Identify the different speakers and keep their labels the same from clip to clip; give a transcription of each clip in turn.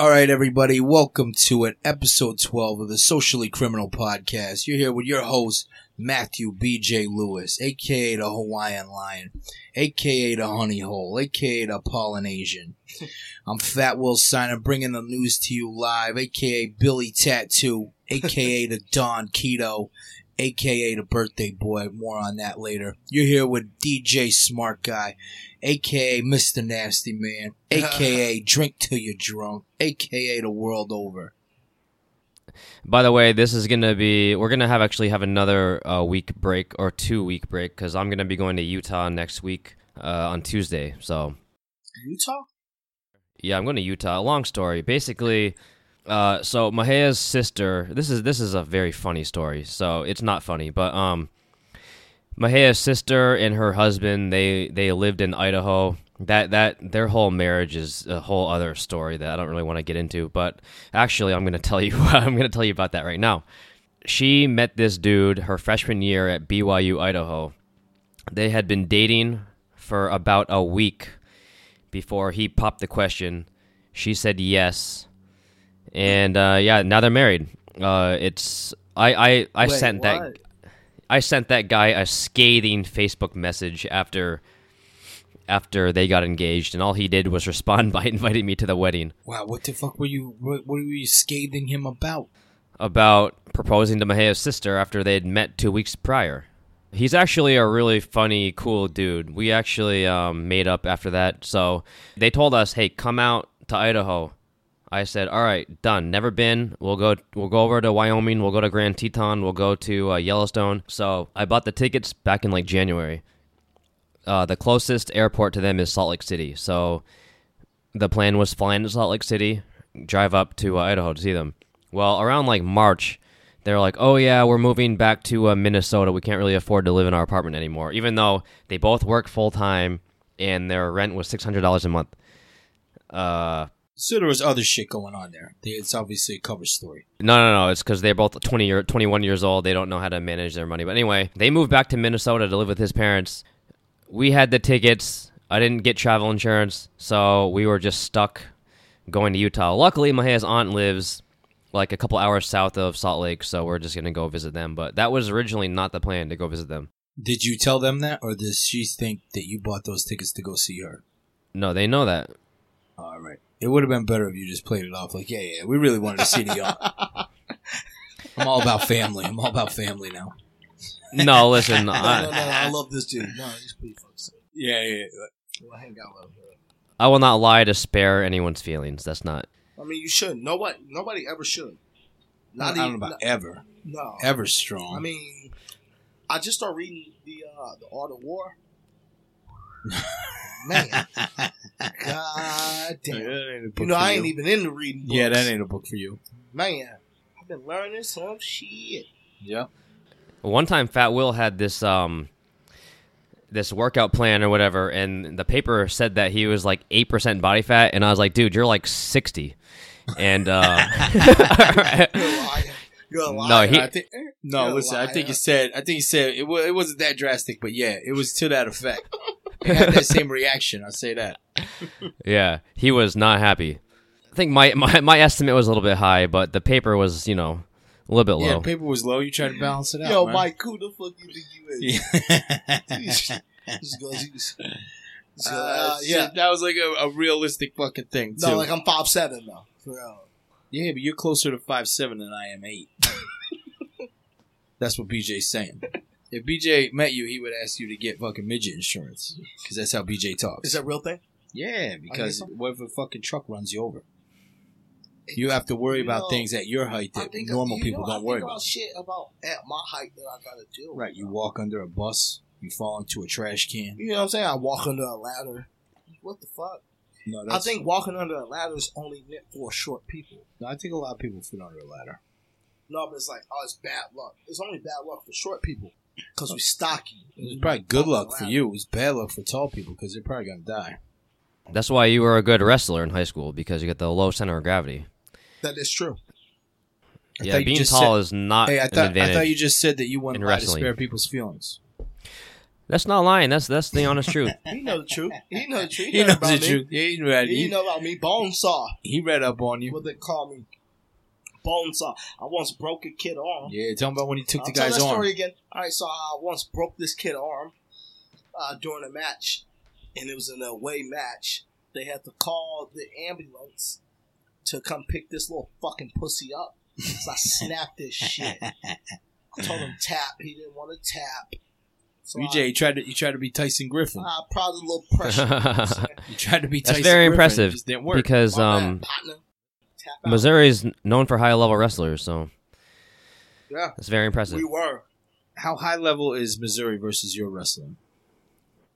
Speaker 1: All right, everybody, welcome to it, episode 12 of the Socially Criminal Podcast. You're here with your host, Matthew B.J. Lewis, aka the Hawaiian Lion, aka the Honey Hole, aka the Polynesian. I'm Fat Will Signer, bringing the news to you live, aka Billy Tattoo, aka the Don Keto, aka the Birthday Boy. More on that later. You're here with DJ Smart Guy, aka Mr. Nasty Man, aka Drink Till You're Drunk, aka the World Over.
Speaker 2: By the way, this is gonna be we're gonna have actually have another uh, week break or two week break because I'm gonna be going to Utah next week uh, on Tuesday. So
Speaker 1: Utah?
Speaker 2: yeah, I'm going to Utah. Long story, basically. Uh, so Mahia's sister. This is this is a very funny story. So it's not funny, but um, Mahia's sister and her husband they they lived in Idaho. That that their whole marriage is a whole other story that I don't really want to get into. But actually, I'm going to tell you I'm going to tell you about that right now. She met this dude her freshman year at BYU Idaho. They had been dating for about a week before he popped the question. She said yes, and uh, yeah, now they're married. Uh, it's I I, I
Speaker 1: Wait,
Speaker 2: sent
Speaker 1: what?
Speaker 2: that I sent that guy a scathing Facebook message after after they got engaged, and all he did was respond by inviting me to the wedding
Speaker 1: Wow, what the fuck were you, what, what were you scathing him about?
Speaker 2: about proposing to Mahia's sister after they had met two weeks prior. He's actually a really funny, cool dude. We actually um, made up after that. So they told us, "Hey, come out to Idaho." I said, "All right, done. Never been. We'll go. We'll go over to Wyoming. We'll go to Grand Teton. We'll go to uh, Yellowstone." So I bought the tickets back in like January. Uh, the closest airport to them is Salt Lake City. So the plan was fly into Salt Lake City, drive up to uh, Idaho to see them. Well, around like March, they're like, "Oh yeah, we're moving back to uh, Minnesota. We can't really afford to live in our apartment anymore." Even though they both work full time and their rent was six hundred dollars a month. Uh,
Speaker 1: So there was other shit going on there. It's obviously a cover story.
Speaker 2: No, no, no. It's because they're both 20 year, 21 years old. They don't know how to manage their money. But anyway, they moved back to Minnesota to live with his parents. We had the tickets. I didn't get travel insurance, so we were just stuck going to Utah. Luckily, Mahia's aunt lives like a couple hours south of Salt Lake, so we're just gonna go visit them. But that was originally not the plan to go visit them.
Speaker 1: Did you tell them that, or does she think that you bought those tickets to go see her?
Speaker 2: No, they know that.
Speaker 1: All right. It would have been better if you just played it off like, yeah, yeah, we really wanted to see the yacht. I'm all about family. I'm all about family now.
Speaker 2: No, listen. I,
Speaker 1: I love this dude. No, he's pretty fucking Yeah, yeah, yeah.
Speaker 3: Well, hang out with her.
Speaker 2: I will not lie to spare anyone's feelings. That's not.
Speaker 3: I mean, you should. Nobody, nobody ever should.
Speaker 1: Not I don't know about ever.
Speaker 3: no.
Speaker 1: Ever strong.
Speaker 3: I mean, I just started reading the uh, the Art of War. Man, god damn. You know, I ain't even into reading books.
Speaker 1: Yeah, that ain't a book for you.
Speaker 3: Man, I've been learning some shit.
Speaker 1: Yeah.
Speaker 2: One time, Fat Will had this um this workout plan or whatever, and the paper said that he was like eight percent body fat, and I was like, dude, you're like sixty, and uh,
Speaker 3: You're a liar. You're a
Speaker 2: No,
Speaker 3: liar. eh,
Speaker 2: he-
Speaker 1: I think, no,
Speaker 3: You're a
Speaker 1: listen. I uh, think he
Speaker 3: liar.
Speaker 1: said. I think he said it. Was, it wasn't that drastic, but yeah, it was to that effect. I had that same reaction. I'll say that.
Speaker 2: yeah, he was not happy. I think my, my my estimate was a little bit high, but the paper was you know a little bit
Speaker 1: Yeah,
Speaker 2: low.
Speaker 1: paper was low. You tried to balance it out.
Speaker 3: Yo,
Speaker 1: man.
Speaker 3: Mike, who the fuck you think you is? Just goes, he's- he's,
Speaker 1: Uh,
Speaker 3: uh,
Speaker 1: yeah, that was like a, a realistic fucking thing too.
Speaker 3: No, like I'm five seven though. For real.
Speaker 1: yeah, but you're closer to five seven than I am eight. that's what BJ's saying. If BJ met you, he would ask you to get fucking midget insurance because that's how BJ talks.
Speaker 3: Is that a real thing?
Speaker 1: Yeah, because
Speaker 3: so.
Speaker 1: what if a fucking truck runs you over? You have to worry
Speaker 3: You
Speaker 1: about
Speaker 3: know,
Speaker 1: things at your height
Speaker 3: I
Speaker 1: that
Speaker 3: think-
Speaker 1: normal
Speaker 3: you
Speaker 1: people
Speaker 3: know, I
Speaker 1: don't
Speaker 3: think
Speaker 1: worry
Speaker 3: about
Speaker 1: about.
Speaker 3: Shit about at my height that I gotta do.
Speaker 1: Right, you walk under a bus, you fall into a trash can.
Speaker 3: You know what I'm saying? I walk under a ladder. What the fuck?
Speaker 1: No, that's,
Speaker 3: I think walking under a ladder is only meant for short people.
Speaker 1: no, I think a lot of people fit under a ladder.
Speaker 3: No, but it's like, oh, it's bad luck. It's only bad luck for short people because we Mm-hmm. stocky.
Speaker 1: It's probably good
Speaker 3: Walking
Speaker 1: luck for
Speaker 3: around.
Speaker 1: you. It's bad luck for tall people because they're probably gonna die.
Speaker 2: That's why you were a good wrestler in high school because you got the low center of gravity.
Speaker 3: That is true.
Speaker 1: I thought
Speaker 2: yeah,
Speaker 1: you
Speaker 2: being
Speaker 1: just
Speaker 2: tall
Speaker 1: said-
Speaker 2: is not
Speaker 1: Hey, I
Speaker 2: Uh, an
Speaker 1: thought I
Speaker 2: advantage.
Speaker 1: thought you just said that you wanted
Speaker 2: in
Speaker 1: to
Speaker 2: wrestling.
Speaker 1: spare people's feelings.
Speaker 2: That's not lying. That's that's the honest truth.
Speaker 3: He know the truth. He know the truth.
Speaker 1: He knows
Speaker 3: about
Speaker 1: the
Speaker 3: me.
Speaker 1: truth. Yeah, he read.
Speaker 3: He
Speaker 1: He,
Speaker 3: know about me. Bone saw.
Speaker 1: he read up on you.
Speaker 3: What they call me. Bone saw. I once broke a kid arm.
Speaker 1: Yeah, tell him about when he took
Speaker 3: I'll
Speaker 1: the
Speaker 3: tell
Speaker 1: guy's
Speaker 3: that
Speaker 1: arm.
Speaker 3: story again. All right, so I once broke this kid arm uh, during a match, and it was an away match. They had to call the ambulance to come pick this little fucking pussy up. So I snapped this shit. I told him tap. He didn't want to tap. So
Speaker 1: BJ, he tried to he tried to be Tyson
Speaker 3: I,
Speaker 1: Griffin.
Speaker 3: I applied a little pressure.
Speaker 1: He tried to be
Speaker 2: That's
Speaker 1: Tyson.
Speaker 2: very
Speaker 1: Griffin.
Speaker 2: impressive,
Speaker 1: It just didn't work.
Speaker 2: because
Speaker 3: My bad,
Speaker 2: um,
Speaker 3: partner. Tap out.
Speaker 2: Missouri's known for high level wrestlers, so
Speaker 3: Yeah,
Speaker 2: that's very impressive.
Speaker 3: we were.
Speaker 1: How high level is Missouri versus your wrestling?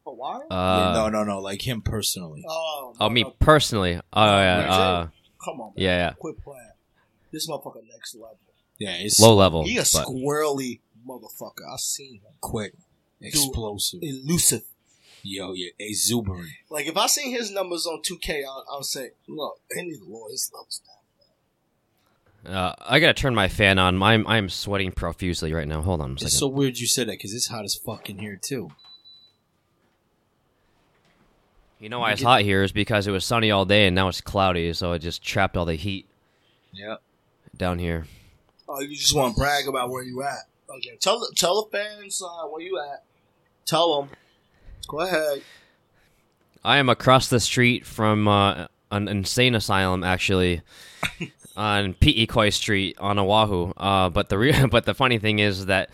Speaker 3: For why?
Speaker 1: Yeah,
Speaker 2: Uh,
Speaker 1: no, no, no. Like him personally.
Speaker 3: Oh,
Speaker 2: oh, me
Speaker 3: motherfucker,
Speaker 2: personally. Oh yeah, uh,
Speaker 3: Come on, man.
Speaker 2: yeah, yeah.
Speaker 3: Quit playing. This motherfucker next level.
Speaker 1: Yeah, it's
Speaker 2: Low level.
Speaker 3: He a
Speaker 2: but-
Speaker 3: squirrely motherfucker. I seen him.
Speaker 1: quick, explosive.
Speaker 3: Elusive.
Speaker 1: Yo, yeah, exuberant.
Speaker 3: Like if I seen his numbers on 2K, I'll, I'll say, look, they need to lower his levels down.
Speaker 2: Uh, I gotta turn my fan on. I'm I'm sweating profusely right now. Hold on a second.
Speaker 1: It's so weird you said that because it's hot as fuck in here too.
Speaker 2: you know why it's hot here is because it was sunny all day and now it's cloudy, so it just trapped all the heat
Speaker 1: Yep.
Speaker 2: down here.
Speaker 3: Oh, you just want to brag about where you at? Okay, tell the tell the fans uh, where you at. Tell them. Go ahead.
Speaker 2: I am across the street from uh, an insane asylum, actually, on Pete Koi Street on Oahu. Uh, but the real, but the funny thing is that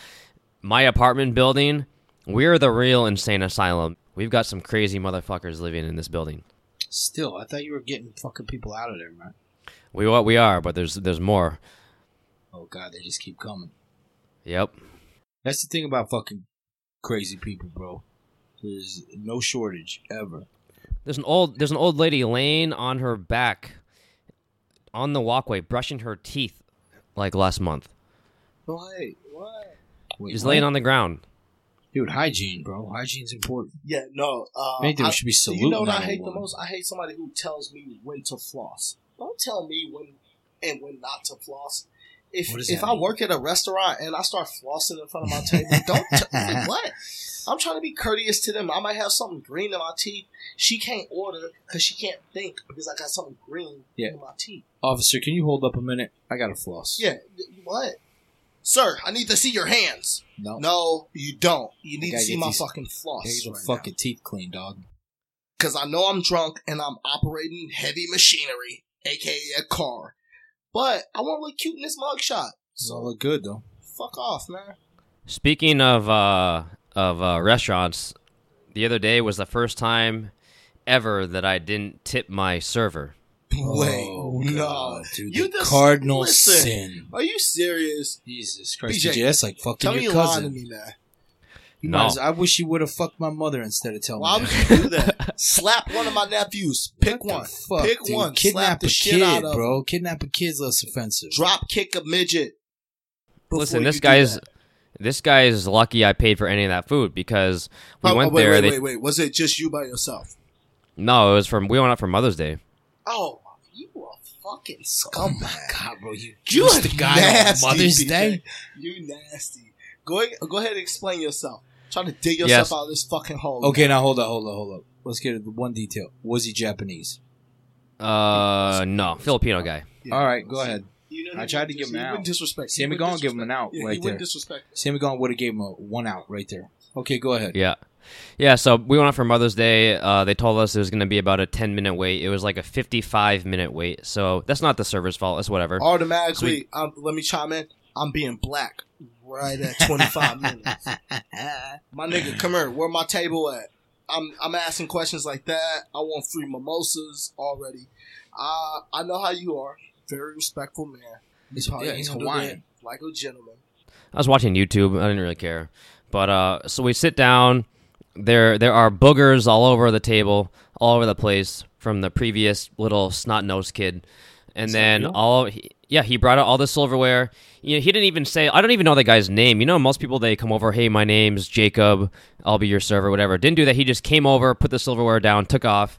Speaker 2: my apartment building, we're the real insane asylum. We've got some crazy motherfuckers living in this building.
Speaker 1: Still, I thought you were getting fucking people out of there, man.
Speaker 2: We what we are, but there's there's more.
Speaker 1: Oh god, they just keep coming.
Speaker 2: Yep.
Speaker 1: That's the thing about fucking crazy people, bro. There's no shortage ever.
Speaker 2: There's an old there's an old lady laying on her back on the walkway brushing her teeth like last month.
Speaker 3: Oh, hey, what?
Speaker 1: Wait,
Speaker 2: She's
Speaker 1: what?
Speaker 2: laying on the ground.
Speaker 1: dude. Hygiene, bro. Hygiene's important.
Speaker 3: Yeah, no. Uh,
Speaker 1: If anything,
Speaker 3: I-
Speaker 1: we should be
Speaker 3: do
Speaker 1: saluting.
Speaker 3: you know what I
Speaker 1: that
Speaker 3: hate the
Speaker 1: woman.
Speaker 3: most? I hate somebody who tells me when to floss. Don't tell me when and when not to floss. If
Speaker 1: What does
Speaker 3: if
Speaker 1: that
Speaker 3: I
Speaker 1: mean?
Speaker 3: work at a restaurant and I start flossing in front of my table, don't t- like, what? I'm trying to be courteous to them. I might have something green in my teeth. She can't order because she can't think because I got something green
Speaker 1: Yeah.
Speaker 3: in my teeth.
Speaker 1: Officer, can you hold up a minute? I gotta floss.
Speaker 3: Yeah, th- what? Sir, I need to see your hands.
Speaker 1: No.
Speaker 3: No, you don't. You need to
Speaker 1: gotta
Speaker 3: see
Speaker 1: get
Speaker 3: my
Speaker 1: these-
Speaker 3: fucking
Speaker 1: Get
Speaker 3: floss.
Speaker 1: your
Speaker 3: right now.
Speaker 1: fucking teeth clean, dog.
Speaker 3: because I know I'm drunk and I'm operating heavy machinery, aka a car. But I want to look cute in this mugshot.
Speaker 1: It's
Speaker 3: So
Speaker 1: all look good though.
Speaker 3: fuck off, man.
Speaker 2: Speaking of uh, of uh, restaurants, the other day was the first time ever that I didn't tip my server.
Speaker 3: Wait,
Speaker 1: Oh,
Speaker 3: no.
Speaker 1: God, dude,
Speaker 3: You
Speaker 1: the
Speaker 3: just-
Speaker 1: cardinal
Speaker 3: listen.
Speaker 1: sin.
Speaker 3: Are you serious?
Speaker 1: Jesus Christ,
Speaker 3: BJ,
Speaker 1: BJ, that's like fucking
Speaker 3: Tell me
Speaker 1: your
Speaker 3: you lying to
Speaker 1: cousin.
Speaker 3: me, man.
Speaker 1: You
Speaker 2: No.
Speaker 1: might as- I wish you would have fucked my mother instead of telling
Speaker 3: Why
Speaker 1: me.
Speaker 3: would
Speaker 1: that.
Speaker 3: you do that? slap one of my nephews. Pick
Speaker 1: Oh, What
Speaker 3: one.
Speaker 1: the fuck,
Speaker 3: Pick
Speaker 1: dude?
Speaker 3: one.
Speaker 1: Kidnap
Speaker 3: slap the
Speaker 1: a
Speaker 3: shit
Speaker 1: kid,
Speaker 3: out of. Bro.
Speaker 1: bro. Kidnap a kid's less offensive.
Speaker 3: Drop kick a midget. before
Speaker 2: Listen,
Speaker 3: you
Speaker 2: this
Speaker 3: do
Speaker 2: guy's
Speaker 3: that.
Speaker 2: this guy's lucky I paid for any of that food because we
Speaker 3: Oh,
Speaker 2: went
Speaker 3: oh, wait,
Speaker 2: there.
Speaker 3: Wait,
Speaker 2: they-
Speaker 3: wait, wait. Was it just you by yourself?
Speaker 2: No, it was from we went out for Mother's Day.
Speaker 3: Oh, you a fucking
Speaker 1: Oh
Speaker 3: scumbag.
Speaker 1: my god, bro! You
Speaker 3: You
Speaker 1: juiced
Speaker 3: are
Speaker 1: the guy
Speaker 3: nasty,
Speaker 1: on Mother's
Speaker 3: BJ.
Speaker 1: Day.
Speaker 3: You nasty. Go go ahead and explain yourself. Try to dig yourself
Speaker 2: Yes.
Speaker 3: out of this fucking hole.
Speaker 1: Okay, now hold up, hold up, hold up. Let's get into one detail. Was he Japanese?
Speaker 2: Uh, no, Filipino guy.
Speaker 3: Yeah.
Speaker 1: All right, go ahead.
Speaker 3: You know,
Speaker 1: I
Speaker 3: he
Speaker 1: tried to
Speaker 3: wouldn't
Speaker 1: give him
Speaker 3: dis- he
Speaker 1: an
Speaker 3: wouldn't
Speaker 1: out.
Speaker 3: Disrespect.
Speaker 1: Sammy
Speaker 3: He wouldn't
Speaker 1: Gone give him an
Speaker 3: disrespect.
Speaker 1: out
Speaker 3: Yeah,
Speaker 1: right
Speaker 3: he
Speaker 1: there.
Speaker 3: wouldn't disrespect.
Speaker 1: Sammy Gone would have gave him a one out right there. Okay, go ahead.
Speaker 2: Yeah. Yeah, so we went out for Mother's Day. Uh, they told us it was going to be about a 10 minute wait. It was like a 55 minute wait. So that's not the server's fault. It's whatever.
Speaker 3: Automatically, um, let me chime in. I'm being black right at 25 minutes. My nigga, come here. Where my table at? I'm I'm asking questions like that. I want free mimosas already. Uh, I know how you are. Very respectful man.
Speaker 1: He's,
Speaker 3: Probably
Speaker 1: yeah, he's
Speaker 3: handled it
Speaker 1: Hawaiian.
Speaker 3: like a gentleman.
Speaker 2: I was watching YouTube. I didn't really care. But uh, so we sit down. There, there are boogers all over the table, all over the place from the previous little snot nosed kid. And then all, he, yeah, he brought out all the silverware. You know, he didn't even say. I don't even know the guy's name. You know, most people they come over. Hey, my name's Jacob. I'll be your server. Whatever. Didn't do that. He just came over, put the silverware down, took off.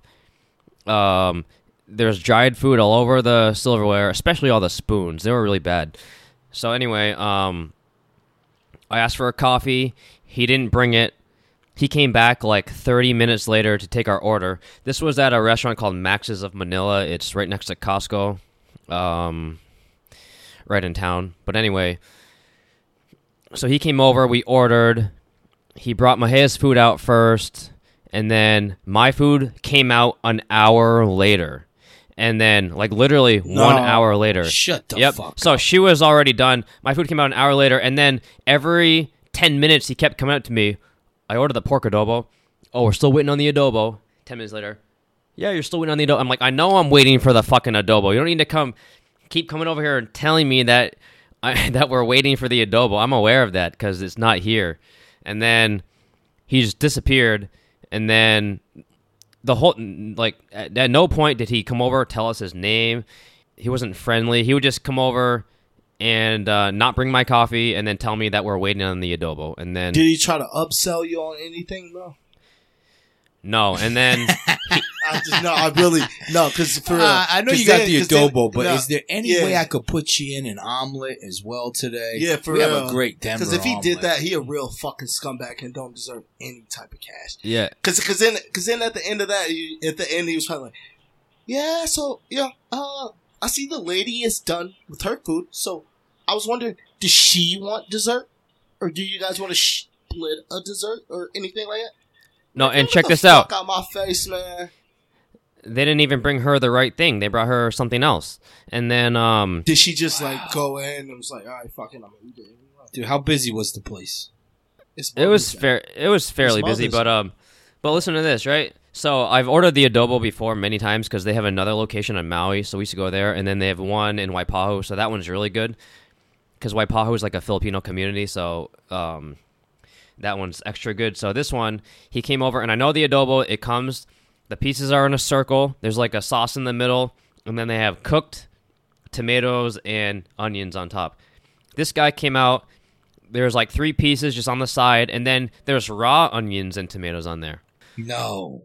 Speaker 2: Um, there's dried food all over the silverware, especially all the spoons. They were really bad. So anyway, um, I asked for a coffee. He didn't bring it. He came back like 30 minutes later to take our order. This was at a restaurant called Max's of Manila. It's right next to Costco, um, right in town. But anyway, so he came over. We ordered. He brought Mahia's food out first, and then my food came out an hour later. And then, like literally one
Speaker 1: No.
Speaker 2: hour later,
Speaker 1: Shut the
Speaker 2: yep.
Speaker 1: fuck
Speaker 2: So she was already done. My food came out an hour later, and then every ten minutes he kept coming up to me. I ordered the pork adobo. Oh, we're still waiting on the adobo. Ten minutes later, yeah, you're still waiting on the adobo. I'm like, I know I'm waiting for the fucking adobo. You don't need to come, keep coming over here and telling me that I, that we're waiting for the adobo. I'm aware of that because it's not here. And then he just disappeared. And then the whole like at, at no point did he come over tell us his name he wasn't friendly he would just come over and uh, not bring my coffee and then tell me that we're waiting on the adobo and then
Speaker 3: Did he try to upsell you on anything though?
Speaker 2: no and then
Speaker 3: I just no, I really no, because for real,
Speaker 1: Uh, I know
Speaker 3: 'cause
Speaker 1: you got
Speaker 3: then-
Speaker 1: the
Speaker 3: 'cause then-
Speaker 1: adobo, but
Speaker 3: no,
Speaker 1: is there any
Speaker 3: yeah.
Speaker 1: way I could put you in an omelet as well today?
Speaker 3: Yeah, for
Speaker 1: we have
Speaker 3: real.
Speaker 1: a great Denver.
Speaker 3: Because if he did
Speaker 1: omelet.
Speaker 3: that, he a real fucking scumbag and don't deserve any type of cash.
Speaker 2: yeah
Speaker 3: Because cause then, cause then at the end of that, he, at the end he was probably like, yeah, so yeah, uh, I see the lady is done with her food, so I was wondering, does she want dessert, or do you guys want to split a dessert or anything like that?
Speaker 2: no and
Speaker 3: Get
Speaker 2: check
Speaker 3: the
Speaker 2: this
Speaker 3: fuck
Speaker 2: out
Speaker 3: out my face, man.
Speaker 2: they didn't even bring her the right thing they brought her something else and then um
Speaker 3: Did she just like go in and was like, all right, fucking, I'm gonna eat it. anyway?"
Speaker 1: dude, how busy was the place?
Speaker 3: It's
Speaker 2: it was
Speaker 3: Mother's Day.
Speaker 2: fair it was fairly
Speaker 3: His
Speaker 2: busy
Speaker 3: mother's-
Speaker 2: but um but listen to this right so i've ordered the adobo before many times because they have another location on maui so we used to go there and then they have one in waipahu so that one's really good because waipahu is like a filipino community so um that one's extra good so this one he came over and i know the adobo it comes the pieces are in a circle there's like a sauce in the middle and then they have cooked tomatoes and onions on top this guy came out there's like three pieces just on the side, and then there's raw onions and tomatoes on there.
Speaker 1: No,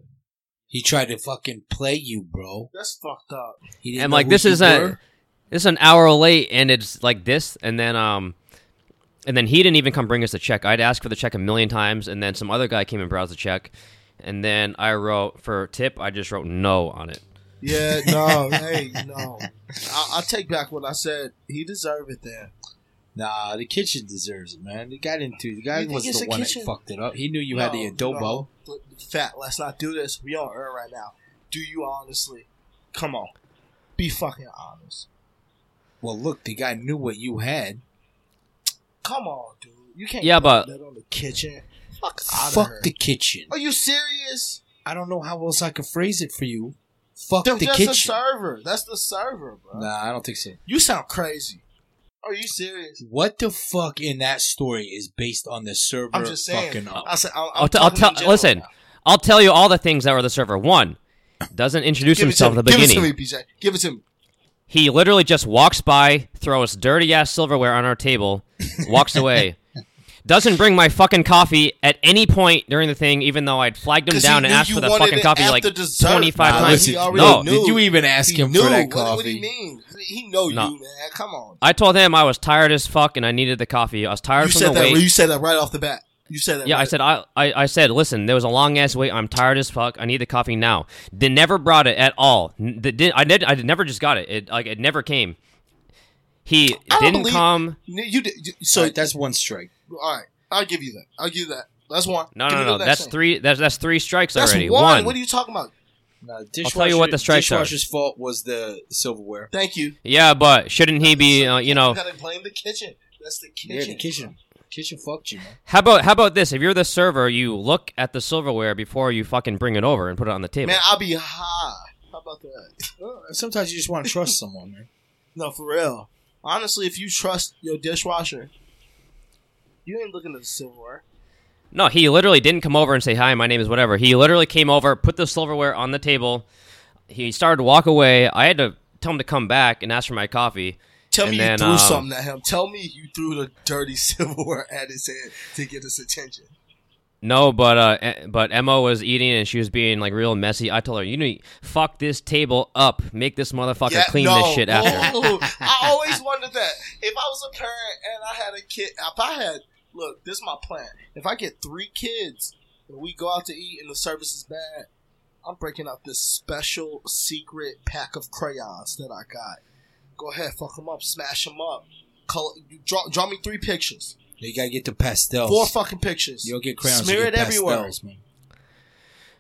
Speaker 1: he tried to fucking play you, bro.
Speaker 3: That's fucked up.
Speaker 1: He didn't
Speaker 2: And
Speaker 1: know
Speaker 2: like
Speaker 1: who
Speaker 2: this
Speaker 1: you
Speaker 2: is a
Speaker 1: were.
Speaker 2: this is an hour late, and it's like this, and then um, and then he didn't even come bring us the check. I'd asked for the check a million times, and then some other guy came and brought us the check, and then I wrote for tip. I just wrote no on it.
Speaker 3: Yeah, no, hey, no. I, I take back what I said. He deserved it then.
Speaker 1: Nah, the kitchen deserves it, man. The guy didn't do. The guy
Speaker 3: You think
Speaker 1: was
Speaker 3: it's
Speaker 1: the
Speaker 3: the
Speaker 1: one
Speaker 3: kitchen?
Speaker 1: that fucked it up. He knew you had the
Speaker 3: No,
Speaker 1: adobo.
Speaker 3: no. But Fat, let's not do this. We on air right now. Do you honestly? Come on. Be fucking honest.
Speaker 1: Well, look, the guy knew what you had.
Speaker 3: Come on, dude. You can't
Speaker 2: Yeah,
Speaker 3: put
Speaker 2: but-
Speaker 3: that on the kitchen. Fuck out
Speaker 1: Fuck
Speaker 3: here. Oh,
Speaker 1: the kitchen.
Speaker 3: Are you serious?
Speaker 1: I don't know how else I could phrase it for you. Fuck
Speaker 3: Dude,
Speaker 1: the
Speaker 3: that's
Speaker 1: kitchen.
Speaker 3: the server. That's the server, bro.
Speaker 1: Nah, I don't think so.
Speaker 3: You sound crazy. Are you serious?
Speaker 1: What the fuck in that story is based on the server
Speaker 3: I'm just saying.
Speaker 1: fucking up?
Speaker 3: I said, I'm,
Speaker 2: I'll, t- I'll tell. Listen, I'll tell you all the things that were the server. One doesn't introduce
Speaker 3: Give it, to
Speaker 2: himself
Speaker 3: me.
Speaker 2: at the
Speaker 3: Give it
Speaker 2: beginning.
Speaker 3: to me, PJ. Give it to me.
Speaker 2: He literally just walks by, throws dirty ass silverware on our table, walks away. Doesn't bring my fucking coffee at any point during the thing, even though I'd flagged him
Speaker 3: 'Cause he
Speaker 2: down and
Speaker 3: knew
Speaker 2: asked
Speaker 3: you
Speaker 2: for the
Speaker 3: wanted
Speaker 2: fucking
Speaker 3: it
Speaker 2: coffee
Speaker 3: after
Speaker 2: like
Speaker 3: dessert.
Speaker 2: twenty five
Speaker 3: Nah,
Speaker 2: times.
Speaker 3: listen, he already
Speaker 2: No,
Speaker 3: knew.
Speaker 1: did you even ask
Speaker 3: He
Speaker 1: him
Speaker 3: knew.
Speaker 1: for that
Speaker 3: What,
Speaker 1: coffee?
Speaker 3: what do you mean? He know
Speaker 2: No.
Speaker 3: you, man. Come on.
Speaker 2: I told him I was tired as fuck and I needed the coffee. I was tired
Speaker 3: you
Speaker 2: from
Speaker 3: said
Speaker 2: the
Speaker 3: that.
Speaker 2: wait.
Speaker 3: You said that right off the bat. You said that.
Speaker 2: Yeah, I
Speaker 3: right-
Speaker 2: said I, I I said, listen, there was a long ass wait. I'm tired as fuck. I need the coffee now. They never brought it at all. N- they didn't- I did, I never just got it. It like it never came. He
Speaker 3: I don't
Speaker 2: didn't
Speaker 3: believe-
Speaker 2: come.
Speaker 3: No, You did. you-
Speaker 1: so
Speaker 3: So
Speaker 1: that's one strike.
Speaker 3: all right. I'll give you that. I'll give you that. That's one.
Speaker 2: No,
Speaker 3: Give
Speaker 2: no,
Speaker 3: me the
Speaker 2: no.
Speaker 3: next
Speaker 2: That's
Speaker 3: one.
Speaker 2: three. That's that's three strikes
Speaker 3: That's
Speaker 2: already.
Speaker 3: one.
Speaker 2: One.
Speaker 3: What are you talking about?
Speaker 1: No,
Speaker 2: tell you what the strikes are.
Speaker 1: dishwasher's fault was the silverware.
Speaker 3: Thank you.
Speaker 2: yeah, but shouldn't he be? Uh, you know,
Speaker 3: You gotta blame the kitchen. That's the kitchen.
Speaker 1: Yeah, the kitchen. Kitchen fucked you, man.
Speaker 2: how about how about this? If you're the server, you look at the silverware before you fucking bring it over and put it on the table.
Speaker 3: Man, I'll be high. How about that?
Speaker 1: Sometimes you just want to trust someone, man.
Speaker 3: No, for real. Honestly, if you trust your dishwasher, you ain't looking at the silverware.
Speaker 2: No, he literally didn't come over and say hi. My name is whatever. He literally came over, put the silverware on the table. He started to walk away. I had to tell him to come back and ask for my coffee.
Speaker 3: Tell
Speaker 2: And
Speaker 3: me
Speaker 2: then,
Speaker 3: you threw
Speaker 2: um,
Speaker 3: something at him. Tell me you threw the dirty silverware at his head to get his attention.
Speaker 2: No, but uh, eh, but Emma was eating and she was being like real messy. I told her, you need fuck this table up, make this motherfucker clean this shit after.
Speaker 3: Ooh, I always wondered that. If I was a parent and I had a kid, if I had, look, this is my plan. If I get three kids, When we go out to eat and the service is bad, I'm breaking out this special secret pack of crayons that I got. Go ahead, fuck them up, smash them up. Color, you draw, draw me three pictures,
Speaker 1: You gotta get the
Speaker 2: Oh,
Speaker 1: pastels.
Speaker 3: four fucking pictures.
Speaker 1: You'll get crayons.
Speaker 3: Smear
Speaker 1: you get
Speaker 3: it everywhere.
Speaker 1: pastels, man.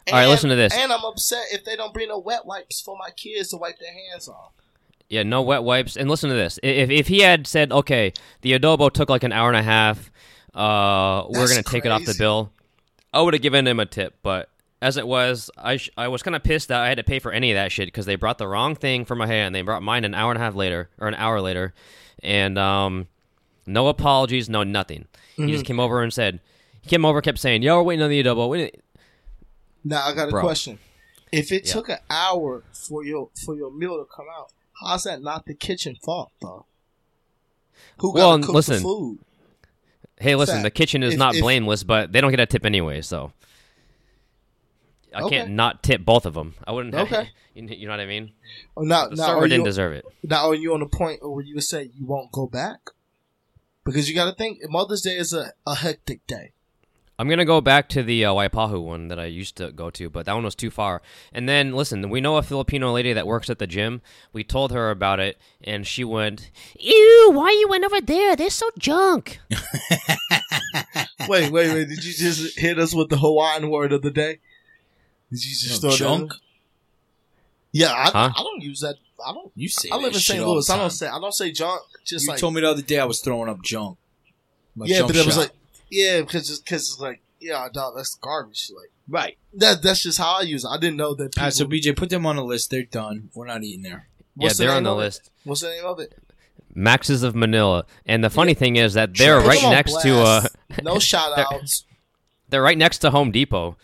Speaker 2: All right, listen to this.
Speaker 3: And I'm upset if they don't bring the wet wipes for my kids to wipe their hands off.
Speaker 2: Yeah, no wet wipes. And listen to this. I- If, if he had said, okay, the adobo took like an hour and a half, uh, we're
Speaker 3: That's
Speaker 2: going to take it off the
Speaker 3: crazy.
Speaker 2: bill, I would have given him a tip. But as it was, I, sh- I was kind of pissed that I had to pay for any of that shit because they brought the wrong thing for my hand. They brought mine an hour and a half later, or an hour later. And um, no apologies, no nothing. He
Speaker 3: Mm-hmm.
Speaker 2: just came over and said, he came over, kept saying, yo, we're waiting on the adobo. We didn't-
Speaker 3: Now I got a
Speaker 2: Bro.
Speaker 3: question. If it
Speaker 2: Yeah.
Speaker 3: took an hour for your for your meal to come out, how's that not the kitchen fault though? Who
Speaker 2: Well,
Speaker 3: got to cook the
Speaker 2: listen,
Speaker 3: food?
Speaker 2: Hey, listen,
Speaker 3: Fact.
Speaker 2: the kitchen is
Speaker 3: If-
Speaker 2: not
Speaker 3: if-
Speaker 2: blameless, but they don't get a tip anyway, so I
Speaker 3: Okay.
Speaker 2: can't not tip both of them. I wouldn't. Have,
Speaker 3: Okay.
Speaker 2: you, kn- you know what I mean?
Speaker 3: Oh, Now,
Speaker 2: The
Speaker 3: now,
Speaker 2: server
Speaker 3: are
Speaker 2: didn't
Speaker 3: you,
Speaker 2: deserve it.
Speaker 3: now are you on the point where you would say you won't go back? Because you got to think Mother's Day is a, a hectic day.
Speaker 2: I'm gonna go back to the uh, Waipahu one that I used to go to, but that one was too far. And then listen, we know a Filipino lady that works at the gym. We told her about it, and she went, "Ew, why you went over there? They're so junk."
Speaker 3: wait, wait, wait! Did you just hit us with the Hawaiian word of the day? Did you just
Speaker 1: No,
Speaker 3: throw that in?
Speaker 1: junk?
Speaker 3: Yeah, I,
Speaker 2: Huh?
Speaker 3: I don't use that. I don't.
Speaker 1: You say
Speaker 3: I live in
Speaker 1: that shit
Speaker 3: St.
Speaker 1: all
Speaker 3: Louis.
Speaker 1: the
Speaker 3: I don't
Speaker 1: time.
Speaker 3: say. I don't say junk. Just
Speaker 1: you
Speaker 3: like
Speaker 1: told me the other day I was throwing up junk. My
Speaker 3: yeah,
Speaker 1: junk
Speaker 3: but it was
Speaker 1: shot.
Speaker 3: like yeah, because it's, cause it's like yeah, dog, that's garbage. Like
Speaker 1: right.
Speaker 3: that. That's just how I use it. I didn't know that. People,
Speaker 1: All right, so BJ, put them on the list. They're done. We're not eating there.
Speaker 2: yeah,
Speaker 3: what's
Speaker 2: they're on
Speaker 3: name
Speaker 2: the
Speaker 3: of it?
Speaker 2: list.
Speaker 3: What's the name of it?
Speaker 2: Maxes of Manila, and the funny thing is that they're
Speaker 3: Put
Speaker 2: right
Speaker 3: them on
Speaker 2: next to uh,
Speaker 3: blast. no shout outs.
Speaker 2: they're right next to Home Depot.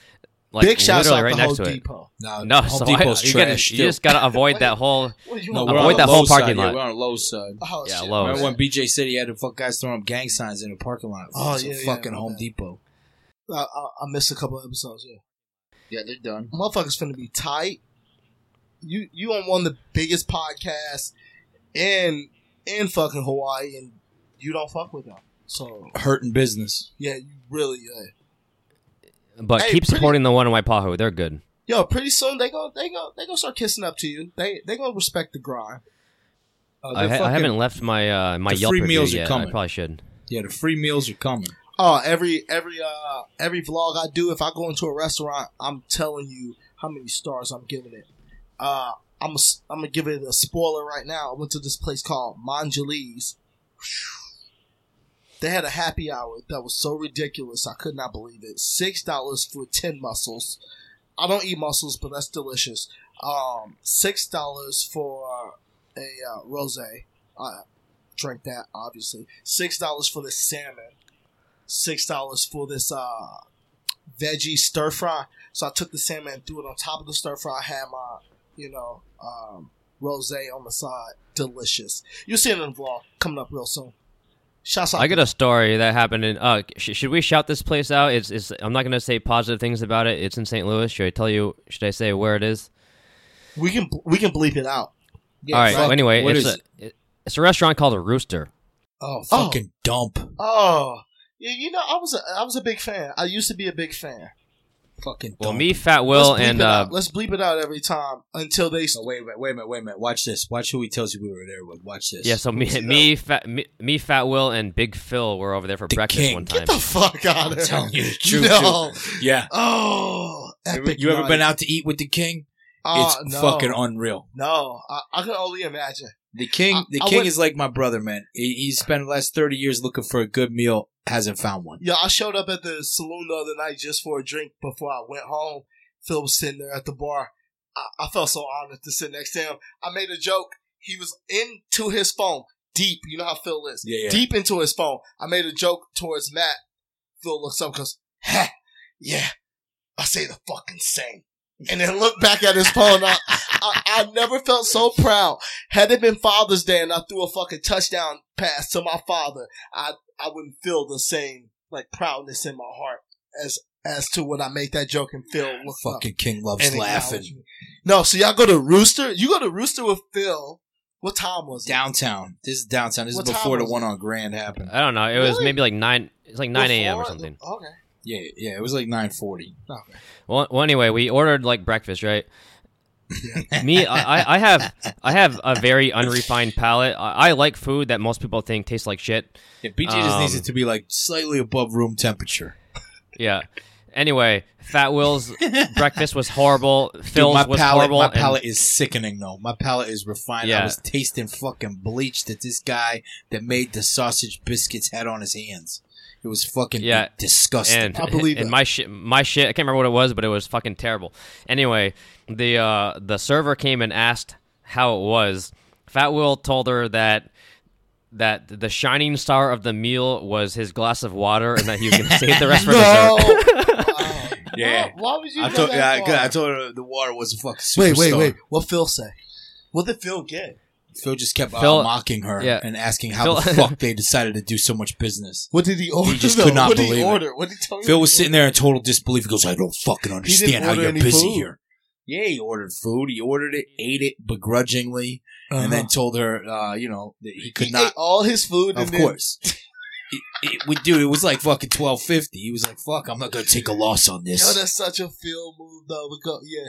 Speaker 2: Like,
Speaker 3: Big shout
Speaker 2: literally
Speaker 3: out
Speaker 2: right
Speaker 3: to
Speaker 2: next
Speaker 3: Home
Speaker 2: to it.
Speaker 3: Depot.
Speaker 1: No,
Speaker 2: No,
Speaker 1: Home
Speaker 2: so
Speaker 1: Depot's
Speaker 2: I, you, gotta,
Speaker 1: trash.
Speaker 2: you
Speaker 1: too.
Speaker 2: just gotta avoid that whole.
Speaker 3: What do you
Speaker 1: no,
Speaker 3: want?
Speaker 1: we're
Speaker 2: avoid
Speaker 1: on the
Speaker 2: that
Speaker 1: low
Speaker 2: whole parking
Speaker 1: side. Yeah,
Speaker 2: lot.
Speaker 1: we're on the low side.
Speaker 3: Oh,
Speaker 2: Yeah,
Speaker 3: shit.
Speaker 2: low.
Speaker 1: Remember when BJ said he had the fuck guys throwing up gang signs in the parking lot?
Speaker 3: Oh,
Speaker 1: It's a
Speaker 3: yeah, yeah,
Speaker 1: fucking
Speaker 3: my
Speaker 1: Home
Speaker 3: bad.
Speaker 1: Depot.
Speaker 3: I, Uh, I, I missed a couple episodes. Yeah,
Speaker 1: Yeah, they're done.
Speaker 3: motherfuckers finna be tight. You you on one of the biggest podcasts in in fucking Hawaii, and you don't fuck with them. So
Speaker 1: Hurting business.
Speaker 3: yeah, you really. Uh,
Speaker 2: But
Speaker 3: Hey,
Speaker 2: keep
Speaker 3: pretty-
Speaker 2: supporting the one in Waipahu. They're good.
Speaker 3: Yo, pretty soon they go they go they gonna start kissing up to you. They they gonna respect the grind. Uh,
Speaker 1: Oh,
Speaker 2: I,
Speaker 3: they're
Speaker 2: ha- I
Speaker 3: fucking-
Speaker 2: haven't left my uh, my
Speaker 1: The
Speaker 2: Yelp
Speaker 1: free
Speaker 2: review
Speaker 1: meals are
Speaker 2: yet.
Speaker 1: coming.
Speaker 2: I probably should.
Speaker 1: Yeah, the free meals are coming.
Speaker 3: Oh, every every uh every vlog I do, if I go into a restaurant, I'm telling you how many stars I'm giving it. Uh, I'm a, I'm gonna give it a spoiler right now. I went to this place called Manjali's. They had a happy hour that was so ridiculous, I could not believe it. Six dollars for ten mussels. I don't eat mussels, but that's delicious. Um, six dollars for a uh, rosé. I drank that obviously. Six dollars for the salmon six dollars for this uh veggie stir fry. So I took the salmon and threw it on top of the stir fry. I had my, you know, um, rose on the side. Delicious. You'll see it in the vlog coming up real soon. Shouts out.
Speaker 2: I got a story that happened in. Uh, sh- should we shout this place out? It's, it's. I'm not gonna say positive things about it. It's in St. Louis. Should I tell you? Should I say where it is?
Speaker 3: we can we can bleep it out.
Speaker 1: Yeah,
Speaker 2: All right.
Speaker 1: fuck.
Speaker 2: Well, anyway,
Speaker 1: What
Speaker 2: it's
Speaker 1: is
Speaker 2: a, it- it's a restaurant called a Rooster.
Speaker 1: Oh, fucking dump.
Speaker 3: Oh, you, you know, I was a, I was a big fan. I used to be a big fan.
Speaker 1: Fucking dump.
Speaker 2: Well, me, Fat Will,
Speaker 3: Let's bleep
Speaker 2: and
Speaker 3: it
Speaker 2: uh,
Speaker 3: out. let's bleep it out every time until they.
Speaker 1: Oh, wait a minute, wait a minute, wait a minute. Watch this. Watch who he tells you we were there with. Watch this.
Speaker 2: yeah. So me,
Speaker 3: Bleep it
Speaker 2: me, Fat, me, me, Fat Will, and Big Phil were over there for
Speaker 1: The
Speaker 2: breakfast
Speaker 1: king.
Speaker 2: one time.
Speaker 3: Get the fuck out of
Speaker 1: I'm telling you the truth.
Speaker 3: No.
Speaker 1: dude. Yeah.
Speaker 3: Oh, epic
Speaker 1: you ever
Speaker 3: night.
Speaker 1: been out to eat with the king?
Speaker 3: Oh,
Speaker 1: it's
Speaker 3: no.
Speaker 1: fucking unreal.
Speaker 3: No, I, I can only imagine.
Speaker 1: The king,
Speaker 3: I-
Speaker 1: the
Speaker 3: I
Speaker 1: king
Speaker 3: went-
Speaker 1: is like my brother, man. He, he spent the last thirty years looking for a good meal, hasn't found one.
Speaker 3: Yeah, I showed up at the saloon the other night just for a drink before I went home. Phil was sitting there at the bar. I, I felt so honored to sit next to him. I made a joke. He was into his phone, deep. You know how Phil is.
Speaker 1: Yeah, yeah.
Speaker 3: Deep into his phone. I made a joke towards Matt. Phil looks up and goes, ha, yeah, I say the fucking same. And then looked back at his phone. I, I, I never felt so proud. Had it been Father's Day and I threw a fucking touchdown pass to my father, I I wouldn't feel the same like proudness in my heart as as to when I make that joke and Phil look up
Speaker 1: Fucking king loves
Speaker 3: and acknowledge
Speaker 1: laughing.
Speaker 3: me. No, so y'all go to Rooster. You go to Rooster with Phil. What time was it?
Speaker 1: Downtown. This is downtown. This
Speaker 3: What
Speaker 1: is
Speaker 3: time
Speaker 1: before the
Speaker 3: was
Speaker 1: one
Speaker 3: it?
Speaker 1: on Grand happened.
Speaker 2: I don't know. It was
Speaker 3: Really?
Speaker 2: maybe like nine. It's like nine a.m. or
Speaker 3: Before-
Speaker 2: something.
Speaker 3: Okay.
Speaker 1: Yeah, yeah. It was like nine forty.
Speaker 3: Okay.
Speaker 2: Well, well, anyway, we ordered like breakfast, right? Me, I, I- I have I have a very unrefined palate. I, I like food that most people think tastes like shit.
Speaker 1: Yeah, BJ just needs
Speaker 2: Um,
Speaker 1: it to be like slightly above room temperature.
Speaker 2: Yeah. Anyway, Fat Will's breakfast was horrible.
Speaker 1: Dude,
Speaker 2: Phil's
Speaker 1: my
Speaker 2: was
Speaker 1: palate,
Speaker 2: horrible.
Speaker 1: my
Speaker 2: and-
Speaker 1: palate is sickening though. My palate is refined. I
Speaker 2: Yeah.
Speaker 1: was tasting fucking bleach that this guy that made the sausage biscuits had on his hands. It was fucking
Speaker 2: Yeah,
Speaker 1: disgusting.
Speaker 2: and,
Speaker 3: I believe
Speaker 2: and
Speaker 3: it.
Speaker 2: my shit my shit I can't remember what it was but it was fucking terrible anyway the uh the server came and asked how it was fat will told her that that the shining star of the meal was his glass of water and that he was going to save the rest for dessert
Speaker 3: Wow.
Speaker 1: Oh. Yeah.
Speaker 3: Why, why would you?
Speaker 1: I
Speaker 3: go
Speaker 1: told
Speaker 3: that
Speaker 1: I,
Speaker 3: far?
Speaker 1: I told her the water was a fucking superstar.
Speaker 3: wait, wait, wait. What Phil say? What did Phil get?
Speaker 1: Phil just kept uh,
Speaker 2: Phil-
Speaker 1: mocking her
Speaker 2: yeah.
Speaker 1: and asking how
Speaker 2: Phil-
Speaker 1: the fuck they decided to do so much business.
Speaker 3: What did he order?
Speaker 1: just
Speaker 3: though?
Speaker 1: could not
Speaker 3: what did
Speaker 1: believe
Speaker 3: he
Speaker 1: it.
Speaker 3: order? What did he tell you?
Speaker 1: Phil was sitting there in total disbelief. He goes, "I don't fucking understand how
Speaker 3: order
Speaker 1: you're
Speaker 3: any
Speaker 1: busy
Speaker 3: food.
Speaker 1: here." Yeah, he ordered food. He ordered it, ate it begrudgingly, and then told her, uh, you know, that he could
Speaker 3: Uh-huh. he
Speaker 1: not
Speaker 3: ate all his food.
Speaker 1: Of
Speaker 3: and
Speaker 1: course. it, it, we, dude, it was like fucking twelve fifty. He was like, "Fuck, I'm not gonna take a loss on
Speaker 3: Then, yo,
Speaker 1: this."
Speaker 3: that's such a Phil move, though. Because yeah,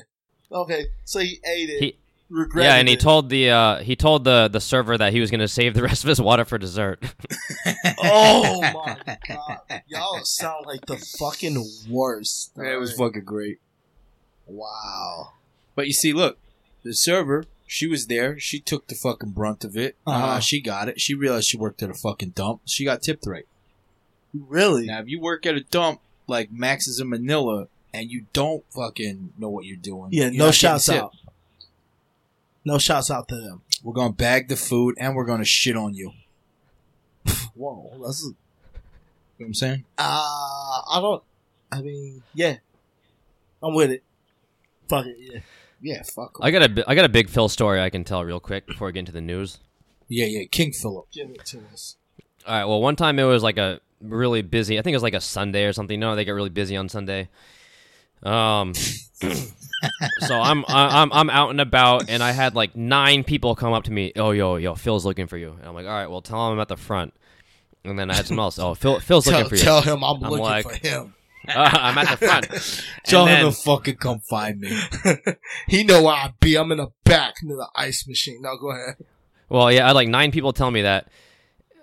Speaker 3: okay. So he ate it.
Speaker 2: He-
Speaker 3: regretted
Speaker 2: yeah and he
Speaker 3: it.
Speaker 2: told the uh he told the the server that he was going to save the rest of his water for dessert
Speaker 3: Oh my god, y'all sound like the fucking worst.
Speaker 1: it was fucking great.
Speaker 3: Wow.
Speaker 1: But you see, look, the server, she was there. She took the fucking brunt of it. uh
Speaker 3: Uh-huh.
Speaker 1: she got it. She realized she worked at a fucking dump. She got tipped right.
Speaker 3: Really?
Speaker 1: Now, if you work at a dump like Max's in Manila and you don't fucking know what you're doing,
Speaker 3: Yeah.
Speaker 1: you're
Speaker 3: No
Speaker 1: not getting
Speaker 3: shouts
Speaker 1: tipped.
Speaker 3: out. No shouts out to them.
Speaker 1: We're gonna bag the food and we're gonna shit on you.
Speaker 3: Whoa. That's
Speaker 1: You know what I'm saying?
Speaker 3: uh, I don't. I mean, yeah. I'm with it. Fuck it. Yeah.
Speaker 1: Yeah, fuck. 'em.
Speaker 2: i got a bi- i got a big phil story i can tell real quick before we get into the news
Speaker 1: yeah, yeah. King Philip.
Speaker 3: Give it to us.
Speaker 2: All right. Well, one time it was like a really busy. I think it was like a Sunday or something. No, they get really busy on Sunday. Um, so I'm I- I'm I'm out and about, and I had like nine people come up to me. Oh, yo, yo, Phil's looking for you. And I'm like, all right, well, tell him I'm at the front. And then I had someone else. Oh, Phil, Phil's
Speaker 3: Tell,
Speaker 2: looking for you.
Speaker 3: tell him I'm,
Speaker 2: I'm
Speaker 3: looking
Speaker 2: like-
Speaker 3: for him.
Speaker 2: Uh, I'm at the front. And
Speaker 1: Tell
Speaker 2: then-
Speaker 1: him to fucking come find me.
Speaker 3: he know where I be. I'm in the back near the ice machine. Now go ahead.
Speaker 2: Well, yeah, I had like nine people tell me that.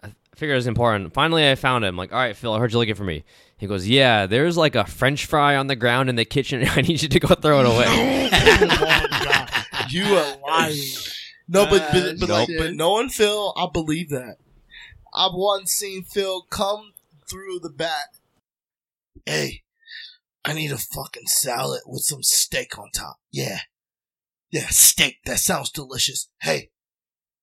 Speaker 2: I figured it was important. Finally, I found him. Like, all right, Phil, I heard you looking for me. He goes, yeah, there's like a French fry on the ground in the kitchen. I need you to go throw it away.
Speaker 3: oh my god, you are lying. No, but but, but like
Speaker 1: Nope.
Speaker 3: but knowing Phil, I believe that. I've once seen Phil come through the back. Hey, I need a fucking salad with some steak on top. Yeah, yeah, steak. That sounds delicious. Hey,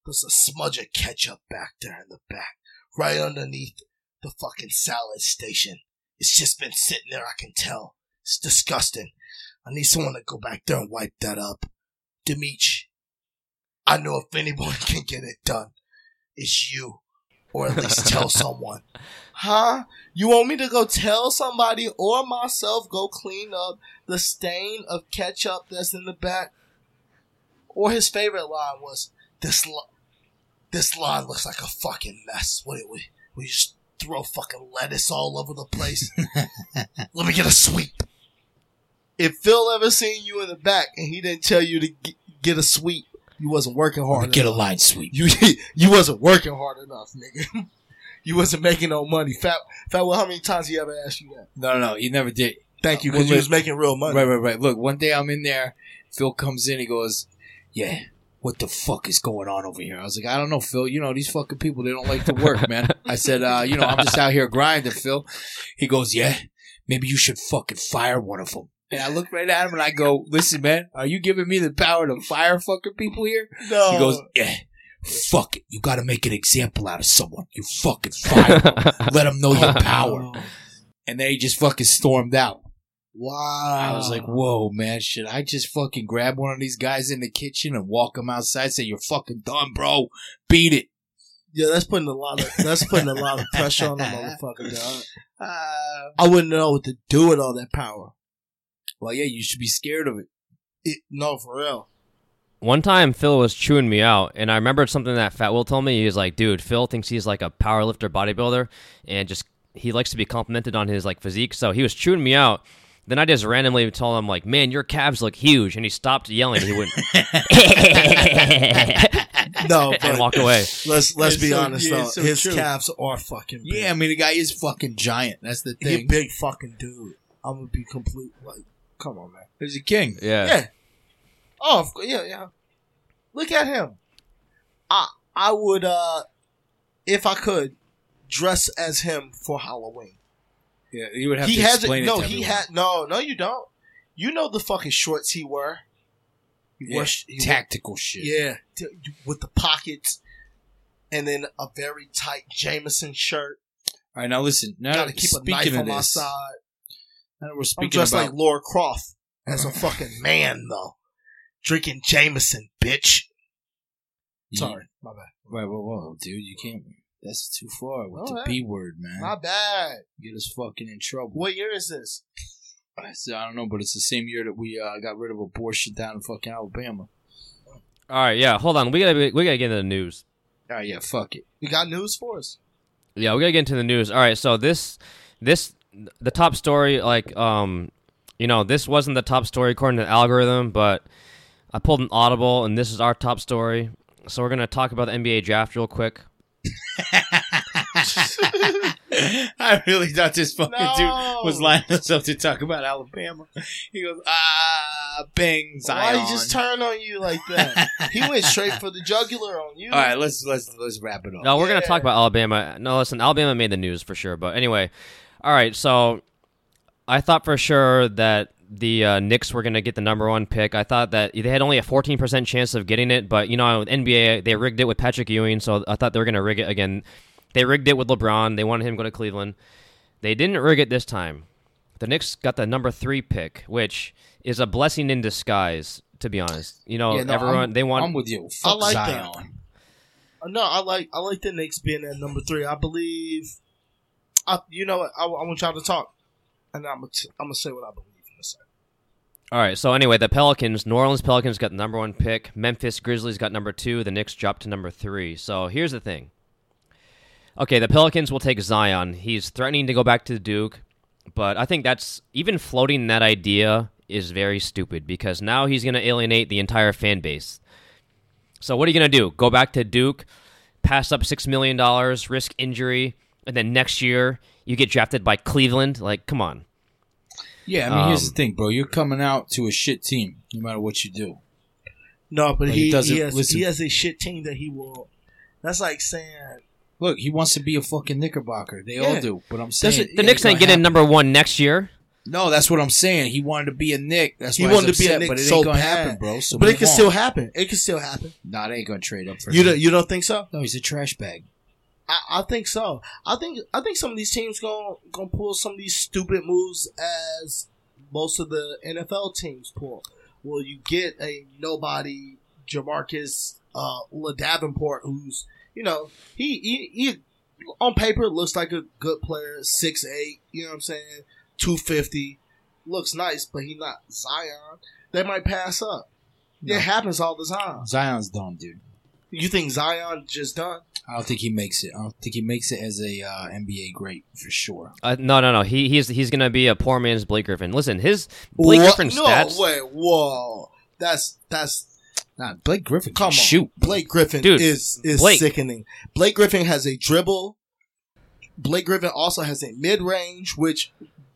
Speaker 3: there's a smudge of ketchup back there in the back, right underneath the fucking salad station. It's just been sitting there. I can tell. It's disgusting. I need someone to go back there and wipe that up. Demeech, I know if anyone can get it done, it's you. Or at least tell someone. Huh? You want me to go tell somebody or myself go clean up the stain of ketchup that's in the back? Or his favorite line was, this, li- this line looks like a fucking mess. What did we, we just throw fucking lettuce all over the place? Let me get a sweep if Phil ever seen you in the back and he didn't tell you to g- get a sweep, you wasn't working hard.
Speaker 1: Get a
Speaker 3: enough.
Speaker 1: line sweep.
Speaker 3: You you wasn't working hard enough, nigga. You wasn't making no money. Fat Fat. Well, how many times he ever asked you that?
Speaker 1: No, no, no. He never did.
Speaker 3: Thank you,
Speaker 1: Well,
Speaker 3: because you
Speaker 1: look-
Speaker 3: was making real money.
Speaker 1: Right, right, right. Look, one day I'm in there. Phil comes in. He goes, "Yeah, what the fuck is going on over here?" I was like, "I don't know, Phil. You know these fucking people. They don't like to work, man." I said, uh, "You know, I'm just out here grinding, Phil." He goes, "Yeah, maybe you should fucking fire one of them." And I look right at him and I go, "Listen, man, are you giving me the power to fire fucking people here?"
Speaker 3: No,
Speaker 1: He goes, "Yeah." Fuck it. You gotta make an example out of someone. You fucking fire. 'em. Let them know your power. And they just fucking stormed out.
Speaker 3: Wow.
Speaker 1: I was like, whoa, man, should I just fucking grab one of these guys in the kitchen and walk them outside? Say, you're fucking done, bro. Beat it.
Speaker 3: yeah, that's putting a lot of that's putting a lot of pressure on the motherfucker. Dog. I wouldn't know what to do with all that power.
Speaker 1: Well, yeah, you should be scared of it.
Speaker 3: It, no, for real.
Speaker 2: One time, Phil was chewing me out, and I remembered something that Fat Will told me. He was like, "Dude, Phil thinks he's like a powerlifter bodybuilder, and just he likes to be complimented on his like physique. So he was chewing me out. Then I just randomly told him like, "Man, your calves look huge," and he stopped yelling. He went
Speaker 1: No,
Speaker 2: and
Speaker 1: but
Speaker 2: walked away.
Speaker 1: let's let's
Speaker 3: It's
Speaker 1: be
Speaker 3: so-
Speaker 1: honest
Speaker 3: yeah,
Speaker 1: though.
Speaker 3: it's so
Speaker 1: his
Speaker 3: true.
Speaker 1: calves are
Speaker 3: Or fucking big.
Speaker 1: Yeah, I mean the guy is fucking giant. That's the
Speaker 3: he a
Speaker 1: thing.
Speaker 3: big fucking dude. I'm gonna be complete. Like, come on, man.
Speaker 1: He's a king.
Speaker 2: Yeah.
Speaker 3: Yeah. Oh, of course. Yeah, yeah. Look at him. I I would uh if I could dress as him for Halloween.
Speaker 1: Yeah, you would have
Speaker 3: he
Speaker 1: to
Speaker 3: has
Speaker 1: explain
Speaker 3: it.
Speaker 1: it.
Speaker 3: No,
Speaker 1: to
Speaker 3: he
Speaker 1: everyone.
Speaker 3: had no, no you don't. You know the fucking shorts he wore. He
Speaker 1: Yeah,
Speaker 3: wore sh- he wore-
Speaker 1: tactical shit.
Speaker 3: yeah, t- with the pockets and then a very tight Jameson shirt.
Speaker 1: All right, now listen. Now
Speaker 3: Gotta
Speaker 1: that-
Speaker 3: keep a
Speaker 1: speaking
Speaker 3: knife
Speaker 1: of
Speaker 3: on my
Speaker 1: this,
Speaker 3: side.
Speaker 1: now that we're
Speaker 3: I'm
Speaker 1: speaking
Speaker 3: dressed
Speaker 1: about
Speaker 3: like Laura Croft as a fucking man though. Drinking Jameson, bitch. Sorry, my bad.
Speaker 1: Whoa, whoa, whoa, dude! You can't. That's too far with the
Speaker 3: Alright.
Speaker 1: B word, man.
Speaker 3: My bad.
Speaker 1: Get us fucking in trouble.
Speaker 3: What year is this?
Speaker 1: So, I don't know, but it's the same year that we uh, got rid of abortion down in fucking Alabama.
Speaker 2: All right, yeah. Hold on, we gotta be- we gotta get into the news.
Speaker 1: Oh yeah, fuck it.
Speaker 3: You got news for us?
Speaker 2: Yeah, we gotta get into the news. All right, so this this the top story like um you know this wasn't the top story according to the algorithm, but I pulled an audible and this is our top story. So we're gonna talk about the NBA draft real quick.
Speaker 1: I really thought this fucking
Speaker 3: No.
Speaker 1: dude was lining us up to talk about Alabama. He goes, ah, bang,
Speaker 3: Why
Speaker 1: Zion.
Speaker 3: did he just turn on you like that? he went straight for the jugular on you.
Speaker 1: All right, let's let's let's wrap it up.
Speaker 2: No, we're gonna
Speaker 3: Yeah.
Speaker 2: talk about Alabama. No, listen, Alabama made the news for sure. But anyway, all right. So I thought for sure that the uh, Knicks were gonna get the number one pick. I thought that they had only a fourteen percent chance of getting it, but you know, with NBA they rigged it with Patrick Ewing, so I thought they were gonna rig it again. They rigged it with LeBron. They wanted him to go to Cleveland. They didn't rig it this time. The Knicks got the number three pick, which is a blessing in disguise, to be honest. You know,
Speaker 1: Yeah, no,
Speaker 2: everyone
Speaker 1: I'm-
Speaker 2: they want
Speaker 1: I'm with you. Fuck
Speaker 3: like
Speaker 1: Zion.
Speaker 3: that. Uh, No, I like I like the Knicks being at number three. I believe. I, you know what? I, I want y'all to talk, and I'm gonna t- I'm gonna say what I believe in a second.
Speaker 2: All right. So anyway, the Pelicans, New Orleans Pelicans got the number one pick. Memphis Grizzlies got number two. The Knicks dropped to number three. So here's the thing. Okay, the Pelicans will take Zion. He's threatening to go back to Duke, but I think that's even floating that idea is very stupid because now he's going to alienate the entire fan base. So what are you going to do? Go back to Duke, pass up six million dollars, risk injury, and then next year you get drafted by Cleveland? Like, come on.
Speaker 1: Yeah, I mean, here's the
Speaker 2: Um,
Speaker 1: thing, bro. You're coming out to a shit team, no matter what you do.
Speaker 3: No, but
Speaker 1: Like,
Speaker 3: he
Speaker 1: Oh, he doesn't
Speaker 3: he has,
Speaker 1: listen.
Speaker 3: he has a shit team that he will. That's like saying
Speaker 1: Look, he wants to be a fucking Knickerbocker. They
Speaker 3: Yeah.
Speaker 1: all do, but I'm saying
Speaker 2: the Knicks ain't getting number one next year.
Speaker 1: No, that's what I'm saying. He wanted to be a Nick. That's
Speaker 3: he
Speaker 1: why
Speaker 3: wanted
Speaker 1: he's
Speaker 3: to be a
Speaker 1: upset,
Speaker 3: Knicks
Speaker 1: but it
Speaker 3: so
Speaker 1: ain't gonna
Speaker 3: bad.
Speaker 1: happen, bro. So
Speaker 3: but it
Speaker 1: move
Speaker 3: can
Speaker 1: on.
Speaker 3: still happen. It can still happen.
Speaker 1: Nah, they ain't gonna trade up for
Speaker 3: You
Speaker 1: him.
Speaker 3: don't you don't think so?
Speaker 1: No, he's a trash bag.
Speaker 3: I, I think so. I think I think some of these teams gonna gonna pull some of these stupid moves as most of the NFL teams pull. Well, you get a nobody Jamarcus uh, Ladavenport, who's you know he, he he on paper looks like a good player, six eight. You know what I'm saying? Two fifty looks nice, but he not Zion. They might pass up.
Speaker 1: No.
Speaker 3: It happens all the time.
Speaker 1: Zion's dumb, dude.
Speaker 3: You think Zion just done?
Speaker 1: I don't think he makes it. I don't think he makes it as a uh, NBA great for sure.
Speaker 2: Uh, no, no, no. He he's he's gonna be a poor man's Blake Griffin. Listen, his Blake
Speaker 3: What?
Speaker 2: Griffin
Speaker 3: no,
Speaker 2: stats.
Speaker 3: wait, whoa. That's that's
Speaker 1: Nah, Blake Griffin.
Speaker 3: come
Speaker 1: Come
Speaker 3: on.
Speaker 1: shoot,
Speaker 3: Blake Griffin
Speaker 2: Dude,
Speaker 3: is is
Speaker 2: Blake.
Speaker 3: sickening. Blake Griffin has a dribble. Blake Griffin also has a mid range, which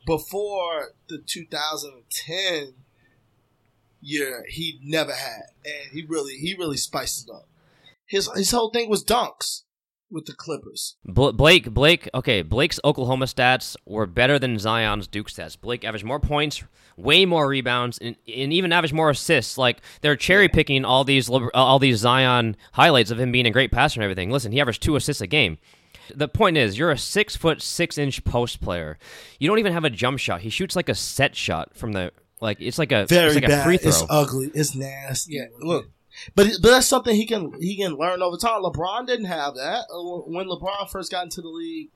Speaker 3: before the 2010 year he never had, and he really he really spiced it up. His his whole thing was dunks with the Clippers.
Speaker 2: Bl- Blake Blake. Okay, Blake's Oklahoma stats were better than Zion's Duke stats. Blake averaged more points, way more rebounds, and, and even averaged more assists. Like they're cherry picking all these liber- uh, all these Zion highlights of him being a great passer and everything. Listen, he averaged two assists a game. The point is, you're a six foot six inch post player. You don't even have a jump shot. He shoots like a set shot from the like it's like a
Speaker 3: Very
Speaker 2: it's like
Speaker 3: bad.
Speaker 2: a free throw.
Speaker 3: It's ugly. It's nasty.
Speaker 1: Yeah, look.
Speaker 3: But, but that's something he can he can learn over time. LeBron didn't have that Uh, when LeBron first got into the league.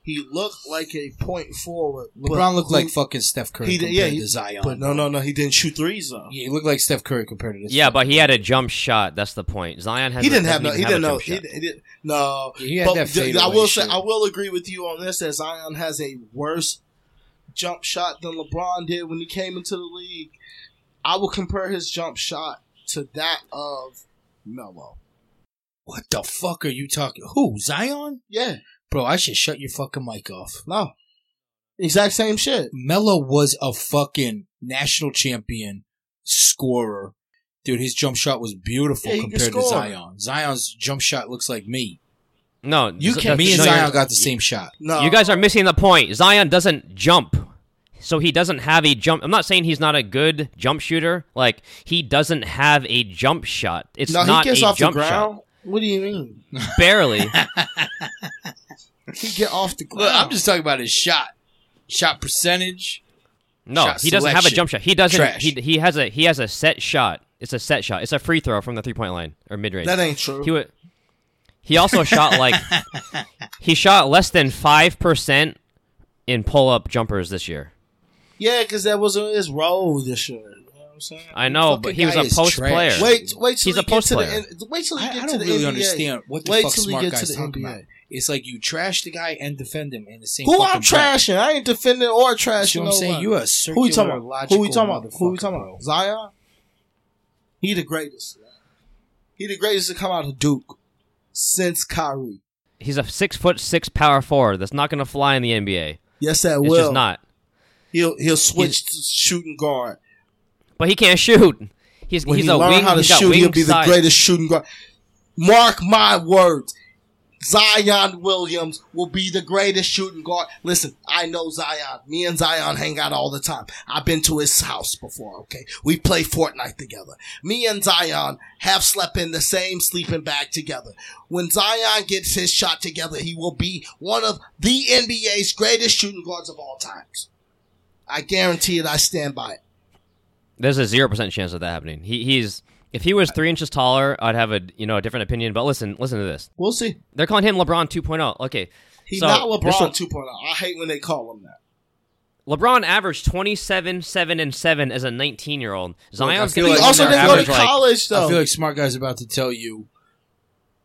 Speaker 3: He looked like a point forward. but
Speaker 1: LeBron looked
Speaker 3: who-
Speaker 1: like fucking Steph Curry
Speaker 3: He did-
Speaker 1: compared
Speaker 3: yeah, he-
Speaker 1: to Zion.
Speaker 3: But no, no, no. He didn't shoot threes though.
Speaker 1: Yeah, he looked like Steph Curry compared to this.
Speaker 2: Yeah, but he had a jump shot. That's the point. Zion has
Speaker 3: he didn't have no.
Speaker 2: doesn't
Speaker 3: He
Speaker 2: even
Speaker 3: didn't
Speaker 2: a
Speaker 3: know.
Speaker 2: jump
Speaker 3: He
Speaker 2: shot.
Speaker 3: didn't, he didn't- no.
Speaker 1: Yeah, he had
Speaker 3: But
Speaker 1: that
Speaker 3: th-
Speaker 1: fadeaway
Speaker 3: I will say,
Speaker 1: shit.
Speaker 3: I will agree with you on this that Zion has a worse jump shot than LeBron did when he came into the league. I will compare his jump shot to that of Melo.
Speaker 1: what the fuck are you talking? Who Zion?
Speaker 3: Yeah,
Speaker 1: Bro, I should shut your fucking mic off.
Speaker 3: no, exact same shit.
Speaker 1: Melo was a fucking national champion scorer. Dude, his jump shot was beautiful
Speaker 3: Yeah, he can
Speaker 1: compared to
Speaker 3: score.
Speaker 1: Zion. Zion's jump shot looks like me.
Speaker 2: No,
Speaker 1: You
Speaker 2: Z-
Speaker 1: can,
Speaker 2: that's-
Speaker 1: me and
Speaker 2: no, you're-
Speaker 1: Zion got the same shot.
Speaker 3: No,
Speaker 2: You guys are missing the point. Zion doesn't jump. So he doesn't have a jump. I'm not saying he's not a good jump shooter. Like he doesn't have a jump shot. It's
Speaker 3: No,
Speaker 2: not
Speaker 3: he gets
Speaker 2: a
Speaker 3: off the
Speaker 2: jump
Speaker 3: ground. What do you mean?
Speaker 2: shot. Barely.
Speaker 3: He get off the ground.
Speaker 1: Look, I'm just talking about his shot. Shot percentage.
Speaker 2: No,
Speaker 1: Shot
Speaker 2: he doesn't have a
Speaker 1: selection.
Speaker 2: jump shot. He doesn't.
Speaker 1: Trash.
Speaker 2: He, he has a he has a set shot. It's a set shot. It's a free throw from the three point line or mid range.
Speaker 3: that ain't true.
Speaker 2: He would. He also shot like he shot less than five percent in pull up jumpers this year.
Speaker 3: yeah, because that wasn't his role this year. You know what I'm saying?
Speaker 2: I know,
Speaker 1: Fucking
Speaker 2: but he was
Speaker 1: guy
Speaker 2: a
Speaker 1: is
Speaker 2: post
Speaker 1: trash.
Speaker 2: player.
Speaker 3: Wait, wait
Speaker 2: He's
Speaker 3: till he
Speaker 2: a
Speaker 3: get
Speaker 2: post
Speaker 3: to the
Speaker 2: player.
Speaker 3: N- wait till he
Speaker 1: I,
Speaker 3: get
Speaker 1: I
Speaker 3: to
Speaker 1: don't
Speaker 3: the
Speaker 1: really
Speaker 3: NBA.
Speaker 1: understand what the
Speaker 3: Wait
Speaker 1: fuck
Speaker 3: till he
Speaker 1: smart
Speaker 3: get to
Speaker 1: guys
Speaker 3: the
Speaker 1: talking
Speaker 3: NBA.
Speaker 1: about. It's like you trash the guy and defend him in the same.
Speaker 3: Who I'm
Speaker 1: fucking breath.
Speaker 3: trashing? I ain't defending or
Speaker 1: You
Speaker 3: trashing.
Speaker 1: know what I'm saying? You
Speaker 3: nobody.
Speaker 1: a circular,
Speaker 3: who we talking about? Who we talking about? Who we
Speaker 1: motherfucker,
Speaker 3: talking
Speaker 1: bro.
Speaker 3: about? Zion. He the greatest. man. He the greatest to come out of Duke since Kyrie.
Speaker 2: He's a six foot six power forward. That's not going to fly in the NBA.
Speaker 3: Yes, that
Speaker 2: It's
Speaker 3: will.
Speaker 2: just not.
Speaker 3: He'll he'll switch to shooting guard.
Speaker 2: But he can't shoot. He's
Speaker 3: When
Speaker 2: he's
Speaker 3: he
Speaker 2: a
Speaker 3: learn
Speaker 2: wing.
Speaker 3: how to
Speaker 2: he's got
Speaker 3: shoot, he'll
Speaker 2: wing
Speaker 3: be
Speaker 2: size.
Speaker 3: the greatest shooting guard. Mark my words. Zion Williams will be the greatest shooting guard. Listen, I know Zion. Me and Zion hang out all the time. I've been to his house before, okay? We play Fortnite together. Me and Zion have slept in the same sleeping bag together. When Zion gets his shot together, he will be one of the NBA's greatest shooting guards of all times. I guarantee it. I stand by it.
Speaker 2: There's a zero percent chance of that happening. He he's if he was three inches taller, I'd have a you know a different opinion. But listen, listen to this.
Speaker 3: We'll see.
Speaker 2: They're calling him LeBron 2.0. Okay,
Speaker 3: He's
Speaker 2: So,
Speaker 3: not
Speaker 2: this
Speaker 3: LeBron
Speaker 2: one-
Speaker 3: 2.0. I hate when they call him that.
Speaker 2: LeBron averaged 27, 7, and 7 as a 19 year old. Zion's
Speaker 1: feel
Speaker 2: going to
Speaker 1: like
Speaker 2: be
Speaker 1: also
Speaker 2: also
Speaker 1: didn't
Speaker 2: average
Speaker 1: go
Speaker 2: like
Speaker 3: college
Speaker 1: I feel like smart guy's about to tell you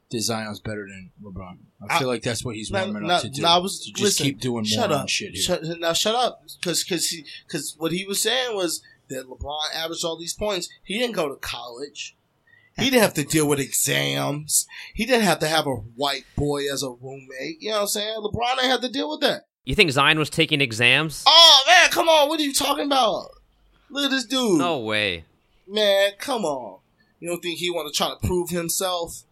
Speaker 1: that Zion's better than LeBron. I feel like that's what he's
Speaker 3: No,
Speaker 1: warming
Speaker 3: no,
Speaker 1: up to do.
Speaker 3: no, I was-
Speaker 1: to just
Speaker 3: listen,
Speaker 1: keep doing
Speaker 3: shut
Speaker 1: moron
Speaker 3: up.
Speaker 1: shit. Here.
Speaker 3: Shut, now shut up, because he because what he was saying was that LeBron averaged all these points. He didn't go to college. He didn't have to deal with exams. He didn't have to have a white boy as a roommate. You know what I'm saying? LeBron didn't have to deal with that.
Speaker 2: You think Zion was taking exams?
Speaker 3: Oh man, come on! What are you talking about? Look at this dude,
Speaker 2: No way.
Speaker 3: man! Come on! You don't think he want to try to prove himself?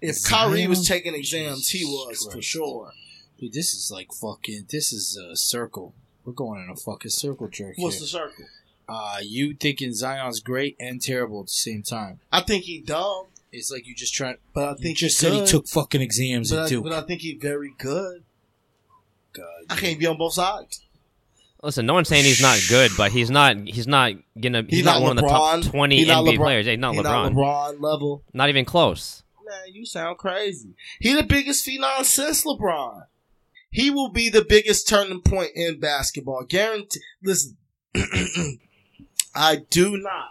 Speaker 3: If
Speaker 1: Zion?
Speaker 3: Kyrie was taking exams, he was for
Speaker 1: Christ.
Speaker 3: sure.
Speaker 1: Dude, this is like fucking. This is a circle. We're going in a fucking circle jerk here.
Speaker 3: What's the circle?
Speaker 1: uh, you thinking Zion's great and terrible at the same time?
Speaker 3: I think he dumb,
Speaker 1: It's like you just trying.
Speaker 3: but I
Speaker 1: You
Speaker 3: think
Speaker 1: just
Speaker 3: he's
Speaker 1: said he
Speaker 3: good.
Speaker 1: took fucking exams
Speaker 3: But
Speaker 1: and
Speaker 3: I,
Speaker 1: Duke.
Speaker 3: but I think he's very good.
Speaker 1: God,
Speaker 3: I can't be on both sides.
Speaker 2: Listen, no one's saying he's not good, but he's not. He's not gonna. He's,
Speaker 3: He's
Speaker 2: not,
Speaker 3: not
Speaker 2: one of the top
Speaker 3: LeBron.
Speaker 2: twenty
Speaker 3: He's not
Speaker 2: NBA
Speaker 3: LeBron.
Speaker 2: players. Hey, not
Speaker 3: He's
Speaker 2: LeBron.
Speaker 3: not
Speaker 2: Not,
Speaker 3: LeBron level.
Speaker 2: even close.
Speaker 3: Man, you sound crazy. He the biggest phenom since LeBron. He will be the biggest turning point in basketball. Guarantee. Listen, I do not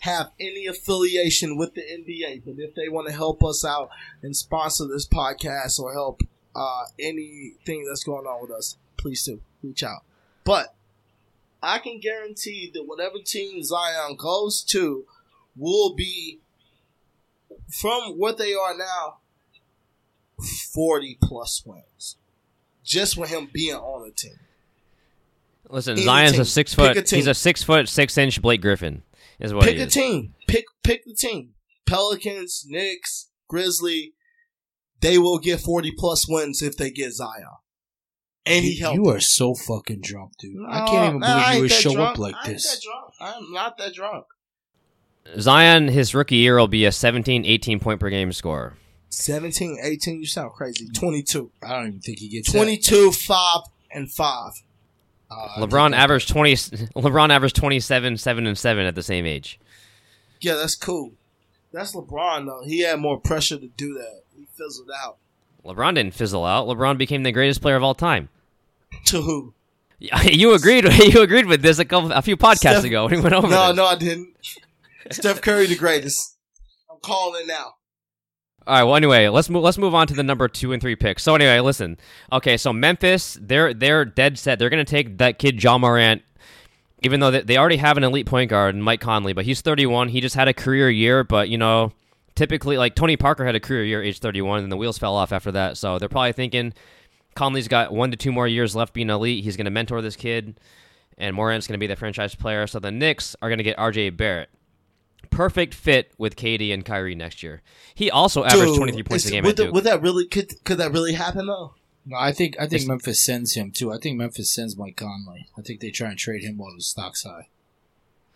Speaker 3: have any affiliation with the NBA, but if they want to help us out and sponsor this podcast or help uh, anything that's going on with us, please do reach out. But I can guarantee that whatever team Zion goes to will be from what they are now 40 plus wins just with him being on the team.
Speaker 2: Listen,
Speaker 3: Pick a
Speaker 2: Zion's
Speaker 3: team.
Speaker 2: a six
Speaker 3: Pick
Speaker 2: foot.
Speaker 3: a team.
Speaker 2: he's a six foot six inch Blake Griffin. Is what
Speaker 3: pick
Speaker 2: he
Speaker 3: a
Speaker 2: is.
Speaker 3: team. Pick pick the team. Pelicans, Knicks, Grizzly. They will get forty plus wins if they get Zion. And he
Speaker 1: you,
Speaker 3: helped.
Speaker 1: you are so fucking drunk, dude.
Speaker 3: No,
Speaker 1: I can't even
Speaker 3: man,
Speaker 1: believe you
Speaker 3: I ain't
Speaker 1: would
Speaker 3: that
Speaker 1: show
Speaker 3: drunk.
Speaker 1: up like
Speaker 3: I ain't
Speaker 1: this.
Speaker 3: that drunk. I'm not that drunk.
Speaker 2: Zion, his rookie year will be a 17, 18 point per game scorer.
Speaker 3: 17, 18, you sound crazy. 22.
Speaker 1: I don't even think he gets that.
Speaker 3: 22, 5, and 5.
Speaker 1: Uh,
Speaker 2: LeBron averaged twenty. LeBron averaged twenty seven, seven and seven at the same age.
Speaker 3: Yeah, that's cool. That's LeBron, though. He had more pressure to do that. He fizzled out.
Speaker 2: LeBron didn't fizzle out. LeBron became the greatest player of all time.
Speaker 3: To who?
Speaker 2: You agreed. You agreed with this a couple, a few podcasts
Speaker 3: Steph-
Speaker 2: ago. We went over.
Speaker 3: No,
Speaker 2: this.
Speaker 3: no, I didn't. Steph Curry, the greatest. I'm calling now.
Speaker 2: All right. Well, anyway, let's move. Let's move on to the number two and three picks. So anyway, listen. Okay, so Memphis, they're they're dead set. They're gonna take that kid John Morant, even though they, they already have an elite point guard, Mike Conley, but he's 31. He just had a career year, but you know, typically like Tony Parker had a career year, age 31, and the wheels fell off after that. So they're probably thinking Conley's got one to two more years left being elite. He's gonna mentor this kid, and Morant's gonna be the franchise player. So the Knicks are gonna get R.J. Barrett perfect fit with KD and Kyrie next year. He also averaged
Speaker 3: Dude,
Speaker 2: 23 points a
Speaker 3: is-
Speaker 2: game
Speaker 3: Would,
Speaker 2: at
Speaker 3: the-
Speaker 2: Duke.
Speaker 3: would that really could could that really happen though?
Speaker 1: No, I think I think
Speaker 2: It's-
Speaker 1: Memphis sends him too. I think Memphis sends Mike Conley. I think they try and trade him while the stock's high.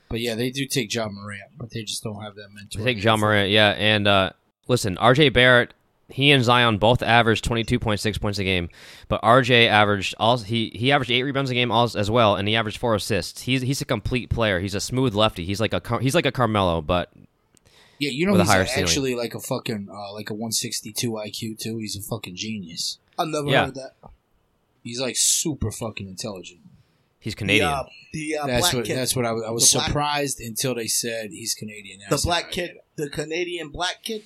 Speaker 1: But yeah, they do take John Morant, but they just don't have that mentor.
Speaker 2: They take John Morant, yeah. And uh, listen, RJ Barrett, he and Zion both averaged 22.6 points a game, but RJ averaged all he he averaged eight rebounds a game als- as well, and he averaged four assists. He's he's a complete player. He's a smooth lefty. He's like a Car- he's like a Carmelo, but
Speaker 1: Yeah, you know
Speaker 2: With a
Speaker 1: he's
Speaker 2: higher ceiling.
Speaker 1: actually like a fucking uh, like a 162 IQ too. He's a fucking genius.
Speaker 3: I've never
Speaker 2: Yeah.
Speaker 3: heard that.
Speaker 1: He's like super fucking intelligent.
Speaker 2: he's Canadian.
Speaker 3: The, uh, the uh,
Speaker 1: that's
Speaker 3: black
Speaker 1: what
Speaker 3: kid.
Speaker 1: that's what I was, I was
Speaker 3: The black-
Speaker 1: surprised until they said he's Canadian. I
Speaker 3: the
Speaker 1: was
Speaker 3: black
Speaker 1: like,
Speaker 3: kid, the Canadian black kid,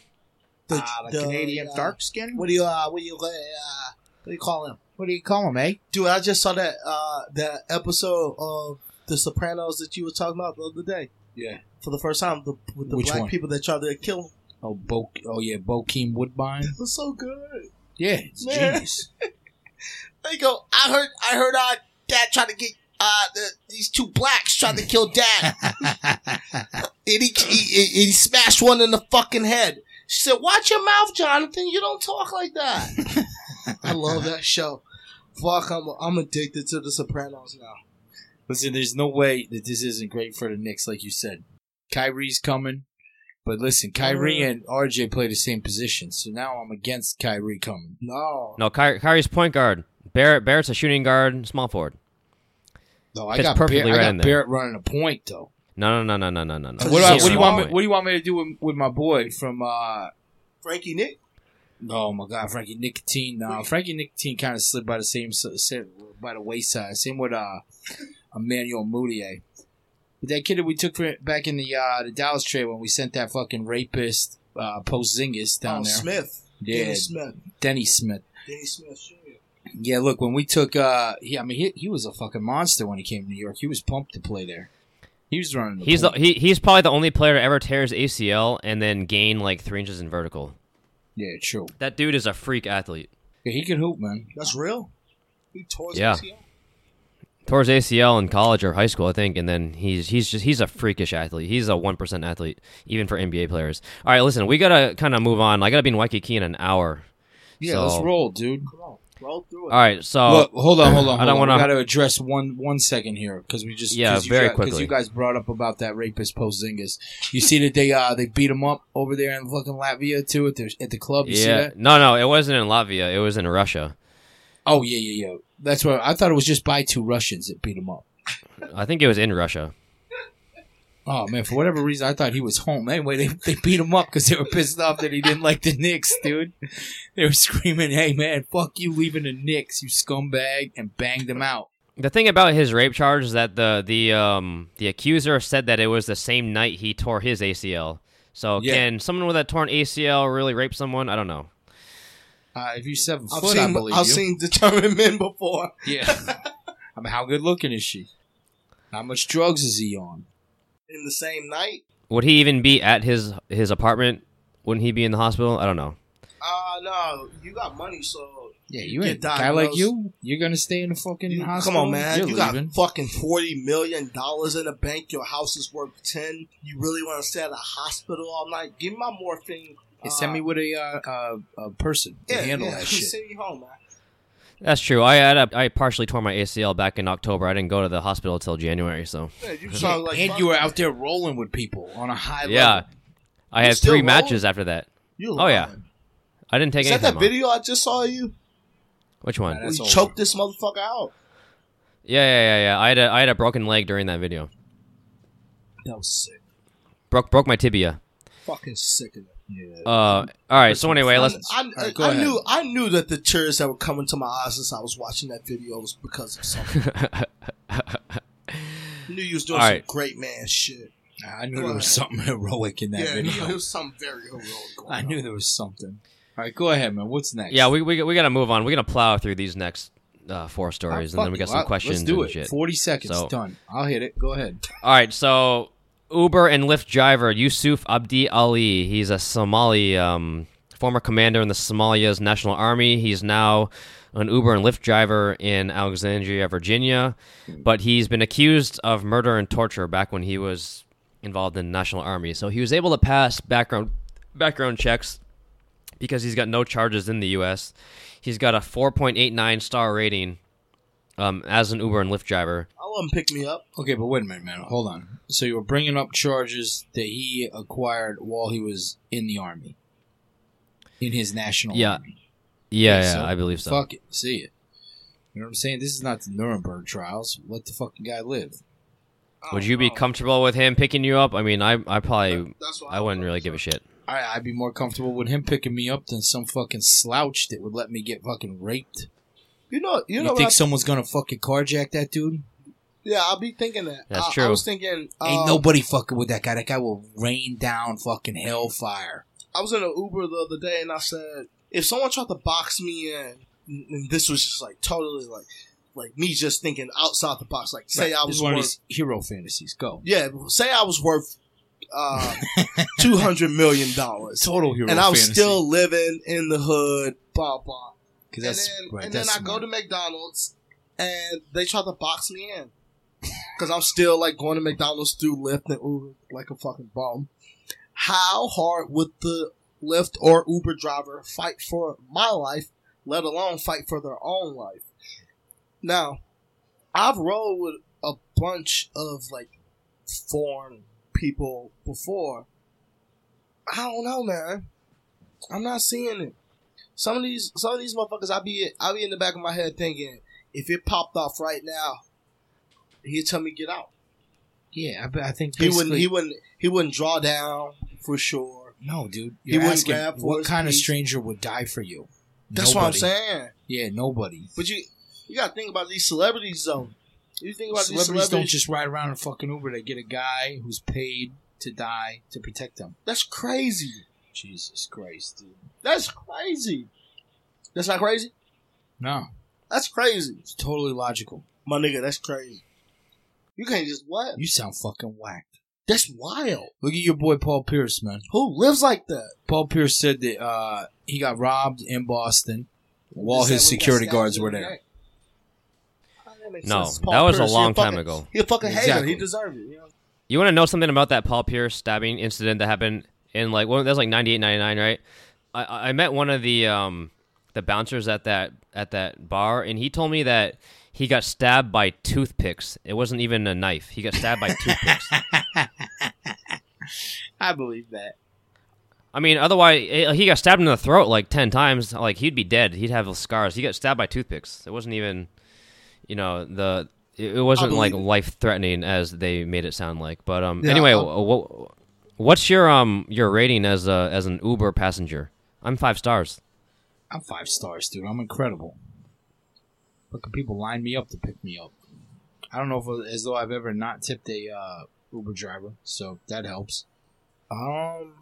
Speaker 1: Ah, the, Canadian
Speaker 3: uh,
Speaker 1: dark skin.
Speaker 3: What do you uh, what do you uh, what do you call him?
Speaker 1: What do you call him, eh?
Speaker 3: Dude, I just saw that uh, that episode of The Sopranos that you were talking about the other day
Speaker 1: Yeah.
Speaker 3: for the first time the, with the
Speaker 1: Which
Speaker 3: black
Speaker 1: one?
Speaker 3: people that tried to kill him.
Speaker 1: Oh, Bo. Oh yeah, Bokeem Woodbine.
Speaker 3: It was so good.
Speaker 1: Yeah, he's a
Speaker 3: Man.
Speaker 1: genius.
Speaker 3: They go. I heard. I heard. Uh, dad tried to get uh the, these two blacks tried to kill dad, and he, he he he smashed one in the fucking head. She said, "Watch your mouth, Jonathan. You don't talk like that." I love that show. Fuck, I'm I'm addicted to The Sopranos now.
Speaker 1: Listen, there's no way that this isn't great for the Knicks, like you said. Kyrie's coming, but listen, Kyrie and RJ play the same position, so now I'm against Kyrie coming.
Speaker 3: No,
Speaker 2: no, Ky- Kyrie's point guard. Barrett Barrett's a shooting guard, small forward.
Speaker 1: No, I
Speaker 2: Fits
Speaker 1: got
Speaker 2: perfectly
Speaker 1: Barrett,
Speaker 2: right
Speaker 1: I got
Speaker 2: in there.
Speaker 1: Barrett running a point though.
Speaker 2: No, no, no, no, no, no, no.
Speaker 1: What do, I,
Speaker 2: He's
Speaker 1: what do you
Speaker 2: small
Speaker 1: want?
Speaker 2: point.
Speaker 1: Me, what do you want me to do with, with my boy from? uh
Speaker 3: Frankie Nick.
Speaker 1: Oh my God, Frankie Nicotine. Nah, Frankie Nicotine kind of slid by the same, same by the wayside. Same with uh Emmanuel Mudiay. But that kid that we took for, back in the uh the Dallas trade when we sent that fucking rapist uh Porzingis down
Speaker 3: oh,
Speaker 1: there.
Speaker 3: Smith.
Speaker 1: Yeah,
Speaker 3: Denny Smith.
Speaker 1: Denny Smith.
Speaker 3: Denny Smith Jr.
Speaker 1: Yeah, look, when we took, uh, he, I mean, he, he was a fucking monster when he came to New York. He was pumped to play there. He was running. The
Speaker 2: He's the,
Speaker 1: point.
Speaker 2: he, he's probably the only player to ever tear his ACL and then gain like three inches in vertical.
Speaker 1: yeah, true.
Speaker 2: That dude is a freak athlete.
Speaker 1: Yeah, he could hoop, man.
Speaker 3: That's real. He tore his
Speaker 2: Yeah.
Speaker 3: ACL.
Speaker 2: Tore his ACL in college or high school, I think, and then he's he's just he's a freakish athlete. He's a one percent athlete, even for NBA players. All right, listen, we gotta kind of move on. I gotta be in Waikiki in an hour.
Speaker 1: Yeah,
Speaker 2: So-
Speaker 1: let's roll, dude.
Speaker 3: Come on, roll through
Speaker 1: Uh,
Speaker 3: it.
Speaker 2: All right, so
Speaker 1: Look, hold on, hold on.
Speaker 2: I
Speaker 1: I
Speaker 2: don't
Speaker 1: don't want
Speaker 2: wanna-
Speaker 1: to. Got to address one one second here because we just
Speaker 2: Yeah,
Speaker 1: cause you
Speaker 2: very
Speaker 1: got- 'cause
Speaker 2: quickly.
Speaker 1: you guys brought up about that rapist Porzingis. You see that they uh they beat him up over there in fucking Latvia too at the at the club. You see
Speaker 2: yeah,
Speaker 1: that?
Speaker 2: no, no, it wasn't in Latvia. It was in Russia.
Speaker 1: Oh yeah, yeah, yeah. That's what I thought. It was just by two Russians that beat him up.
Speaker 2: I think it was in Russia.
Speaker 1: Oh man, for whatever reason, I thought he was home. Anyway, they, they beat him up because they were pissed off that he didn't like the Knicks, dude. They were screaming, "Hey man, fuck you leaving the Knicks, you scumbag!" and banged him out.
Speaker 2: The thing about his rape charge is that the the um the accuser said that it was the same night he tore his ACL. So
Speaker 1: Yeah.
Speaker 2: can someone with a torn ACL really rape someone? I don't know.
Speaker 1: Uh, if you're seven
Speaker 3: I've
Speaker 1: foot, I
Speaker 3: seen
Speaker 1: believe
Speaker 3: I've
Speaker 1: you.
Speaker 3: seen determined men before.
Speaker 1: yeah. I mean, how good looking is she? How much drugs is he on?
Speaker 3: In the same night.
Speaker 2: Would he even be at his his apartment? Wouldn't he be in the hospital? I don't know.
Speaker 3: Uh no, you got money, so
Speaker 1: Yeah, you
Speaker 3: Get
Speaker 1: ain't a guy like
Speaker 3: diagnosed.
Speaker 1: you. You're gonna stay in the fucking
Speaker 3: you, come
Speaker 1: hospital.
Speaker 3: on, man.
Speaker 1: You're
Speaker 3: you
Speaker 1: leaving.
Speaker 3: got fucking forty million dollars in the bank. Your house is worth ten. You really want to stay at a hospital all night? Give me my morphine.
Speaker 1: Hey, send me with a uh, uh, a person to
Speaker 3: yeah,
Speaker 1: handle
Speaker 3: yeah,
Speaker 1: that shit.
Speaker 3: Send me home, man.
Speaker 2: That's true. I had a, I partially tore my ACL back in October. I didn't go to the hospital till January, so
Speaker 3: Yeah, you sound like
Speaker 1: and
Speaker 3: fuck.
Speaker 1: you were out there rolling with people on a high
Speaker 2: yeah.
Speaker 1: level.
Speaker 2: I
Speaker 3: You
Speaker 2: had
Speaker 3: still
Speaker 2: three
Speaker 3: rolling?
Speaker 2: matches after that.
Speaker 3: You
Speaker 2: Oh, yeah.
Speaker 3: lying.
Speaker 2: I didn't take
Speaker 3: Is that
Speaker 2: anything.
Speaker 3: that video I just saw of you?
Speaker 2: Which one?
Speaker 1: Nah,
Speaker 2: Yeah,
Speaker 1: that's
Speaker 3: we
Speaker 1: over.
Speaker 3: choked this motherfucker out.
Speaker 2: yeah, yeah, yeah. I had a, I had a broken leg during that video.
Speaker 3: That was sick.
Speaker 2: Broke broke my tibia.
Speaker 3: Fucking sick of it.
Speaker 1: Yeah.
Speaker 2: Uh, all right. So anyway, let's.
Speaker 3: I,
Speaker 1: All right, go
Speaker 3: I
Speaker 1: ahead.
Speaker 3: knew I knew that the tears that were coming to my eyes as I was watching that video was because of something. knew you was doing
Speaker 2: All
Speaker 3: some
Speaker 2: right.
Speaker 3: great man shit.
Speaker 1: I knew there was something heroic in that
Speaker 3: yeah,
Speaker 1: video.
Speaker 3: it was something very heroic. Going
Speaker 1: I knew there was something. All right, go ahead, man. What's next?
Speaker 2: yeah, we we we gotta move on. We're gonna plow through these next uh, four stories, and
Speaker 1: Fuck
Speaker 2: then
Speaker 1: you.
Speaker 2: we got some
Speaker 1: All right,
Speaker 2: questions
Speaker 1: Let's do
Speaker 2: and
Speaker 1: it.
Speaker 2: shit.
Speaker 1: Forty seconds.
Speaker 2: So-
Speaker 1: Done. I'll hit it. Go ahead.
Speaker 2: All right, so Uber and Lyft driver Yusuf Abdi Ali. He's a Somali um, former commander in the Somalia's National Army. He's now an Uber and Lyft driver in Alexandria, Virginia, but he's been accused of murder and torture back when he was involved in the National Army. So he was able to pass background background checks because he's got no charges in the U.S. He's got a 4.89 star rating um, as an Uber and Lyft driver.
Speaker 3: I'll let him pick me up.
Speaker 1: Okay, but wait a minute, man. Hold on. So you were bringing up charges that he acquired while he was in the army, in his national.
Speaker 2: Yeah.
Speaker 1: Army.
Speaker 2: Yeah, yeah,
Speaker 1: So,
Speaker 2: I believe so.
Speaker 1: Fuck it. See it. You know what I'm saying? This is not the Nuremberg trials. Let the fucking guy live.
Speaker 3: I
Speaker 2: Would
Speaker 3: don't
Speaker 2: you be
Speaker 3: know.
Speaker 2: comfortable with him picking you up? I mean, I I probably
Speaker 3: That's what
Speaker 2: I wouldn't really give a shit.
Speaker 1: I, I'd be more comfortable with him picking me up than some fucking slouch that would let me get fucking raped.
Speaker 3: You know, you
Speaker 1: You,
Speaker 3: know. what
Speaker 1: think
Speaker 3: I-
Speaker 1: someone's gonna fucking carjack that dude?
Speaker 3: yeah, I'll be thinking that.
Speaker 2: That's
Speaker 3: I- I
Speaker 2: true.
Speaker 3: was thinking.
Speaker 1: Ain't
Speaker 3: um,
Speaker 1: nobody fucking with that guy. That guy will rain down fucking hellfire.
Speaker 3: I was in an Uber the other day and I said, if someone tried to box me in, and this was just like totally like, like me just thinking outside the box. Like, say I
Speaker 1: This
Speaker 3: was
Speaker 1: is one of
Speaker 3: worth,
Speaker 1: these hero fantasies. Go.
Speaker 3: yeah, say I was worth uh, two hundred million dollars,
Speaker 1: Total hero.
Speaker 3: and I was still living in the hood, blah blah.
Speaker 1: because
Speaker 3: and
Speaker 1: that's
Speaker 3: then,
Speaker 1: right.
Speaker 3: and then
Speaker 1: that's
Speaker 3: I go to McDonald's and they try to box me in. Because I'm still like going to McDonald's through Lyft and Uber like a fucking bum. How hard would the Lyft or Uber driver fight for my life, let alone fight for their own life? Now, I've rode with a bunch of like foreign people before. I don't know, man. I'm not seeing it. Some of these, some of these motherfuckers, I be, I be in the back of my head thinking, if it popped off right now, he'd tell me get out.
Speaker 1: yeah, I, but I think
Speaker 3: He wouldn't,
Speaker 1: basically-
Speaker 3: he wouldn't, he wouldn't draw down for sure.
Speaker 1: no, dude.
Speaker 3: he
Speaker 1: You're
Speaker 3: wouldn't
Speaker 1: asking
Speaker 3: grab for
Speaker 1: what
Speaker 3: his
Speaker 1: kind of
Speaker 3: piece.
Speaker 1: stranger would die for you?
Speaker 3: That's what I'm
Speaker 1: Nobody.
Speaker 3: saying.
Speaker 1: Yeah, nobody.
Speaker 3: But you, you gotta think about these celebrities though. You think about
Speaker 1: Celebrities,
Speaker 3: these
Speaker 1: don't
Speaker 3: celebrities.
Speaker 1: just ride around in fucking Uber. They get a guy who's paid to die to protect them.
Speaker 3: that's crazy.
Speaker 1: Jesus Christ, dude.
Speaker 3: That's crazy. That's not crazy.
Speaker 1: No,
Speaker 3: That's crazy,
Speaker 1: it's totally logical.
Speaker 3: my nigga. That's crazy. You can't just what?
Speaker 1: You sound fucking whacked.
Speaker 3: That's wild.
Speaker 1: Look at your boy Paul Pierce, man.
Speaker 3: Who lives like that?
Speaker 1: Paul Pierce said that uh, he got robbed in Boston while
Speaker 3: Just that
Speaker 1: his
Speaker 3: we got
Speaker 1: security
Speaker 3: stabbed
Speaker 1: guards
Speaker 3: the
Speaker 1: were
Speaker 3: other
Speaker 1: there.
Speaker 3: day. Oh, that makes
Speaker 2: No,
Speaker 3: sense.
Speaker 2: that
Speaker 3: Paul
Speaker 2: was a
Speaker 3: Pierce, he
Speaker 2: long time
Speaker 3: fucking-
Speaker 2: ago.
Speaker 3: He a fucking hater.
Speaker 1: Exactly.
Speaker 3: He deserved it. You know?
Speaker 2: You want to know something about that Paul Pierce stabbing incident that happened in like well, that was like 98, 99, right? I- I, I met one of the um the bouncers at that at that bar, and he told me that he got stabbed by toothpicks. It wasn't even a knife. He got stabbed by toothpicks.
Speaker 1: I believe that.
Speaker 2: I mean, otherwise eh, he got stabbed in the throat like ten times. Like he'd be dead. He'd have scars. He got stabbed by toothpicks. It wasn't even, you know, the it it wasn't like
Speaker 3: believe
Speaker 2: life threatening as they made it sound like. But um,
Speaker 3: Yeah,
Speaker 2: anyway,
Speaker 3: I'll-
Speaker 2: what what's your um your rating as a as an Uber passenger? I'm five stars.
Speaker 1: I'm five stars, dude. I'm incredible. Fucking people line me up to pick me up. I don't know if as though I've ever not tipped a uh, Uber driver, so that helps.
Speaker 3: Um,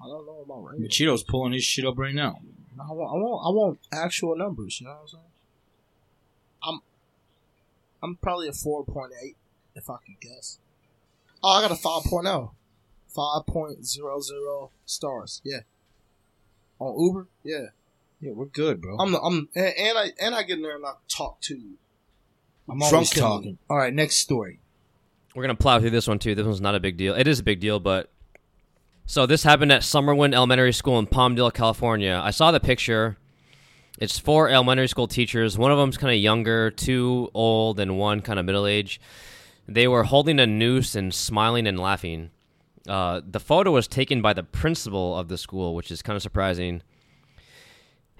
Speaker 3: I don't know about rating.
Speaker 1: Machito's pulling his shit up right now.
Speaker 3: No, I want, I want, I want actual numbers. You know what I'm saying? I'm, I'm probably a four point eight if I could guess. Oh, I got a 5.0. 5.00 stars. Yeah. On Uber. Yeah.
Speaker 1: Yeah, we're good, bro.
Speaker 3: I'm, the, I'm, and, and I, and I get in there and I talk to you.
Speaker 1: I'm always
Speaker 3: drunken.
Speaker 1: talking. All right, next story.
Speaker 2: We're gonna plow through this one too. This one's not a big deal. It is a big deal, but so this happened at Summerwin Elementary School in Palmdale, California. I saw the picture. It's four elementary school teachers. One of them's kind of younger, two old, and one kind of middle age. They were holding a noose and smiling and laughing. Uh, the photo was taken by the principal of the school, which is kind of surprising.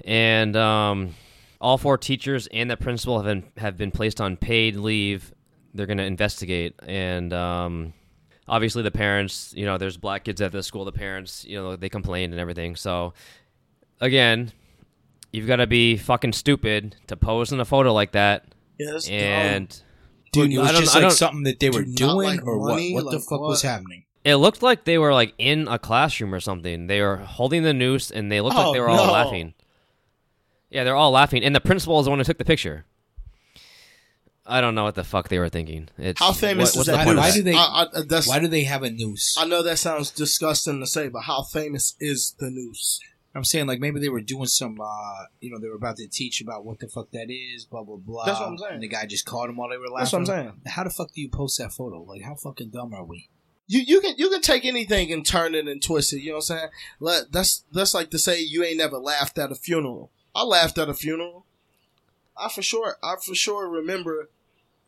Speaker 2: And um, all four teachers and the principal have been have been placed on paid leave. They're going to investigate, and um, obviously the parents, you know, there's black kids at the school. The parents, you know, they complained and everything. So again, you've got to be fucking stupid to pose in a photo like that.
Speaker 3: Yeah, that's
Speaker 2: And
Speaker 1: Dude,
Speaker 2: But
Speaker 1: it
Speaker 2: I
Speaker 1: was
Speaker 2: don't-
Speaker 1: just
Speaker 2: I
Speaker 1: like
Speaker 2: don't-
Speaker 1: something that they were
Speaker 3: not
Speaker 1: doing
Speaker 3: like
Speaker 1: or
Speaker 3: money,
Speaker 1: what? What the
Speaker 3: like
Speaker 1: fuck was
Speaker 3: what?
Speaker 1: happening?
Speaker 2: it looked like they were like in a classroom or something. They were holding the noose and they looked
Speaker 3: Oh,
Speaker 2: like they were all
Speaker 3: no.
Speaker 2: laughing. Yeah, they're all laughing. And the principal is the one who took the picture. I don't know what the fuck they were thinking. It's,
Speaker 3: How famous
Speaker 2: what, what's
Speaker 3: is that?
Speaker 2: The point
Speaker 1: Why
Speaker 2: of
Speaker 1: do
Speaker 3: noose?
Speaker 2: that?
Speaker 1: they-
Speaker 3: I, I, that's,
Speaker 1: Why do they have a noose?
Speaker 3: I know that sounds disgusting to say, but how famous is the noose?
Speaker 1: I'm saying like maybe they were doing some, uh, you know, they were about to teach about what the fuck that is, blah blah blah.
Speaker 3: That's what I'm saying.
Speaker 1: And the guy just caught him while they were laughing.
Speaker 3: That's what I'm saying.
Speaker 1: How the fuck do you post that photo? Like, how fucking dumb are we?
Speaker 3: You you can you can take anything and turn it and twist it. You know what I'm saying? Let, that's that's like to say you ain't never laughed at a funeral. I laughed at a funeral. I for sure I for sure remember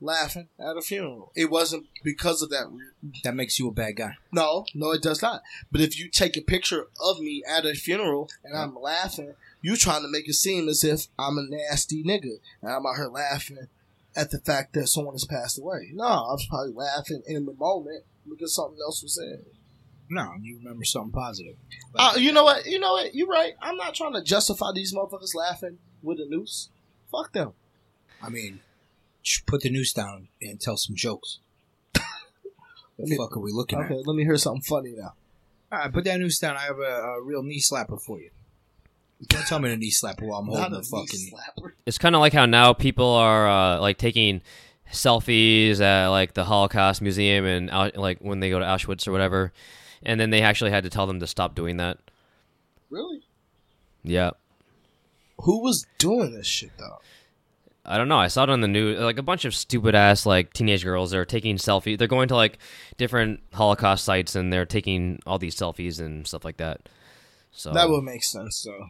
Speaker 3: laughing at a funeral. It wasn't because of that. re-
Speaker 1: That makes you a bad guy.
Speaker 3: No, no, it does not. But if you take a picture of me at a funeral and I'm laughing, you trying to make it seem as if I'm a nasty nigga and I'm out here laughing at the fact that someone has passed away. No, I was probably laughing in the moment because something else was said.
Speaker 1: No, you remember something positive.
Speaker 3: Uh, you know what? You know what? You're right. I'm not trying to justify these motherfuckers laughing with a noose. Fuck them.
Speaker 1: I mean, sh- put the noose down and tell some jokes. the fuck are we looking at?
Speaker 3: Okay, let me hear something funny now.
Speaker 1: All right, put that noose down. I have a, a real knee slapper for you. Don't tell me to knee slapper while I'm
Speaker 3: Not
Speaker 1: holding
Speaker 3: a
Speaker 1: the
Speaker 3: knee
Speaker 1: fucking.
Speaker 3: slapper.
Speaker 2: It's kind of like how now people are uh, like taking selfies at like the Holocaust Museum and out, like when they go to Auschwitz or whatever, and then they actually had to tell them to stop doing that.
Speaker 3: Really?
Speaker 2: Yeah.
Speaker 3: Who was doing this shit though?
Speaker 2: I don't know. I saw it on the news. Like a bunch of stupid ass like teenage girls are taking selfies. They're going to like different Holocaust sites and they're taking all these selfies and stuff like that. So
Speaker 3: That would make sense though.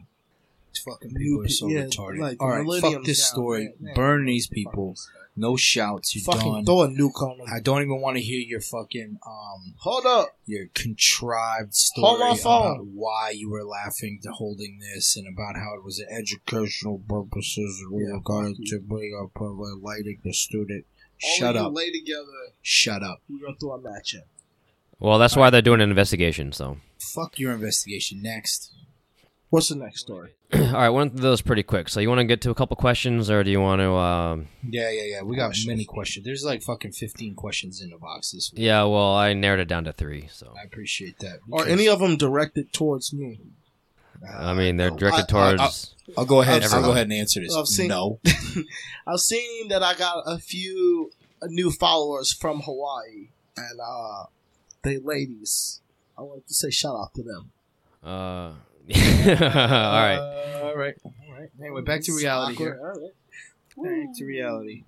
Speaker 1: These fucking people are so
Speaker 3: Yeah,
Speaker 1: retarded.
Speaker 3: like,
Speaker 1: All right, fuck
Speaker 3: millennium
Speaker 1: this
Speaker 3: down,
Speaker 1: story.
Speaker 3: man, man.
Speaker 1: Burn these people. No shouts. You're
Speaker 3: Fucking
Speaker 1: done.
Speaker 3: throw a nuke on them.
Speaker 1: I don't even want to hear your fucking um
Speaker 3: Hold up.
Speaker 1: your contrived story
Speaker 3: Hold my phone.
Speaker 1: about why you were laughing to holding this and about how it was an educational purposes and we were going to bring up uh, lighting the student. Shut
Speaker 3: Only you
Speaker 1: up.
Speaker 3: Lay together.
Speaker 1: Shut up.
Speaker 3: We're gonna throw a match in.
Speaker 2: well, that's why they're doing an investigation. So
Speaker 1: Fuck your investigation. Next.
Speaker 3: What's the next story?
Speaker 2: all right, went through those pretty quick. So you want to get to a couple questions or do you want to? Um,
Speaker 1: Yeah, yeah, yeah. We got
Speaker 3: Questions.
Speaker 1: many questions. There's like fucking 15 questions in the box this week.
Speaker 2: yeah. Well, I narrowed it down to three. So
Speaker 1: I appreciate that.
Speaker 3: Are any of them directed towards me?
Speaker 2: I mean, they're directed
Speaker 3: Uh, I- I-
Speaker 2: towards.
Speaker 1: I'll go ahead. I'll go
Speaker 2: Everyone.
Speaker 1: ahead and answer this.
Speaker 3: I've seen-
Speaker 1: no.
Speaker 3: I've seen that I got a few new followers from Hawaii, and uh, they ladies. I wanted to say shout out to them.
Speaker 2: uh, all uh, right.
Speaker 1: Uh,
Speaker 3: all right, all right.
Speaker 1: Anyway, back to reality
Speaker 3: here. All right.
Speaker 1: Back to reality.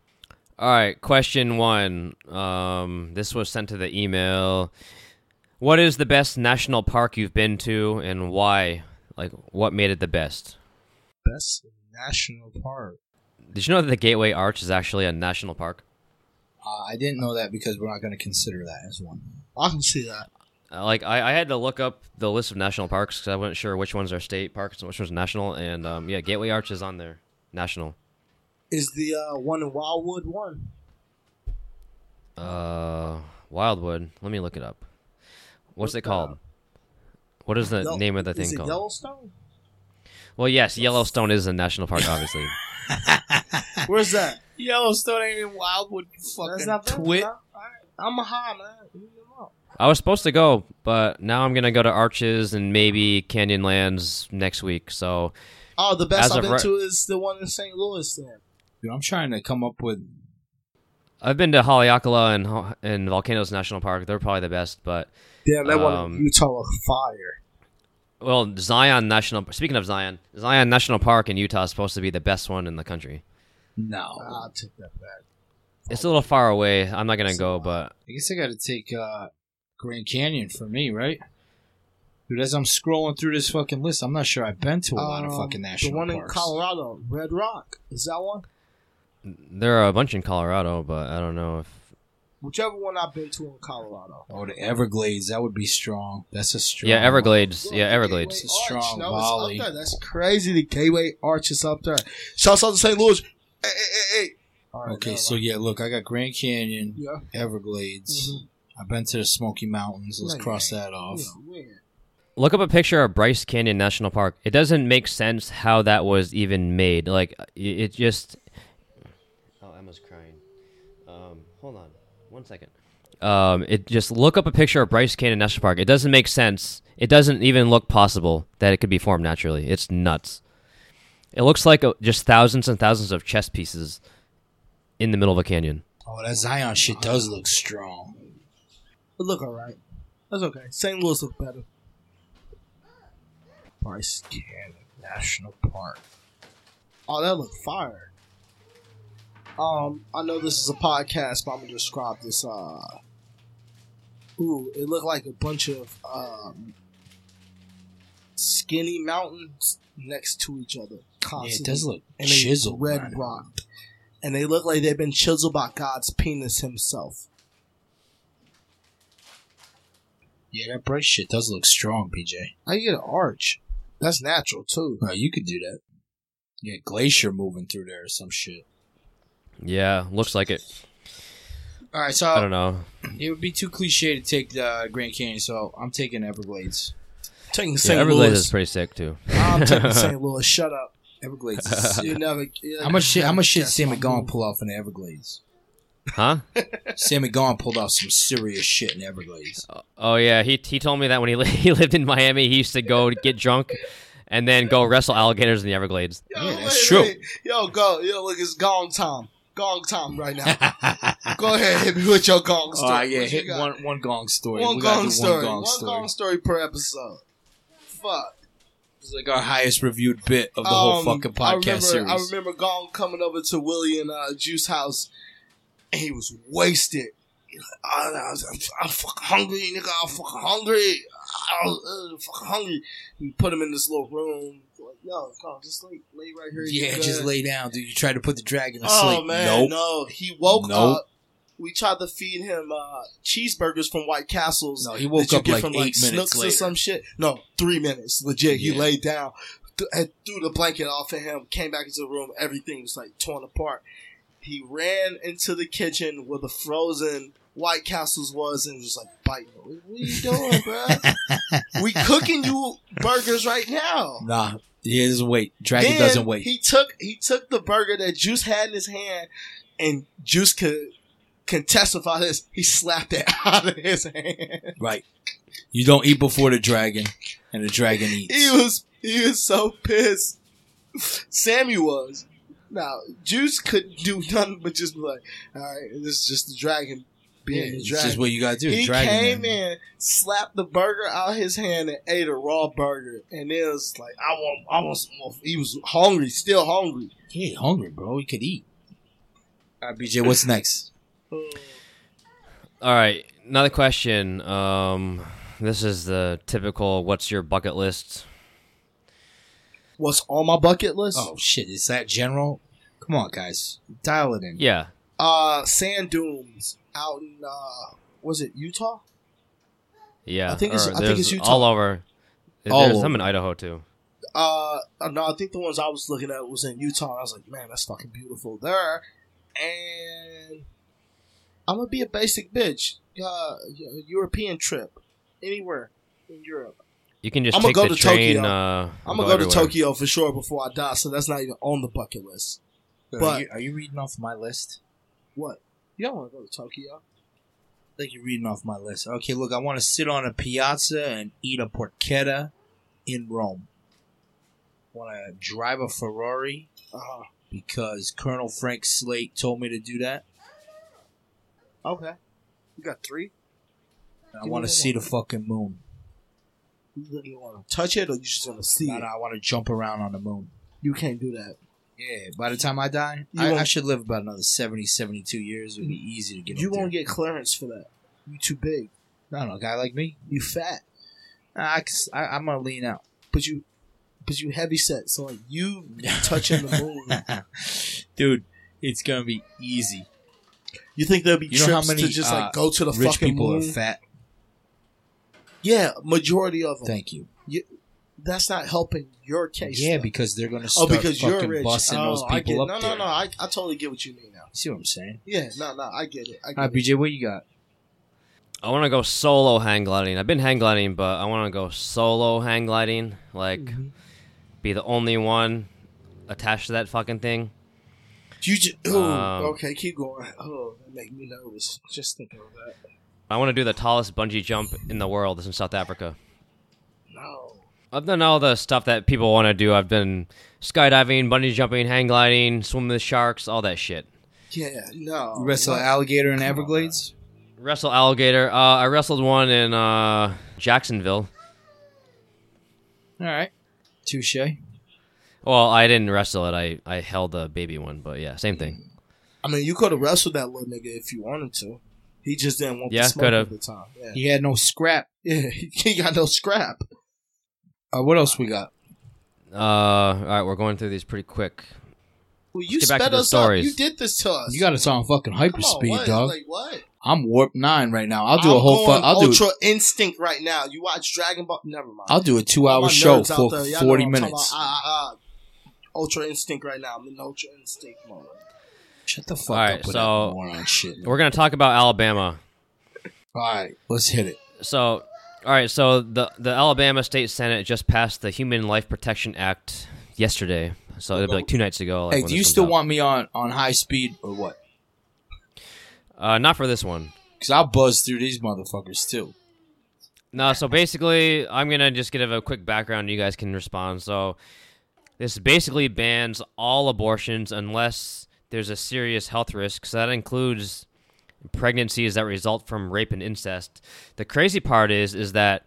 Speaker 2: All right, question one. Um, this was sent to the email. What is the best national park you've been to, and why? Like, what made it the best?
Speaker 3: Best national park.
Speaker 2: Did you know that the Gateway Arch is actually a national park?
Speaker 1: Uh, I didn't know that because we're not going to consider that as one.
Speaker 3: I can see that.
Speaker 2: Uh, Like, I, I had to look up the list of national parks because I wasn't sure which ones are state parks and which ones are national. And um, yeah, Gateway Arch is on there, national.
Speaker 3: Is the uh, one in Wildwood one?
Speaker 2: Uh, Wildwood. Let me look it up. What's
Speaker 3: Look
Speaker 2: it called? What is the
Speaker 3: Yel-
Speaker 2: name of the
Speaker 3: is
Speaker 2: thing
Speaker 3: it
Speaker 2: called?
Speaker 3: Yellowstone.
Speaker 2: Well, yes, Yellowstone is a national park, obviously.
Speaker 3: Where's that?
Speaker 1: Yellowstone ain't in Wildwood. You fucking
Speaker 3: That's not bad.
Speaker 1: twit.
Speaker 3: All right. I'm a high man. Leave me alone.
Speaker 2: I was supposed to go, but now I'm gonna go to Arches and maybe Canyonlands next week. So
Speaker 3: Oh, the
Speaker 2: As
Speaker 3: best I've
Speaker 2: of
Speaker 3: been
Speaker 2: right-
Speaker 3: to is the one in St. Louis. Then
Speaker 1: Dude, I'm trying to come up with.
Speaker 2: I've been to Haleakala and Ho- and Volcanoes National Park. They're probably the best, but
Speaker 3: damn, that one
Speaker 2: Um,
Speaker 3: in Utah was fire.
Speaker 2: well, Zion National. Speaking of Zion, Zion National Park in Utah is supposed to be the best one in the country.
Speaker 1: No.
Speaker 3: I'll take that back.
Speaker 2: It's a little far away. I'm not gonna go, but
Speaker 1: I guess I got to take uh, Grand Canyon for me, right? Dude, as I'm scrolling through this fucking list, I'm not sure I've been to a lot of
Speaker 3: Um,
Speaker 1: fucking national
Speaker 3: The one
Speaker 1: parks.
Speaker 3: in Colorado, Red Rock, is that one?
Speaker 2: there are a bunch in Colorado. But I don't know if
Speaker 3: Whichever one I've been to in Colorado.
Speaker 1: Oh, the Everglades. That would be strong. That's a strong.
Speaker 2: yeah, Everglades.
Speaker 3: Look,
Speaker 2: Yeah,
Speaker 3: the
Speaker 2: Everglades.
Speaker 1: It's a
Speaker 3: Gateway Arch,
Speaker 1: strong
Speaker 3: no, it's
Speaker 1: volley.
Speaker 3: up there. That's crazy. The Gateway Arch is up there. Shouts out to St. Louis. Hey, hey, hey, hey. All right,
Speaker 1: Okay,
Speaker 3: never
Speaker 1: so
Speaker 3: mind.
Speaker 1: yeah, look, I got Grand Canyon,
Speaker 3: yeah. mm-hmm.
Speaker 1: Everglades, I've been to the Smoky Mountains. Let's
Speaker 3: Right.
Speaker 1: cross that off.
Speaker 3: You know, where?
Speaker 2: Look up a picture of Bryce Canyon National Park. It doesn't make sense how that was even made. Like i- it just. Oh, Emma's crying. Um, hold on, one second. Um, it just look up a picture of Bryce Canyon National Park. It doesn't make sense. It doesn't even look possible that it could be formed naturally. It's nuts. It looks like uh just thousands and thousands of chess pieces in the middle of a canyon.
Speaker 1: Oh, that Zion shit does look strong.
Speaker 3: It look all right. That's okay. St. Louis look better.
Speaker 1: Bryce Canyon National Park.
Speaker 3: Oh, that look fire. Um, I know this is a podcast, but I'm gonna describe this. Uh, ooh, it looked like a bunch of um, skinny mountains next to each other.
Speaker 1: Yeah, it
Speaker 3: Constantly.
Speaker 1: does look
Speaker 3: and they
Speaker 1: chiseled.
Speaker 3: red
Speaker 1: man.
Speaker 3: rock, and they look like they've been chiseled by God's penis himself.
Speaker 1: Yeah, that Bryce shit does look strong, PJ.
Speaker 3: I get an arch. That's natural too.
Speaker 1: Oh, you could do that. Yeah, glacier moving through there or some shit.
Speaker 2: Yeah, looks like it.
Speaker 1: All right,
Speaker 2: I
Speaker 1: so
Speaker 2: don't know.
Speaker 1: it would be too cliche to take the Grand Canyon, so I'm taking Everglades.
Speaker 3: Taking
Speaker 2: Yeah,
Speaker 3: St.
Speaker 2: Everglades is
Speaker 3: Louis.
Speaker 2: pretty sick too.
Speaker 3: I'm taking St. Louis. Shut up.
Speaker 1: Everglades. is sick.
Speaker 3: You never.
Speaker 1: how much shit? How much shit?
Speaker 3: That's
Speaker 1: Sam
Speaker 3: my
Speaker 1: McGowan
Speaker 3: move.
Speaker 1: pull off in the Everglades.
Speaker 2: Huh?
Speaker 1: Sam McGowan pulled off some serious shit in the Everglades.
Speaker 2: Oh yeah, he he told me that when he li- he lived in Miami, he used to go to get drunk and then go wrestle alligators in the Everglades.
Speaker 3: Yo,
Speaker 1: Yeah, that's
Speaker 3: wait,
Speaker 1: true.
Speaker 3: wait. Yo, go. Yo, look, it's gong time. Gong time right now. go ahead, hit me with your gong
Speaker 1: Oh
Speaker 3: story.
Speaker 1: yeah,
Speaker 3: What you
Speaker 1: hit
Speaker 3: got?
Speaker 1: one one gong story.
Speaker 3: One
Speaker 1: We gotta do
Speaker 3: gong
Speaker 1: One
Speaker 3: story. One
Speaker 1: gong story.
Speaker 3: gong story per episode. Fuck.
Speaker 1: It's like our highest reviewed bit of the whole
Speaker 3: Um,
Speaker 1: fucking
Speaker 3: I
Speaker 1: podcast
Speaker 3: remember,
Speaker 1: series.
Speaker 3: I remember Gong coming over to Willie and uh, Juice house, and he was wasted. He was like, "Ah, I was- I'm, I'm fucking hungry, nigga. I'm fucking hungry. I'm uh, fucking hungry. We put him in this little room. Like, yo, Gong, just lay, lay right here.
Speaker 1: yeah,
Speaker 3: You
Speaker 1: just
Speaker 3: good?"
Speaker 1: lay down, dude. You tried to put the dragon to
Speaker 3: Oh
Speaker 1: sleep.
Speaker 3: man,
Speaker 1: nope.
Speaker 3: no. He woke
Speaker 1: Nope.
Speaker 3: up. We tried to feed him uh, cheeseburgers from White Castles.
Speaker 1: No, he woke
Speaker 3: that you
Speaker 1: up
Speaker 3: get
Speaker 1: like
Speaker 3: from,
Speaker 1: eight minutes
Speaker 3: Snooks
Speaker 1: later.
Speaker 3: or some shit. No, three minutes. Legit,
Speaker 1: Yeah.
Speaker 3: he laid down, th- and threw the blanket off of him. Came back into the room. Everything was like torn apart. He ran into the kitchen where the frozen White Castles was, and was like biting. it. What are you doing, bro? we cooking you burgers right now.
Speaker 1: Nah, yeah, just wait. Dragon
Speaker 3: Then
Speaker 1: doesn't wait.
Speaker 3: He took he took the burger that Juice had in his hand, and Juice could can testify this. He slapped it out of his hand.
Speaker 1: right. You don't eat before the dragon, and the dragon eats.
Speaker 3: He was he was so pissed. Sammy was. Now Juice couldn't do nothing but just be like, all right, this is just the dragon
Speaker 1: Yeah,
Speaker 3: being the
Speaker 1: it's
Speaker 3: dragon.
Speaker 1: just what you gotta do.
Speaker 3: he
Speaker 1: dragon
Speaker 3: came
Speaker 1: man.
Speaker 3: in, slapped the burger out of his hand, and ate a raw burger. And it was like, I want, I want some more. He was hungry, still hungry.
Speaker 1: He hungry, bro. He could eat. All right, BJ, what's next?
Speaker 2: All right, another question. Um, this is the typical "What's your bucket list?"
Speaker 3: What's on my bucket list?
Speaker 1: Oh shit, is that general? Come on, guys, dial it in.
Speaker 2: Yeah,
Speaker 3: Uh, sand dunes out in uh, was it Utah?
Speaker 2: yeah.
Speaker 3: I think it's- Oh.
Speaker 2: or
Speaker 3: I think
Speaker 2: there's
Speaker 3: it's Utah.
Speaker 2: all over.
Speaker 1: All
Speaker 2: there's
Speaker 1: over.
Speaker 2: some in Idaho too.
Speaker 3: Uh, no, I think the ones I was looking at was in Utah. I was like, man, that's fucking beautiful there. And I'm gonna be a basic bitch. Uh, European trip, anywhere in Europe.
Speaker 2: You can just
Speaker 3: I'ma
Speaker 2: take
Speaker 3: go
Speaker 2: the
Speaker 3: to
Speaker 2: train.
Speaker 3: Tokyo.
Speaker 2: Uh, and
Speaker 3: I'm gonna go to
Speaker 2: everywhere.
Speaker 3: Tokyo for sure before I die. So that's not even on the bucket list.
Speaker 1: are,
Speaker 3: But-
Speaker 1: you, are you reading off my list?
Speaker 3: What? You don't want to go to Tokyo?
Speaker 1: I think you're reading off my list. Okay, look, I want to sit on a piazza and eat a porchetta in Rome. Want to drive a Ferrari
Speaker 3: Uh huh.
Speaker 1: because Colonel Frank Slate told me to do that.
Speaker 3: Okay. You got three.
Speaker 1: And I
Speaker 3: Give me
Speaker 1: want to
Speaker 3: one
Speaker 1: see the
Speaker 3: more.
Speaker 1: fucking moon.
Speaker 3: You really want to touch it, or you just want to see
Speaker 1: No,
Speaker 3: it?
Speaker 1: no, I want to jump around on the moon.
Speaker 3: You can't do that.
Speaker 1: Yeah, by the time I die,
Speaker 3: You
Speaker 1: I,
Speaker 3: won't-
Speaker 1: I should live about another 70, 72 years. It would be easy to get
Speaker 3: you
Speaker 1: up
Speaker 3: won't get clearance for that. You too big.
Speaker 1: there. No, no, a guy like me,
Speaker 3: You fat,
Speaker 1: nah, I can, s- I, am going to lean out.
Speaker 3: but you, but you heavy set. So like you touching the moon.
Speaker 1: Dude, it's going to be easy.
Speaker 3: You think there'll be
Speaker 1: You know
Speaker 3: trips
Speaker 1: how many,
Speaker 3: to just
Speaker 1: uh,
Speaker 3: like go to the
Speaker 1: Rich
Speaker 3: fucking
Speaker 1: people
Speaker 3: moon?
Speaker 1: are fat.
Speaker 3: Yeah, majority of them.
Speaker 1: Thank you.
Speaker 3: That's not helping your case.
Speaker 1: Yeah,
Speaker 3: though.
Speaker 1: because they're going to
Speaker 3: oh,
Speaker 1: start
Speaker 3: because you're
Speaker 1: fucking
Speaker 3: rich.
Speaker 1: busting
Speaker 3: oh,
Speaker 1: those
Speaker 3: I get,
Speaker 1: people up
Speaker 3: no,
Speaker 1: there.
Speaker 3: no, no. I, I totally get what you mean now.
Speaker 1: See what I'm saying?
Speaker 3: Yeah, no, no. I get it. I get
Speaker 1: All right,
Speaker 3: it.
Speaker 1: BJ, what you got?
Speaker 2: I want to go solo hang gliding. I've been hang gliding, but I want to go solo hang gliding. Like,
Speaker 3: Mm-hmm.
Speaker 2: be the only one attached to that fucking thing.
Speaker 3: You just,
Speaker 2: Um,
Speaker 3: okay, keep going. Oh, that make me nervous. Just thinking of that.
Speaker 2: I want to do the tallest bungee jump in the world. It's in South Africa.
Speaker 3: No.
Speaker 2: I've done all the stuff that people want to do. I've done skydiving, bungee jumping, hang gliding, swimming with sharks, all that shit.
Speaker 3: Yeah, no.
Speaker 1: You wrestle
Speaker 3: no.
Speaker 1: alligator in Everglades?
Speaker 2: Wrestle alligator. Uh, I wrestled one in uh, Jacksonville.
Speaker 1: All right. Touche.
Speaker 2: Well, I didn't wrestle it. I, I held a baby one, but yeah, same thing.
Speaker 3: I mean, you could have wrestled that little nigga if you wanted to. He just didn't want
Speaker 2: Yeah,
Speaker 3: the smoke
Speaker 2: coulda.
Speaker 3: at the time. Yeah.
Speaker 1: He had no scrap.
Speaker 3: yeah, he got no scrap.
Speaker 1: Uh, what else we got?
Speaker 2: Uh, all right, we're going through these pretty quick.
Speaker 3: Well, you
Speaker 2: get back to
Speaker 3: sped
Speaker 2: the
Speaker 3: us
Speaker 2: stories.
Speaker 3: up. You did this to us.
Speaker 1: You got us on fucking
Speaker 3: Come on,
Speaker 1: hyperspeed,
Speaker 3: what?
Speaker 1: dog.
Speaker 3: Like what?
Speaker 1: I'm warp nine right now. I'll do a
Speaker 3: I'm
Speaker 1: whole.
Speaker 3: going
Speaker 1: Fu- I'll do.
Speaker 3: Ultra Instinct right now. You watch Dragon Ball. Never mind.
Speaker 1: I'll do a
Speaker 3: My
Speaker 1: two-hour
Speaker 3: nerds
Speaker 1: show
Speaker 3: out
Speaker 1: for
Speaker 3: there, y'all know
Speaker 1: forty
Speaker 3: what I'm talking
Speaker 1: minutes.
Speaker 3: about. Ah, ah, ah. Ultra Instinct right now. I'm in Ultra Instinct mode.
Speaker 1: Shut the fuck
Speaker 2: All right,
Speaker 1: up with
Speaker 2: so-
Speaker 1: that moron shit.
Speaker 2: We're going to talk about Alabama.
Speaker 1: All right, let's hit it.
Speaker 2: So, all right, so the, the Alabama State Senate just passed the Human Life Protection Act yesterday. So it'll be like two nights ago. Like
Speaker 1: Hey,
Speaker 2: when
Speaker 1: do
Speaker 2: this
Speaker 1: you
Speaker 2: comes
Speaker 1: still
Speaker 2: out.
Speaker 1: want me on on high speed or what?
Speaker 2: Uh, not for this one.
Speaker 1: Because I'll buzz through these motherfuckers too.
Speaker 2: No, so basically, I'm gonna just give a quick background. You guys can respond. So, this basically bans all abortions unless there's a serious health risk. So that includes pregnancies that result from rape and incest. The crazy part is, is that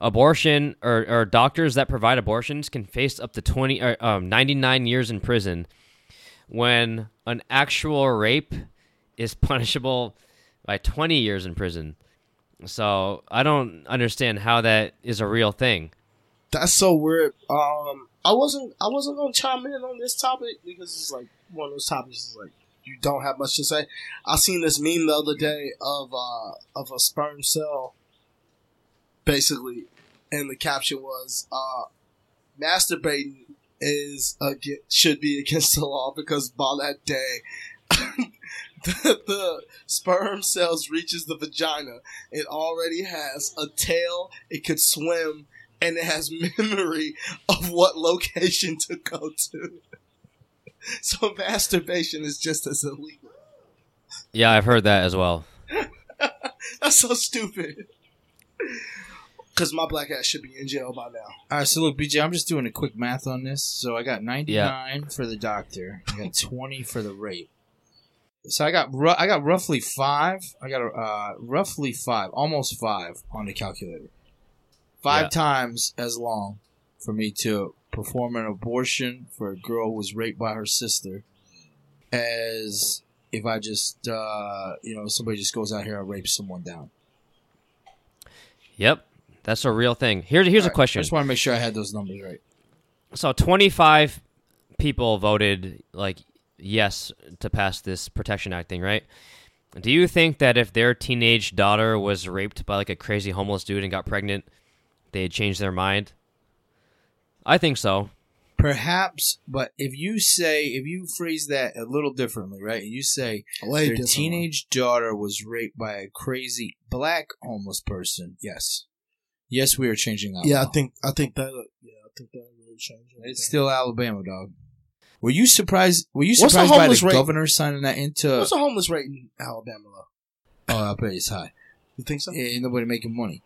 Speaker 2: abortion or, or doctors that provide abortions can face up to 20 or um, 99 years in prison when an actual rape is punishable by 20 years in prison. So I don't understand how that is a real thing.
Speaker 3: That's so weird. Um, I wasn't. I wasn't gonna chime in on this topic because it's like one of those topics. Is like you don't have much to say. I seen this meme the other day of uh of a sperm cell, basically, and the caption was uh, masturbating is ag- should be against the law because by that day. the, the sperm cells reaches the vagina. It already has a tail. It could swim and it has memory of what location to go to. So masturbation is just as illegal.
Speaker 2: Yeah, I've heard that as well.
Speaker 3: That's so stupid. Cause my black ass should be in jail by now.
Speaker 1: All right, so look, BJ, I'm just doing a quick math on this. So I got 99 for the doctor. I got 20 for the rape. So I got ru- I got roughly five. I got uh, roughly five, almost five on the calculator. Five
Speaker 2: Yeah.
Speaker 1: times as long for me to perform an abortion for a girl who was raped by her sister, as if I just uh, you know somebody just goes out here and rapes someone down.
Speaker 2: Yep, that's a real thing. Here, here's a
Speaker 1: I
Speaker 2: question.
Speaker 1: just want to make sure I had those numbers right.
Speaker 2: So 25 people voted like yes to pass this Protection Act thing, right? Do you think that if their teenage daughter was raped by like a crazy homeless dude and got pregnant, they'd change their mind? I think so.
Speaker 1: Perhaps, but if you say, if you phrase that a little differently, right? You say their teenage daughter was raped by a crazy black homeless person. Yes, yes, we are changing that.
Speaker 3: Yeah, I
Speaker 1: law.
Speaker 3: think I think that. Yeah, I think that really changed. everything.
Speaker 1: it's still Alabama, dog. Were you surprised? Were you
Speaker 3: What's the
Speaker 1: surprised by the
Speaker 3: homeless rate?
Speaker 1: governor signing that into?
Speaker 3: What's the homeless rate in Alabama? Though?
Speaker 1: oh, I bet it's high.
Speaker 3: You think so?
Speaker 1: Ain't nobody making money.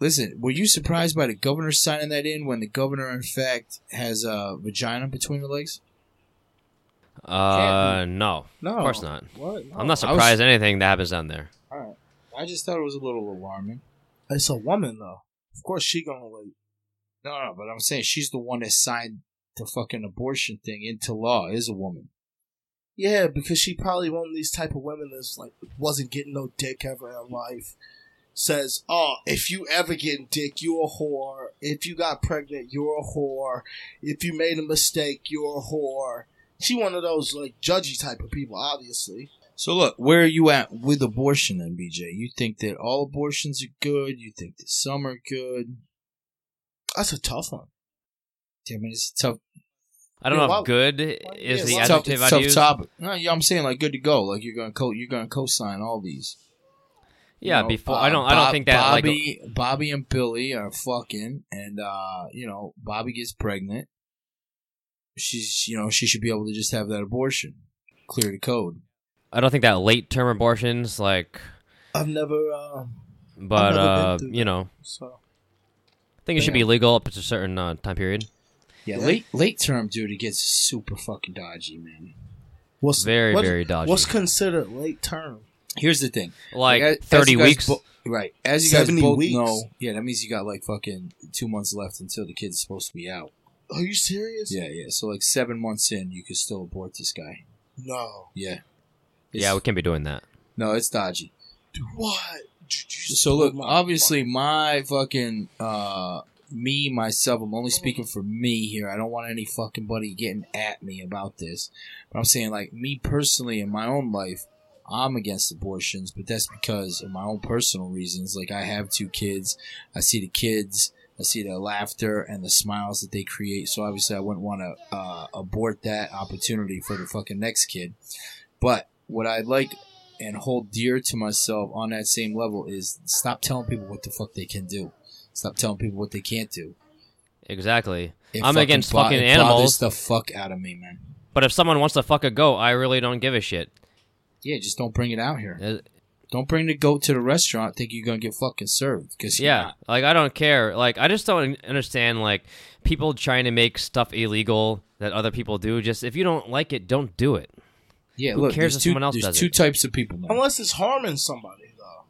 Speaker 1: Listen, were you surprised by the governor signing that in when the governor, in fact, has a vagina between her legs?
Speaker 2: Uh, no,
Speaker 3: No,
Speaker 2: of course not.
Speaker 3: What? No.
Speaker 1: I
Speaker 2: I'm not
Speaker 1: was-
Speaker 2: surprised at anything that happens down there.
Speaker 1: I just thought it was a little alarming.
Speaker 3: It's a woman though. Of course she gonna wait.
Speaker 1: No, no, but I'm saying she's the one that signed the fucking abortion thing into law. Is a woman.
Speaker 3: Yeah, because she probably one of these type of women that's like wasn't getting no dick ever in life. Says, oh, if you ever get dick, you're a whore. If you got pregnant, you're a whore. If you made a mistake, you're a whore. She one of those like judgy type of people, obviously.
Speaker 1: So look, where are you at with abortion then, BJ? You think that all abortions are good? You think that some are good?
Speaker 3: That's a tough one.
Speaker 1: I mean, it's a tough,
Speaker 2: I don't
Speaker 3: Yeah,
Speaker 2: know
Speaker 3: why-
Speaker 2: if good
Speaker 3: why-
Speaker 2: is
Speaker 3: yeah,
Speaker 2: the
Speaker 3: why-
Speaker 1: it's tough,
Speaker 2: adjective
Speaker 1: it's
Speaker 2: I'd
Speaker 1: tough
Speaker 2: use.
Speaker 1: topic. No, yeah, I'm saying like good to go. Like you're gonna co, you're gonna co-sign all these.
Speaker 2: Yeah,
Speaker 1: know,
Speaker 2: before
Speaker 1: uh,
Speaker 2: I don't I don't
Speaker 1: Bob-
Speaker 2: think that like uh,
Speaker 1: Bobby Bobby and Billy are fucking, and uh, you know Bobby gets pregnant. She's you know she should be able to just have that abortion, clear the code.
Speaker 2: I don't think that late term abortions like
Speaker 3: I've never, uh,
Speaker 2: but
Speaker 3: never been
Speaker 2: uh
Speaker 3: through
Speaker 2: you know
Speaker 3: so
Speaker 2: I think it should be
Speaker 1: Yeah.
Speaker 2: legal up to a certain uh, time period.
Speaker 1: Yeah,
Speaker 3: Yeah.
Speaker 1: late late term dude, it gets super fucking dodgy, man.
Speaker 3: what's
Speaker 2: Very
Speaker 3: what-
Speaker 2: very dodgy.
Speaker 3: What's considered late term?
Speaker 1: Here's the thing,
Speaker 2: like
Speaker 1: as- as
Speaker 2: 30
Speaker 1: you guys
Speaker 2: weeks.
Speaker 1: bo- right? As you guys
Speaker 3: 70
Speaker 1: both
Speaker 3: weeks.
Speaker 1: know, yeah, that means you got like fucking two months left until the kid's supposed to be out.
Speaker 3: Are you serious?
Speaker 1: Yeah, yeah. So like seven months in, you could still abort this guy.
Speaker 3: No.
Speaker 1: Yeah,
Speaker 2: yeah, we can't be doing that.
Speaker 1: no, it's dodgy.
Speaker 3: Dude, what? Dude, you just
Speaker 1: So look,
Speaker 3: blew my
Speaker 1: obviously my fucking uh me myself, I'm only speaking for me here. I don't want any fucking buddy getting at me about this. But I'm saying like me personally in my own life, I'm against abortions, but that's because of my own personal reasons. Like I have two kids. I see the kids, I see their laughter and the smiles that they create. So obviously I wouldn't want to uh, abort that opportunity for the fucking next kid. But what I like and hold dear to myself on that same level is stop telling people what the fuck they can do. Stop telling people what they can't do.
Speaker 2: Exactly.
Speaker 1: It
Speaker 2: I'm against fucking
Speaker 1: it bothers
Speaker 2: animals.
Speaker 1: The fuck out of me, man.
Speaker 2: But if someone wants to fuck a goat, I really don't give a shit.
Speaker 1: Yeah, just don't bring it out here.
Speaker 2: Uh,
Speaker 1: Don't bring the goat to the restaurant. Think you're gonna get fucking served? Cause you're
Speaker 2: Yeah,
Speaker 1: not.
Speaker 2: like I don't care. Like I just don't understand like people trying to make stuff illegal that other people do. Just if you don't like it, don't do it.
Speaker 1: yeah.
Speaker 2: Who
Speaker 1: look,
Speaker 2: cares
Speaker 1: there's
Speaker 2: if
Speaker 1: two,
Speaker 2: someone else
Speaker 1: there's
Speaker 2: does
Speaker 1: two
Speaker 2: it?
Speaker 1: types of people. Man.
Speaker 3: Unless it's harming somebody, though.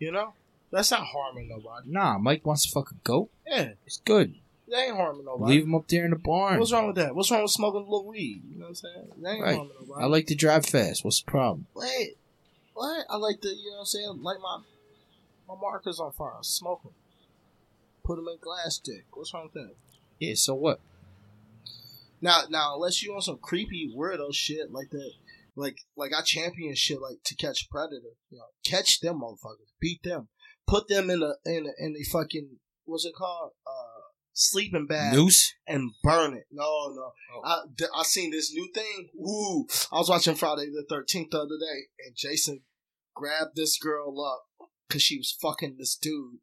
Speaker 3: You know? That's not harming nobody.
Speaker 1: Nah, Mike wants to fuck a goat.
Speaker 3: Yeah,
Speaker 1: It's good.
Speaker 3: that ain't harming nobody.
Speaker 1: Leave him up there in the barn.
Speaker 3: What's wrong with that? What's wrong with smoking a little weed? You know what I'm saying? That ain't
Speaker 1: Right.
Speaker 3: harming nobody.
Speaker 1: I like to drive fast. What's the problem?
Speaker 3: Wait, what? I like to, you know what I'm saying? Light my my markers on fire, smoke them, put them in glass stick. What's wrong with that?
Speaker 1: Yeah. So what?
Speaker 3: Now, now, unless you on some creepy weirdo shit like that, like like I champion shit like to catch a predator, you know, catch them motherfuckers, beat them, put them in a in a, in a fucking what's it called uh sleeping bag
Speaker 1: Noose?
Speaker 3: and burn it. No, no,
Speaker 1: Oh.
Speaker 3: I th- I seen this new thing. Ooh, I was watching Friday the Thirteenth the other day, and Jason grabbed this girl up because she was fucking this dude.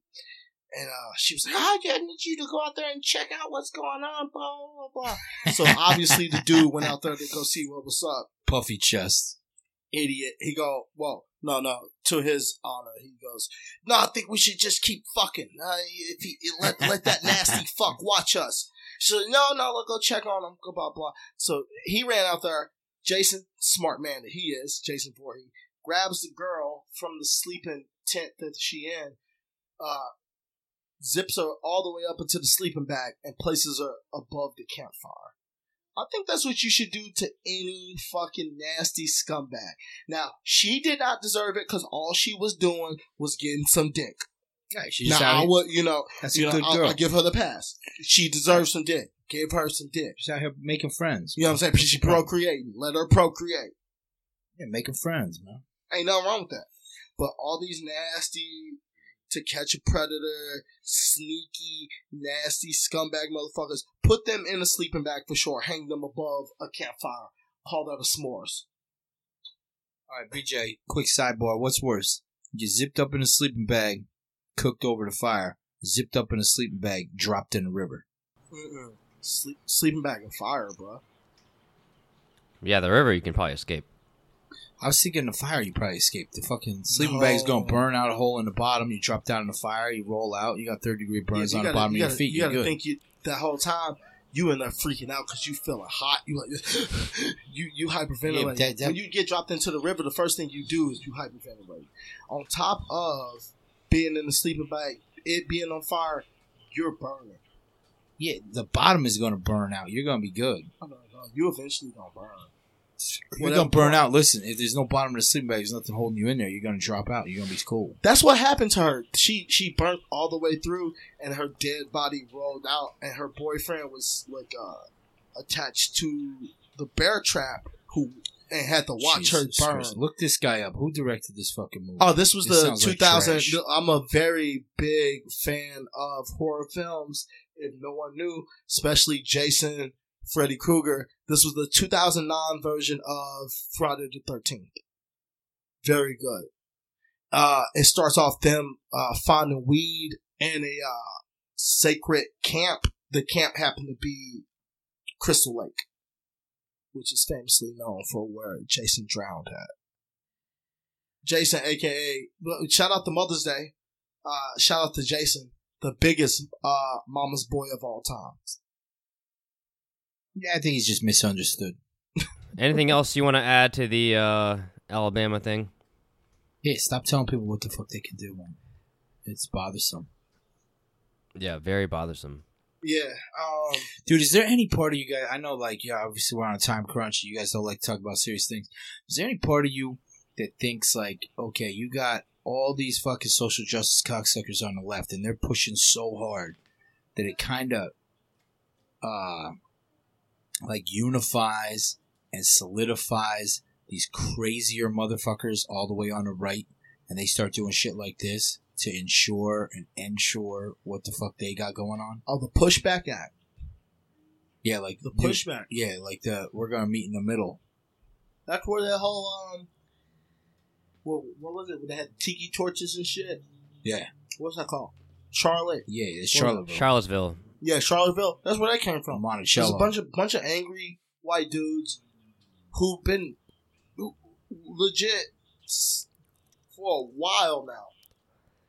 Speaker 3: And uh, she was like, "I just need you to go out there and check out what's going on." Blah blah blah. so obviously the dude went out there to go see what was up.
Speaker 1: Puffy chest.
Speaker 3: Idiot. He go, "Well, no, no." To his honor, he goes, "No, I think we should just keep fucking. Uh, if he let let that nasty fuck watch us." So no, no, let go check on him. Go blah blah. So he ran out there. Jason, smart man that he is, Jason Voorhees, grabs the girl from the sleeping tent that she in, uh, zips her all the way up into the sleeping bag and places her above the campfire. I think that's what you should do to any fucking nasty scumbag. Now, she did not deserve it because all she was doing was getting some dick.
Speaker 1: Yeah, she's
Speaker 3: Now,
Speaker 1: out
Speaker 3: I
Speaker 1: here-
Speaker 3: would, you know,
Speaker 1: That's
Speaker 3: you
Speaker 1: a
Speaker 3: know,
Speaker 1: good
Speaker 3: I'll,
Speaker 1: girl.
Speaker 3: I'll give her the pass. She deserves some dick. Give her some dick.
Speaker 1: she's out here making friends.
Speaker 3: You know what I'm saying? She procreating. Let her procreate.
Speaker 1: Yeah, making friends, man.
Speaker 3: Ain't nothing wrong with that. But all these nasty, to catch a predator, sneaky, nasty scumbag motherfuckers, put them in a sleeping bag for sure. Hang them above a campfire. Call that a s'mores.
Speaker 1: All right, BJ, quick sidebar. What's worse? You zipped up in a sleeping bag, cooked over the fire, zipped up in a sleeping bag, dropped in the river.
Speaker 3: Mm-mm. Sleep, sleeping bag and fire, bro.
Speaker 2: Yeah, the river you can probably escape.
Speaker 1: I was thinking the fire you probably escaped. The fucking sleeping
Speaker 3: No.
Speaker 1: bag's gonna burn out a hole in the bottom. You drop down in the fire, you roll out, you got third degree burns
Speaker 3: Yeah,
Speaker 1: on
Speaker 3: you
Speaker 1: the
Speaker 3: gotta-
Speaker 1: bottom
Speaker 3: you
Speaker 1: of your
Speaker 3: gotta-
Speaker 1: feet.
Speaker 3: You
Speaker 1: You're
Speaker 3: gotta
Speaker 1: good.
Speaker 3: think you that whole time. You in there freaking out because you feeling hot. You like you you hyperventilating.
Speaker 1: Yeah, but that- that-
Speaker 3: when you get dropped into the river, the first thing you do is you hyperventilate. On top of being in the sleeping bag, it being on fire, you're burning.
Speaker 1: yeah, the bottom is gonna burn out. You're gonna be good.
Speaker 3: I'm like, oh, you eventually gonna burn.
Speaker 1: You're
Speaker 3: Whatever
Speaker 1: gonna burn
Speaker 3: part.
Speaker 1: out. Listen, if there's no bottom of the sleeping bag, there's nothing holding you in there. You're gonna drop out. You're gonna be cool.
Speaker 3: That's what happened to her. She she burnt all the way through, and her dead body rolled out, and her boyfriend was like uh, attached to the bear trap, who and had to watch
Speaker 1: Jesus
Speaker 3: her burn.
Speaker 1: Christ. Look this guy up. Who directed this fucking movie?
Speaker 3: Oh, this was
Speaker 1: This
Speaker 3: the
Speaker 1: sounds like
Speaker 3: 2000.
Speaker 1: trash.
Speaker 3: I'm a very big fan of horror films, if no one knew, especially Jason, Freddy Krueger. This was the 2009 version of Friday the 13th. Very good. Uh, it starts off them uh, finding weed in a uh, sacred camp. The camp happened to be Crystal Lake, which is famously known for where Jason drowned at. Jason, aka well, shout out to Mother's Day. Uh, shout out to Jason, the biggest uh, mama's boy of all time.
Speaker 1: Yeah, I think he's just misunderstood.
Speaker 2: Anything else you want to add to the uh, Alabama thing?
Speaker 1: Yeah, stop telling people what the fuck they can do, man. It's bothersome.
Speaker 2: Yeah, very bothersome.
Speaker 3: Yeah. Um,
Speaker 1: Dude, is there any part of you guys? I know, like, yeah, obviously we're on a time crunch. You guys don't like to talk about serious things. Is there any part of you that thinks, like, okay, you got all these fucking social justice cocksuckers on the left, and they're pushing so hard that it kind of, uh, like, unifies and solidifies these crazier motherfuckers all the way on the right, and they start doing shit like this to ensure and ensure what the fuck they got going on?
Speaker 3: oh, the pushback act.
Speaker 1: Yeah, like
Speaker 3: The
Speaker 1: dude,
Speaker 3: pushback.
Speaker 1: Yeah, like the we're gonna meet in the middle.
Speaker 3: That's where that whole um, what what was it? When they had tiki torches and shit.
Speaker 1: Yeah,
Speaker 3: What's that called? Charlotte.
Speaker 1: yeah, it's Charlottesville.
Speaker 2: Charlottesville.
Speaker 3: Yeah, Charlottesville. That's where that came
Speaker 1: from
Speaker 3: from. There's a
Speaker 1: Monticello.
Speaker 3: bunch of bunch of angry white dudes who've been who- legit s- for a while now.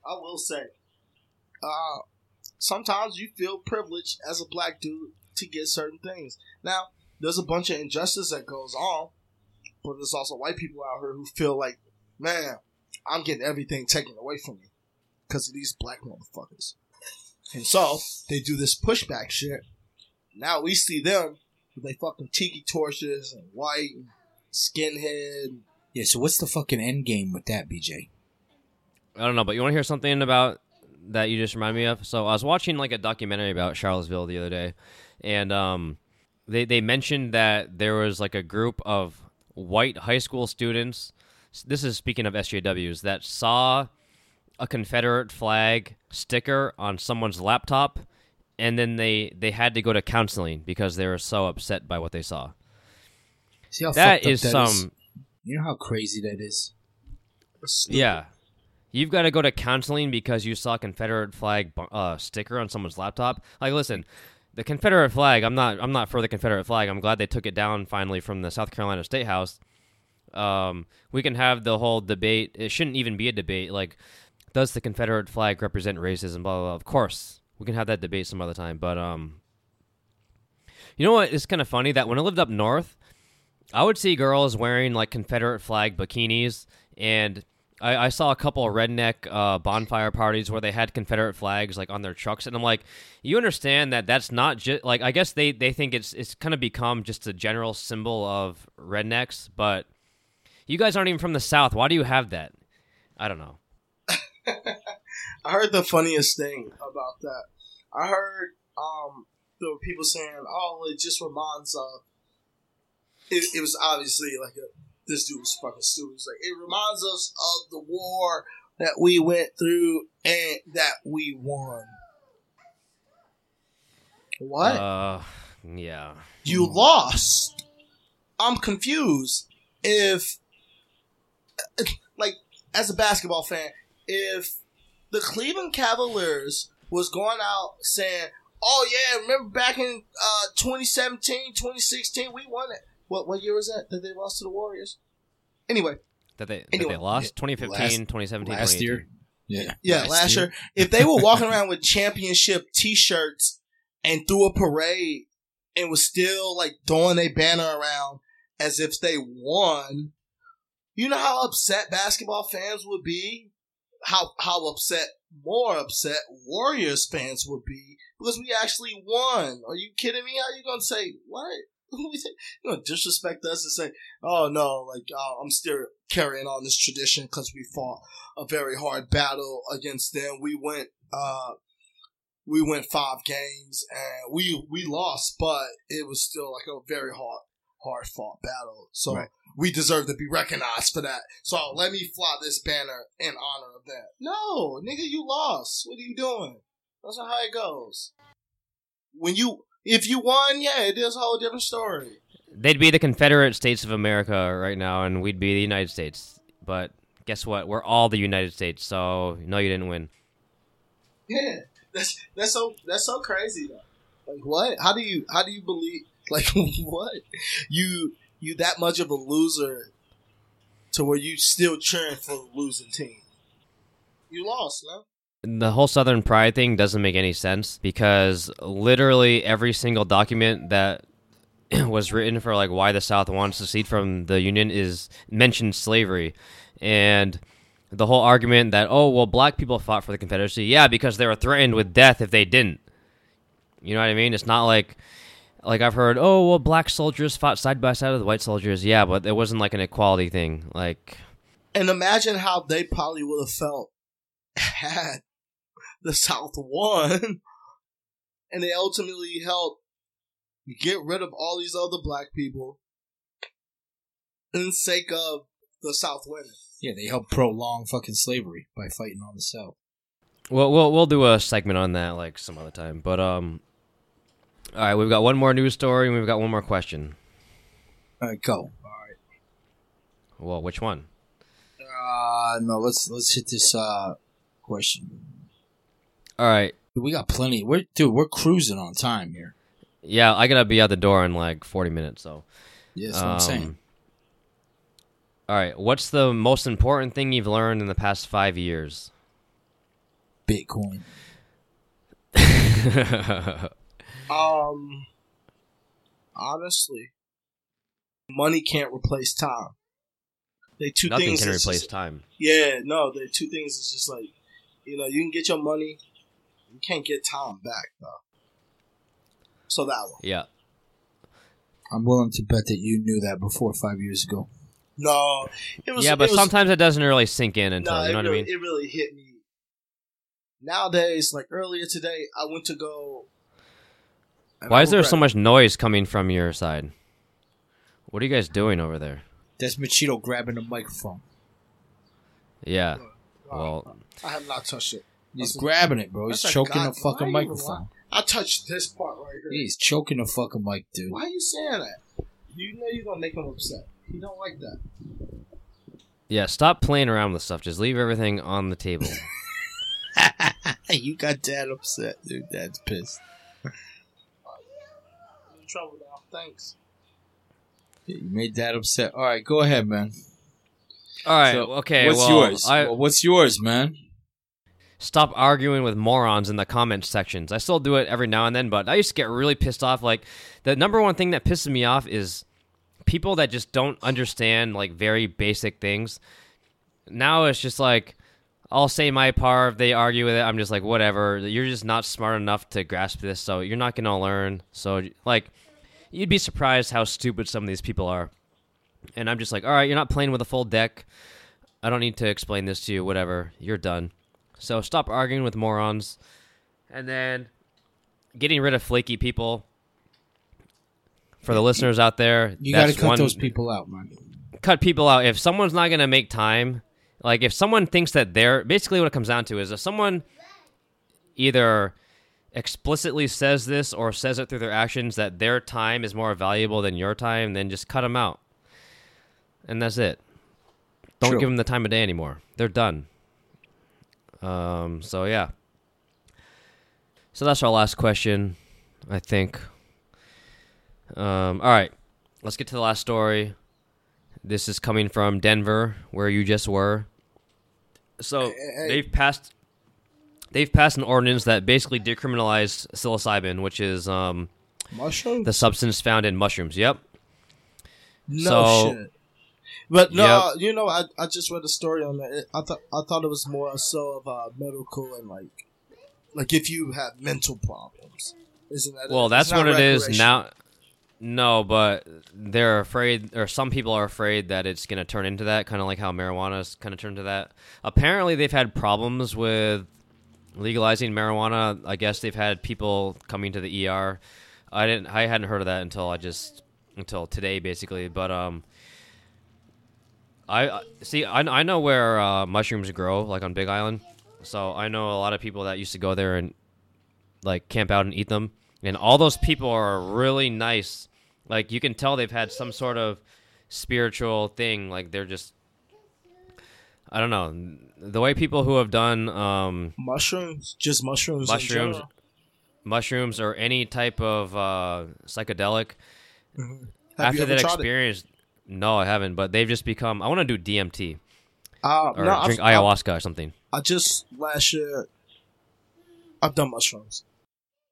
Speaker 3: I will say, uh, sometimes you feel privileged as a black dude to get certain things. Now, there's a bunch of injustice that goes on, but there's also white people out here who feel like, man, I'm getting everything taken away from me because of these black motherfuckers. And so they do this pushback shit. Now we see them with they fucking tiki torches and white and skinhead.
Speaker 1: yeah, so what's the fucking end game with that, BJ?
Speaker 2: I don't know, but you want to hear something about that you just reminded me of? So I was watching like a documentary about Charlottesville the other day, and um, they they mentioned that there was like a group of white high school students. This is speaking of SJWs that saw a Confederate flag sticker on someone's laptop, and then they they had to go to counseling because they were so upset by what they saw.
Speaker 1: See how
Speaker 2: that
Speaker 1: fucked up
Speaker 2: is
Speaker 1: that
Speaker 2: some.
Speaker 1: You know how crazy that is.
Speaker 2: Yeah. You've got to go to counseling because you saw Confederate flag bu- uh, sticker on someone's laptop. Like, listen, the Confederate flag. I'm not. I'm not for the Confederate flag. I'm glad they took it down finally from the South Carolina State House. Um, we can have the whole debate. It shouldn't even be a debate. Like, does the Confederate flag represent racism? Blah blah. blah. Of course, we can have that debate some other time. But um, you know what? It's kind of funny that when I lived up north, I would see girls wearing like Confederate flag bikinis, and I, I saw a couple of redneck uh, bonfire parties where they had Confederate flags like on their trucks, and I'm like, you understand that that's not just like I guess they they think it's it's kind of become just a general symbol of rednecks, but you guys aren't even from the South. Why do you have that? I don't know.
Speaker 3: I heard the funniest thing about that. I heard um, there were people saying, "Oh, it just reminds of." It, it was obviously like a, this dude was fucking stupid. It was like it reminds us of the war that we went through and that we won. What
Speaker 2: Uh, yeah.
Speaker 3: you lost? I'm confused. If like as a basketball fan, if the Cleveland Cavaliers was going out saying, "Oh yeah, remember back in uh, 2017, 2016, we won it." What what year was that that they lost to the Warriors? Anyway,
Speaker 2: That they,
Speaker 3: Anyway,
Speaker 2: that they lost 2015,
Speaker 1: last-
Speaker 2: 2017,
Speaker 1: Last
Speaker 2: 2018.
Speaker 1: year, yeah,
Speaker 3: yeah, last, year, if they were walking around with championship T-shirts and threw a parade and was still like throwing a banner around as if they won, you know how upset basketball fans would be. How how upset, more upset Warriors fans would be because we actually won. Are you kidding me? How you gonna say what? you gonna disrespect us and say, "Oh no, like uh, I'm still carrying on this tradition because we fought a very hard battle against them. We went uh we went five games and we we lost, but it was still like a very hard hard fought battle. So
Speaker 1: Right.
Speaker 3: we deserve to be recognized for that. So let me fly this banner in honor of that. No, nigga, you lost. What are you doing? That's not how it goes. When you if you won, yeah, it is a whole different story.
Speaker 2: They'd be the Confederate States of America right now, and we'd be the United States. But Guess what? We're all the United States, so no, you didn't win.
Speaker 3: Yeah, that's that's so that's so crazy though. Like what? How do you how do you believe? Like what? You you that much of a loser to where you still cheering for the losing team? You lost, man.
Speaker 2: The whole Southern Pride thing doesn't make any sense because literally every single document that was written for like why the South wants to secede from the Union is mentioned slavery, and the whole argument that oh well black people fought for the Confederacy yeah because they were threatened with death if they didn't. You know what I mean? It's not like like I've heard oh well black soldiers fought side by side with white soldiers yeah but it wasn't like an equality thing like
Speaker 3: And imagine how they probably would have felt had the South won, and they ultimately helped get rid of all these other black people in sake of the South winning.
Speaker 1: Yeah, they helped prolong fucking slavery by fighting on the South.
Speaker 2: Well, we'll we'll do a segment on that like some other time. But um, all right, we've got one more news story and we've got one more question.
Speaker 1: All right, go.
Speaker 2: Well, which one?
Speaker 1: Uh, no, let's let's hit this uh question.
Speaker 2: All right,
Speaker 1: Dude, we got plenty. We're dude, we're cruising on time here.
Speaker 2: yeah, I gotta be out the door in like forty minutes. So
Speaker 1: Yeah, that's what I'm
Speaker 2: um,
Speaker 1: saying.
Speaker 2: All right, what's the most important thing you've learned in the past five years?
Speaker 1: Bitcoin.
Speaker 3: Um, honestly, money can't replace time. They two
Speaker 2: Nothing
Speaker 3: things
Speaker 2: can
Speaker 3: that's
Speaker 2: replace
Speaker 3: just-
Speaker 2: time.
Speaker 3: yeah, no, the two things is just like, you know, you can get your money, you can't get time back though. So that one,
Speaker 2: Yeah.
Speaker 1: I'm willing to bet that you knew that before five years ago.
Speaker 3: no, it was
Speaker 2: yeah, but
Speaker 3: it was,
Speaker 2: sometimes it doesn't really sink in until
Speaker 3: no,
Speaker 2: you know
Speaker 3: it
Speaker 2: what I
Speaker 3: really,
Speaker 2: mean.
Speaker 3: it really hit me. Nowadays, like earlier today, I went to go. and
Speaker 2: Why
Speaker 3: I
Speaker 2: is there so much
Speaker 3: regret-
Speaker 2: noise coming from your side? What are you guys doing over there?
Speaker 1: That's Machito grabbing the microphone.
Speaker 2: Yeah.
Speaker 3: Wow.
Speaker 2: Well,
Speaker 3: I have not touched it.
Speaker 1: He's
Speaker 3: That's a-
Speaker 1: grabbing it, bro. He's
Speaker 3: that's a
Speaker 1: choking the
Speaker 3: god-
Speaker 1: fucking
Speaker 3: why you lying?
Speaker 1: microphone.
Speaker 3: I touched this part right here.
Speaker 1: He's choking the fucking mic, dude.
Speaker 3: Why are you saying that? You know you're gonna make him upset. He don't like that.
Speaker 2: yeah. Stop playing around with stuff. Just leave everything on the table.
Speaker 1: you got dad upset, dude. Dad's pissed.
Speaker 3: I'm in trouble now. Thanks.
Speaker 1: You made dad upset. All right, go ahead, man.
Speaker 2: All right.
Speaker 1: So,
Speaker 2: okay.
Speaker 1: What's
Speaker 2: well,
Speaker 1: yours?
Speaker 2: I,
Speaker 1: Well, what's yours, man?
Speaker 2: stop arguing with morons in the comments sections. I still do it every now and then, but I used to get really pissed off. Like the number one thing that pisses me off is people that just don't understand like very basic things. Now it's just like I'll say my part. If they argue with it, I'm just like whatever. You're just not smart enough to grasp this, so you're not gonna learn. So like, you'd be surprised how stupid some of these people are. And I'm just like, all right, you're not playing with a full deck. I don't need to explain this to you. Whatever, you're done. So stop arguing with morons. And then getting rid of flaky people. For the listeners out there,
Speaker 1: You got
Speaker 2: that's
Speaker 1: to cut
Speaker 2: one-
Speaker 1: those people out, man.
Speaker 2: cut people out. If someone's not gonna make time, like if someone thinks that they're basically what it comes down to is if someone either explicitly says this or says it through their actions that their time is more valuable than your time, then just cut them out, and that's it. Don't
Speaker 1: True.
Speaker 2: give them the time of day anymore. They're done. Um. So yeah. So that's our last question, I think. Um. All right. Let's get to the last story. This is coming from Denver, where you just were. So
Speaker 3: hey.
Speaker 2: they've passed they've passed an ordinance that basically decriminalized psilocybin, which is um,
Speaker 1: Mushroom?
Speaker 2: the substance found in mushrooms. Yep.
Speaker 3: No
Speaker 2: So-
Speaker 3: shit. But no,
Speaker 2: Yep.
Speaker 3: you know, I, I just read a story on that. It, I thought I thought it was more so of uh, medical and like like if you have mental problems, isn't that?
Speaker 2: Well,
Speaker 3: it's
Speaker 2: that's
Speaker 3: not
Speaker 2: what it is
Speaker 3: recreational.
Speaker 2: now. No, but they're afraid, or some people are afraid that it's going to turn into that, kind of like how marijuana's kind of turned to that. Apparently, they've had problems with legalizing marijuana. I guess they've had people coming to the ER. I didn't, I hadn't heard of that until I just until today, basically. But um, I I- see. I, I know where uh, mushrooms grow, like on Big Island. So I know a lot of people that used to go there and like camp out and eat them. And all those people are really nice. Like you can tell they've had some sort of spiritual thing. Like they're just I don't know. The way people who have done um,
Speaker 3: Mushrooms, just mushrooms. in
Speaker 2: mushrooms,
Speaker 3: general.
Speaker 2: mushrooms or any type of uh, psychedelic
Speaker 3: Mm-hmm. Have
Speaker 2: after
Speaker 3: you ever
Speaker 2: that
Speaker 3: tried it?
Speaker 2: experience. No, I haven't. But they've just become. I want to do DMT
Speaker 3: Uh,
Speaker 2: or
Speaker 3: no, I've-
Speaker 2: drink
Speaker 3: I've-
Speaker 2: ayahuasca or something.
Speaker 3: I just last year I've done mushrooms.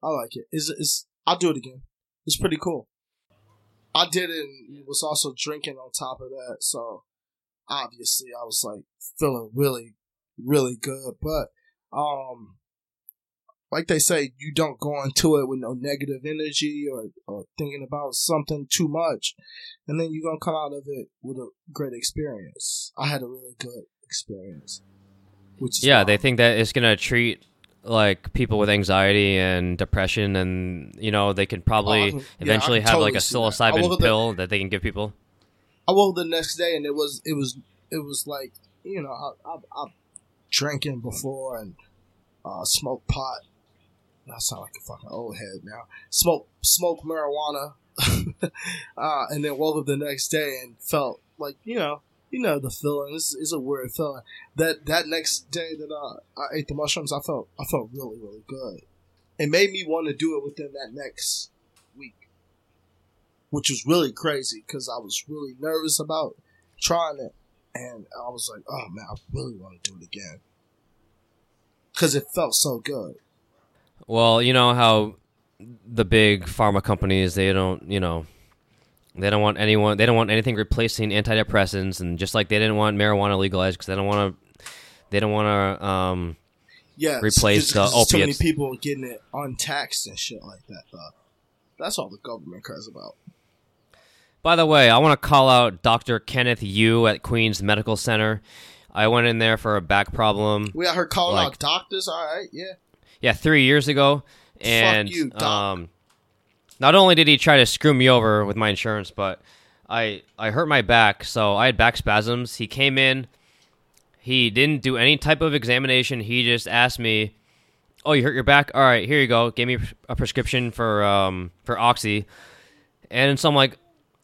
Speaker 3: I like it. Is is I'll do it again. It's pretty cool. I did it and was also drinking on top of that, so obviously I was like feeling really, really good. But um like they say, you don't go into it with no negative energy or, or thinking about something too much, and then you're gonna come out of it with a great experience. I had a really good experience. Which is
Speaker 2: Yeah,
Speaker 3: why-
Speaker 2: they think that it's gonna treat like people with anxiety and depression, and you know they can
Speaker 3: Oh, I
Speaker 2: probably
Speaker 3: can- yeah, I
Speaker 2: eventually
Speaker 3: can
Speaker 2: have like
Speaker 3: totally
Speaker 2: a
Speaker 3: see that. I will
Speaker 2: psilocybin
Speaker 3: look
Speaker 2: pill that they can give people.
Speaker 3: I woke the next day and it was it was it was like you know I I, I drinking before and uh, smoked pot. I sound like a fucking old head now. Smoke smoke marijuana, uh, and then woke up the next day and felt like you know you know the feeling. It's, it's a weird feeling. That that next day that uh, I ate the mushrooms, I felt I felt really really good. It made me want to do it within that next week which was really crazy because I was really nervous about trying it, and I was like, "Oh man, I really want to do it again," because it felt so good.
Speaker 2: Well, you know how the big pharma companies they don't, you know, they don't want anyone, they don't want anything replacing antidepressants, and just like they didn't want marijuana legalized because they don't want to, they don't want to. Um,
Speaker 3: Yeah, it's-
Speaker 2: Replace
Speaker 3: it's-
Speaker 2: the
Speaker 3: it's Too many
Speaker 2: opiates.
Speaker 3: people getting it untaxed and shit like that. Though. That's all the government cares about.
Speaker 2: By the way, I want to call out Dr. Kenneth Yu at Queens Medical Center. I went in there for a back problem.
Speaker 3: We out here calling
Speaker 2: Like-
Speaker 3: out doctors. All right, yeah,
Speaker 2: Yeah, three years ago, and
Speaker 3: you, Doc.
Speaker 2: um, not only did he try to screw me over with my insurance, but I I hurt my back, so I had back spasms. He came in, he didn't do any type of examination. He just asked me, "Oh, you hurt your back? All right, here you go." Gave me a prescription for um for oxy, and so I'm like,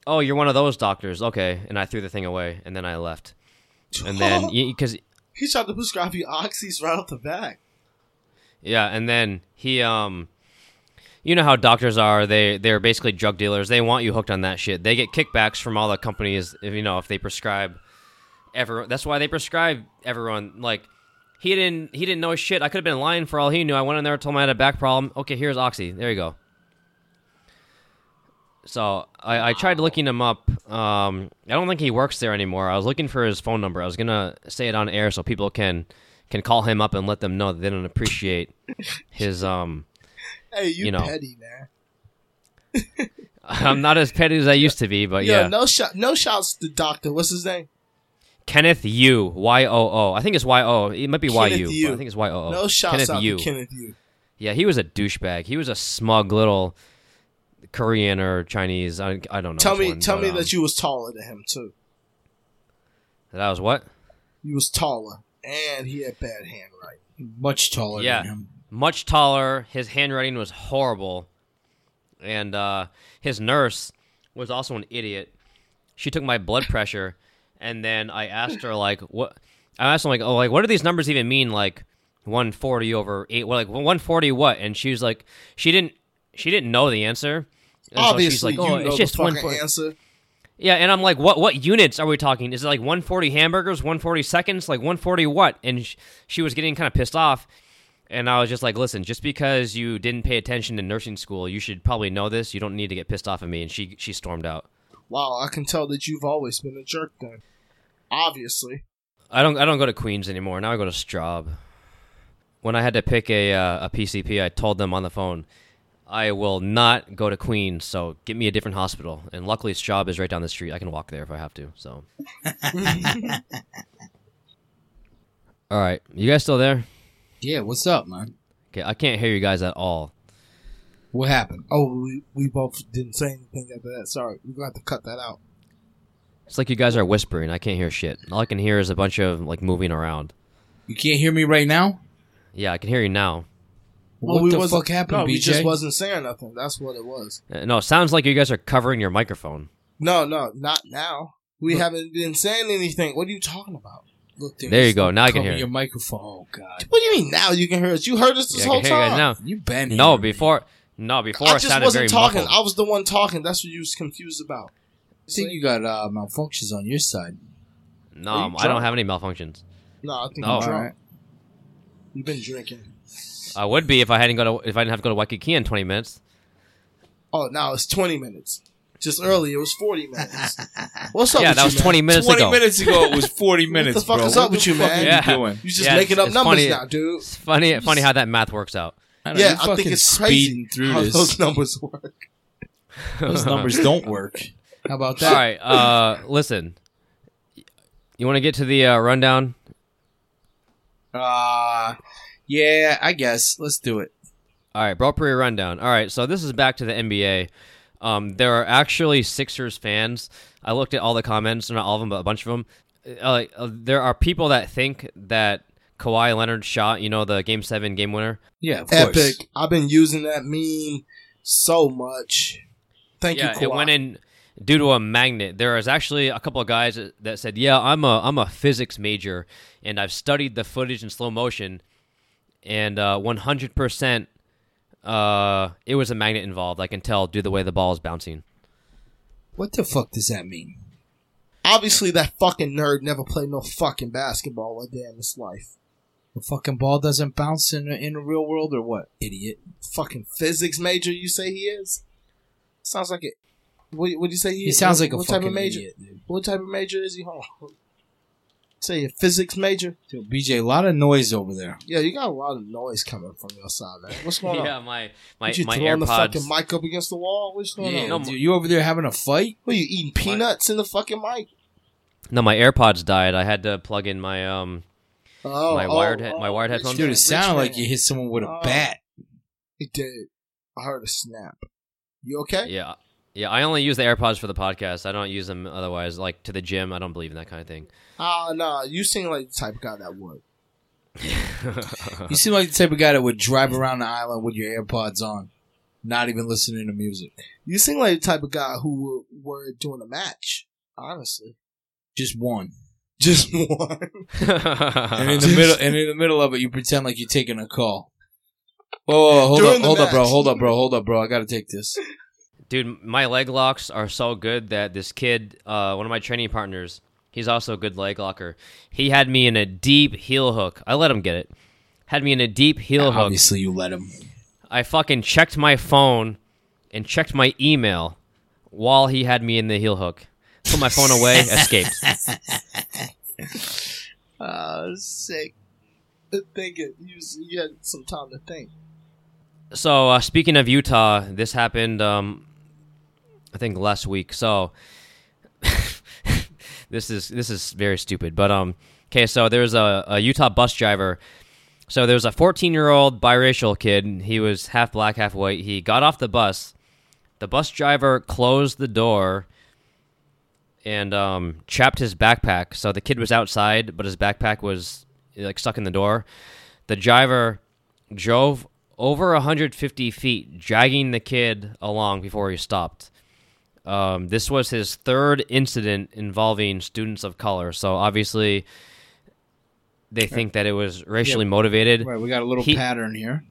Speaker 2: "Oh, you're one of those doctors, okay?" And I threw the thing away, and then I left, and then because.
Speaker 3: he tried to prescribe you oxys right off the bat.
Speaker 2: Yeah, and then he um you know how doctors are, they they're basically drug dealers. They want you hooked on that shit. They get kickbacks from all the companies if you know if they prescribe everyone that's why they prescribe everyone like he didn't he didn't know shit. I could have been lying for all he knew. I went in there, told him I had a back problem. Okay, here's Oxy. There you go. So I, I tried looking him up. Um, I don't think he works there anymore. I was looking for his phone number. I was gonna say it on air so people can can call him up and let them know that they don't appreciate his um.
Speaker 3: Hey, you,
Speaker 2: You know.
Speaker 3: petty man.
Speaker 2: I'm not as petty as I used to be, but
Speaker 3: Yeah,
Speaker 2: yeah,
Speaker 3: no shot, no shouts to doctor. What's his name?
Speaker 2: Kenneth U Y O O. I think it's Y O. It might be Y U.
Speaker 3: Kenneth Yu.
Speaker 2: but I think it's Y O O.
Speaker 3: No
Speaker 2: Oh,
Speaker 3: shouts
Speaker 2: Kenneth
Speaker 3: out
Speaker 2: Yu.
Speaker 3: to Kenneth you.
Speaker 2: Yeah, he was a douchebag. He was a smug little Korean or Chinese. I, I don't know.
Speaker 3: Tell
Speaker 2: which
Speaker 3: me,
Speaker 2: one,
Speaker 3: tell
Speaker 2: but,
Speaker 3: me
Speaker 2: um,
Speaker 3: that you was taller than him too.
Speaker 2: that I was what?
Speaker 3: He was taller, and he had bad handwriting.
Speaker 1: Much taller
Speaker 2: Yeah.
Speaker 1: than him.
Speaker 2: much taller. His handwriting was horrible, and uh, his nurse was also an idiot. She took my blood pressure, and then I asked her like, "What?" I asked her like, "Oh, like what do these numbers even mean? Like 140 over eight? Well, like 140 what?" And she was like, "She didn't. She didn't know the answer." And so she's
Speaker 3: Obviously,
Speaker 2: like, "Oh,
Speaker 3: you know
Speaker 2: it's just
Speaker 3: the fucking
Speaker 2: 140."
Speaker 3: answer.
Speaker 2: Yeah, and I'm like, what what units are we talking? Is it like 140 hamburgers, 140 seconds, like 140 what? And sh- she was getting kind of pissed off, and I was just like, listen, just because you didn't pay attention in nursing school, you should probably know this. You don't need to get pissed off at me. And she she stormed out.
Speaker 3: Wow, I can tell that you've always been a jerk. Then, obviously,
Speaker 2: I don't I don't go to Queens anymore. Now I go to Straub. When I had to pick a uh, a PCP, I told them on the phone, I will not go to Queens. So get me a different hospital. And luckily, Straub is right down the street. I can walk there if I have to. So. all right, you guys still there?
Speaker 1: Yeah, what's up, man?
Speaker 2: Okay, I can't hear you guys at all.
Speaker 1: What happened?
Speaker 3: oh, we, we both didn't say anything after that. Sorry, we're gonna have to cut that out.
Speaker 2: It's like you guys are whispering. I can't hear shit. All I can hear is a bunch of like moving around.
Speaker 1: You can't hear me right now?
Speaker 2: Yeah, I can hear you now.
Speaker 1: What
Speaker 3: we
Speaker 1: the
Speaker 3: wasn't-
Speaker 1: fuck happened,
Speaker 3: No,
Speaker 1: BJ?
Speaker 3: we just wasn't saying nothing. That's what it was.
Speaker 2: Uh, No, it sounds like you guys are covering your microphone.
Speaker 3: No, no, not now. We haven't been saying anything. What are you talking about?
Speaker 1: Look,
Speaker 2: There you go. Now I can
Speaker 1: cover
Speaker 2: hear
Speaker 1: Your
Speaker 2: it.
Speaker 1: microphone. Oh God.
Speaker 3: What do you mean now you can hear us? You heard us this
Speaker 2: Yeah, I
Speaker 3: whole
Speaker 2: can hear you guys now.
Speaker 3: time.
Speaker 1: You been
Speaker 2: No,
Speaker 1: here.
Speaker 2: before no before I,
Speaker 3: I just
Speaker 2: sounded very
Speaker 3: wasn't talking.
Speaker 2: muffled.
Speaker 3: I was the one talking. That's what you was confused about.
Speaker 1: I think you got uh, malfunctions on your side.
Speaker 2: No,
Speaker 3: Are you
Speaker 2: I don't
Speaker 3: drunk?
Speaker 2: have any malfunctions.
Speaker 3: No, I think
Speaker 2: No.
Speaker 3: you're
Speaker 1: All
Speaker 3: drunk.
Speaker 1: right.
Speaker 3: You've been drinking.
Speaker 2: I would be if I hadn't go to if I didn't have to go to Waikiki in 20 minutes.
Speaker 3: Oh, now it's twenty minutes. Just early, it was forty minutes. What's up?
Speaker 2: Yeah,
Speaker 3: with
Speaker 2: that
Speaker 3: you,
Speaker 2: was
Speaker 3: man?
Speaker 2: 20 minutes ago.
Speaker 1: minutes ago, it was forty minutes.
Speaker 3: fuck
Speaker 1: bro.
Speaker 3: is
Speaker 1: What
Speaker 3: up
Speaker 1: the
Speaker 3: with you,
Speaker 1: fuck
Speaker 3: man?
Speaker 1: are
Speaker 2: Yeah.
Speaker 1: doing?
Speaker 3: You just
Speaker 2: Yeah,
Speaker 3: making
Speaker 2: it's-
Speaker 3: up
Speaker 2: it's
Speaker 3: numbers
Speaker 2: funny.
Speaker 3: now, dude.
Speaker 2: It's funny funny how that math works out.
Speaker 1: I don't know,
Speaker 3: Yeah,
Speaker 1: you
Speaker 3: I think
Speaker 1: fucking
Speaker 3: it's
Speaker 1: speeding
Speaker 3: crazy
Speaker 1: through
Speaker 3: how
Speaker 1: this.
Speaker 3: those numbers work.
Speaker 1: Those numbers don't work. How about
Speaker 2: All
Speaker 1: that?
Speaker 2: right, uh, listen. You want to get to the uh, rundown?
Speaker 1: Uh, yeah, I guess. Let's do it.
Speaker 2: All right, Broad Prairie rundown. All right, so this is back to the NBA. Um, there are actually Sixers fans. I looked at all the comments, not all of them, but a bunch of them. Uh, uh, there are people that think that Kawhi Leonard shot, you know, the Game Seven game winner.
Speaker 1: Yeah, of course.
Speaker 3: Epic. I've been using that meme so much. Thank
Speaker 2: yeah,
Speaker 3: you, Kawhi.
Speaker 2: it went in due to a magnet. There is actually a couple of guys that said, "Yeah, I'm a I'm a physics major, and I've studied the footage in slow motion, and uh, 100%, uh, it was a magnet involved. I can tell due to the way the ball is bouncing."
Speaker 1: What the fuck does that mean?
Speaker 3: Obviously, that fucking nerd never played no fucking basketball a day in his life.
Speaker 1: The fucking ball doesn't bounce in the, in the real world or what? Idiot.
Speaker 3: Fucking physics major, you say he is? Sounds like it. What would you say he
Speaker 1: He
Speaker 3: is?
Speaker 1: sounds
Speaker 3: What-
Speaker 1: like a
Speaker 3: what
Speaker 1: fucking
Speaker 3: type of major?
Speaker 1: idiot. Dude.
Speaker 3: What type of major is he? Hold on. Say a physics major.
Speaker 1: Dude, BJ, a lot of noise over there.
Speaker 3: Yeah, you got a lot of noise coming from your side, man. What's going
Speaker 2: yeah,
Speaker 3: on?
Speaker 2: my
Speaker 3: What
Speaker 2: my
Speaker 3: you
Speaker 2: my
Speaker 3: throwing the fucking
Speaker 2: AirPods.
Speaker 3: mic up against the wall? What's going
Speaker 1: Yeah,
Speaker 3: on?
Speaker 2: no,
Speaker 1: dude, you over there having a fight?
Speaker 3: What are you eating peanuts in the fucking mic?
Speaker 2: No, my AirPods died. I had to plug in my um.
Speaker 3: Oh,
Speaker 2: My wired he- my wired
Speaker 3: rich
Speaker 2: headphones?
Speaker 3: man,
Speaker 1: Dude, it
Speaker 3: rich
Speaker 1: sounded
Speaker 3: man.
Speaker 1: like you hit someone with a
Speaker 3: Oh.
Speaker 1: bat.
Speaker 3: It did. I heard a snap. You okay?
Speaker 2: Yeah, yeah. I only use the AirPods for the podcast. I don't use them otherwise. Like to the gym, I don't believe in that kind of thing.
Speaker 3: Ah, no, you seem like the type of guy that would.
Speaker 1: You seem like the type of guy that would drive around the island with your AirPods on, not even listening to music.
Speaker 3: You seem like the type of guy who would were doing a match. Honestly,
Speaker 1: Just one.
Speaker 3: just one.
Speaker 1: And in the middle and in the middle of it you pretend like you're taking a call. Oh, hold
Speaker 3: During
Speaker 1: up,
Speaker 3: the
Speaker 1: hold up, bro,
Speaker 3: match.
Speaker 1: hold up, bro, hold up, bro. I gotta take this.
Speaker 2: Dude, my leg locks are so good that this kid, uh, one of my training partners, he's also a good leg locker. He had me in a deep heel hook. I let him get it. Had me in a deep heel hook.
Speaker 1: Obviously you let him.
Speaker 2: I fucking checked my phone and checked my email while he had me in the heel hook. Put my phone away, escaped.
Speaker 3: Ah, sick. Thinking you, was- you had some time to think.
Speaker 2: So uh, speaking of Utah, this happened, um, I think last week. So this is this is very stupid, but um, okay. So there's a, a Utah bus driver. So there's a 14 year old biracial kid. He was half black, half white. He got off the bus. The bus driver closed the door and um, trapped his backpack. So the kid was outside, but his backpack was like stuck in the door. The driver drove over 150 feet, dragging the kid along before he stopped. Um, this was his third incident involving students of color. So obviously, they think that it was racially motivated.
Speaker 1: Right, we got a little
Speaker 2: He-
Speaker 1: pattern here.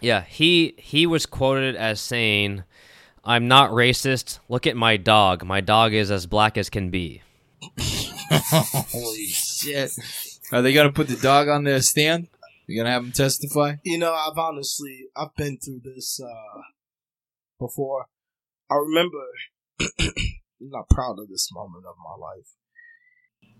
Speaker 2: Yeah, he he was quoted as saying, "I'm not racist. Look at my dog. My dog is as black as can be."
Speaker 1: Holy shit. Are Uh, they gonna put the dog on the stand? You gonna have him testify?
Speaker 3: You know, I've honestly I've been through this uh before. I remember I'm not proud of this moment of my life.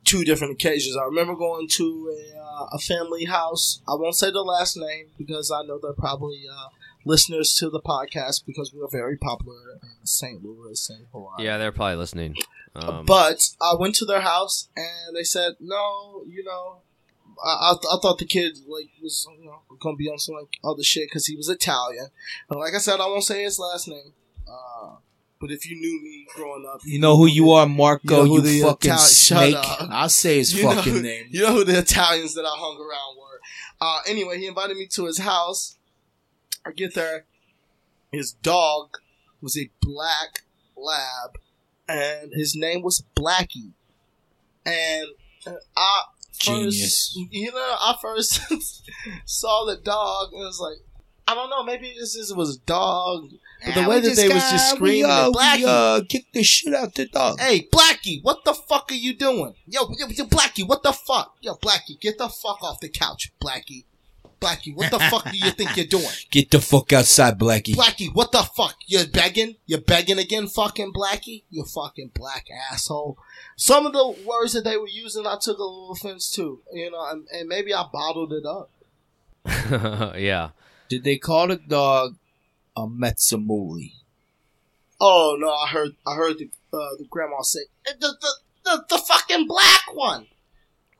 Speaker 3: Two different occasions. I remember going to a, uh, a family house. I won't say the last name because I know they're probably uh, listeners to the podcast because we're very popular in St. Louis and Hawaii.
Speaker 2: Yeah, they're probably listening. Um,
Speaker 3: But I went to their house and they said, no, you know, I, I, th- I thought the kid like was you know gonna be on some like other shit because he was Italian. And like I said, I won't say his last name. Uh, but if you knew me growing up,
Speaker 1: You know who uh, you are, Marco,
Speaker 3: You know
Speaker 1: you,
Speaker 3: who the
Speaker 1: fucking
Speaker 3: Italian- shut
Speaker 1: snake.
Speaker 3: up.
Speaker 1: I'll say his
Speaker 3: You know-
Speaker 1: fucking name.
Speaker 3: you know who the Italians that I hung around were. Uh, anyway, he invited me to his house. I get there. His dog was a black lab, and his name was Blackie. And uh, I,
Speaker 1: Genius.
Speaker 3: first, you know, I first saw the dog and was like, I don't know, maybe this is, was a dog. But the
Speaker 1: Nah, we
Speaker 3: way that they was
Speaker 1: got-
Speaker 3: just
Speaker 1: we,
Speaker 3: screaming,
Speaker 1: uh,
Speaker 3: "Blackie!"
Speaker 1: we, uh, kick the shit out the dog.
Speaker 3: Hey, Blackie, what the fuck are you doing? Yo, yo, yo, Blackie, what the fuck? Yo, Blackie, get the fuck off the couch, Blackie. Blackie, what the fuck do you think you're doing?
Speaker 1: Get the fuck outside, Blackie.
Speaker 3: Blackie, what the fuck? You're begging? You're begging again, fucking Blackie? You fucking black asshole. Some of the words that they were using, I took a little offense to, you know, and, and maybe I bottled it up.
Speaker 2: yeah.
Speaker 1: Did they call the dog a Metzamuli?
Speaker 3: Oh no, I heard, I heard the, uh, the grandma say "Eh, the, the the the fucking black one,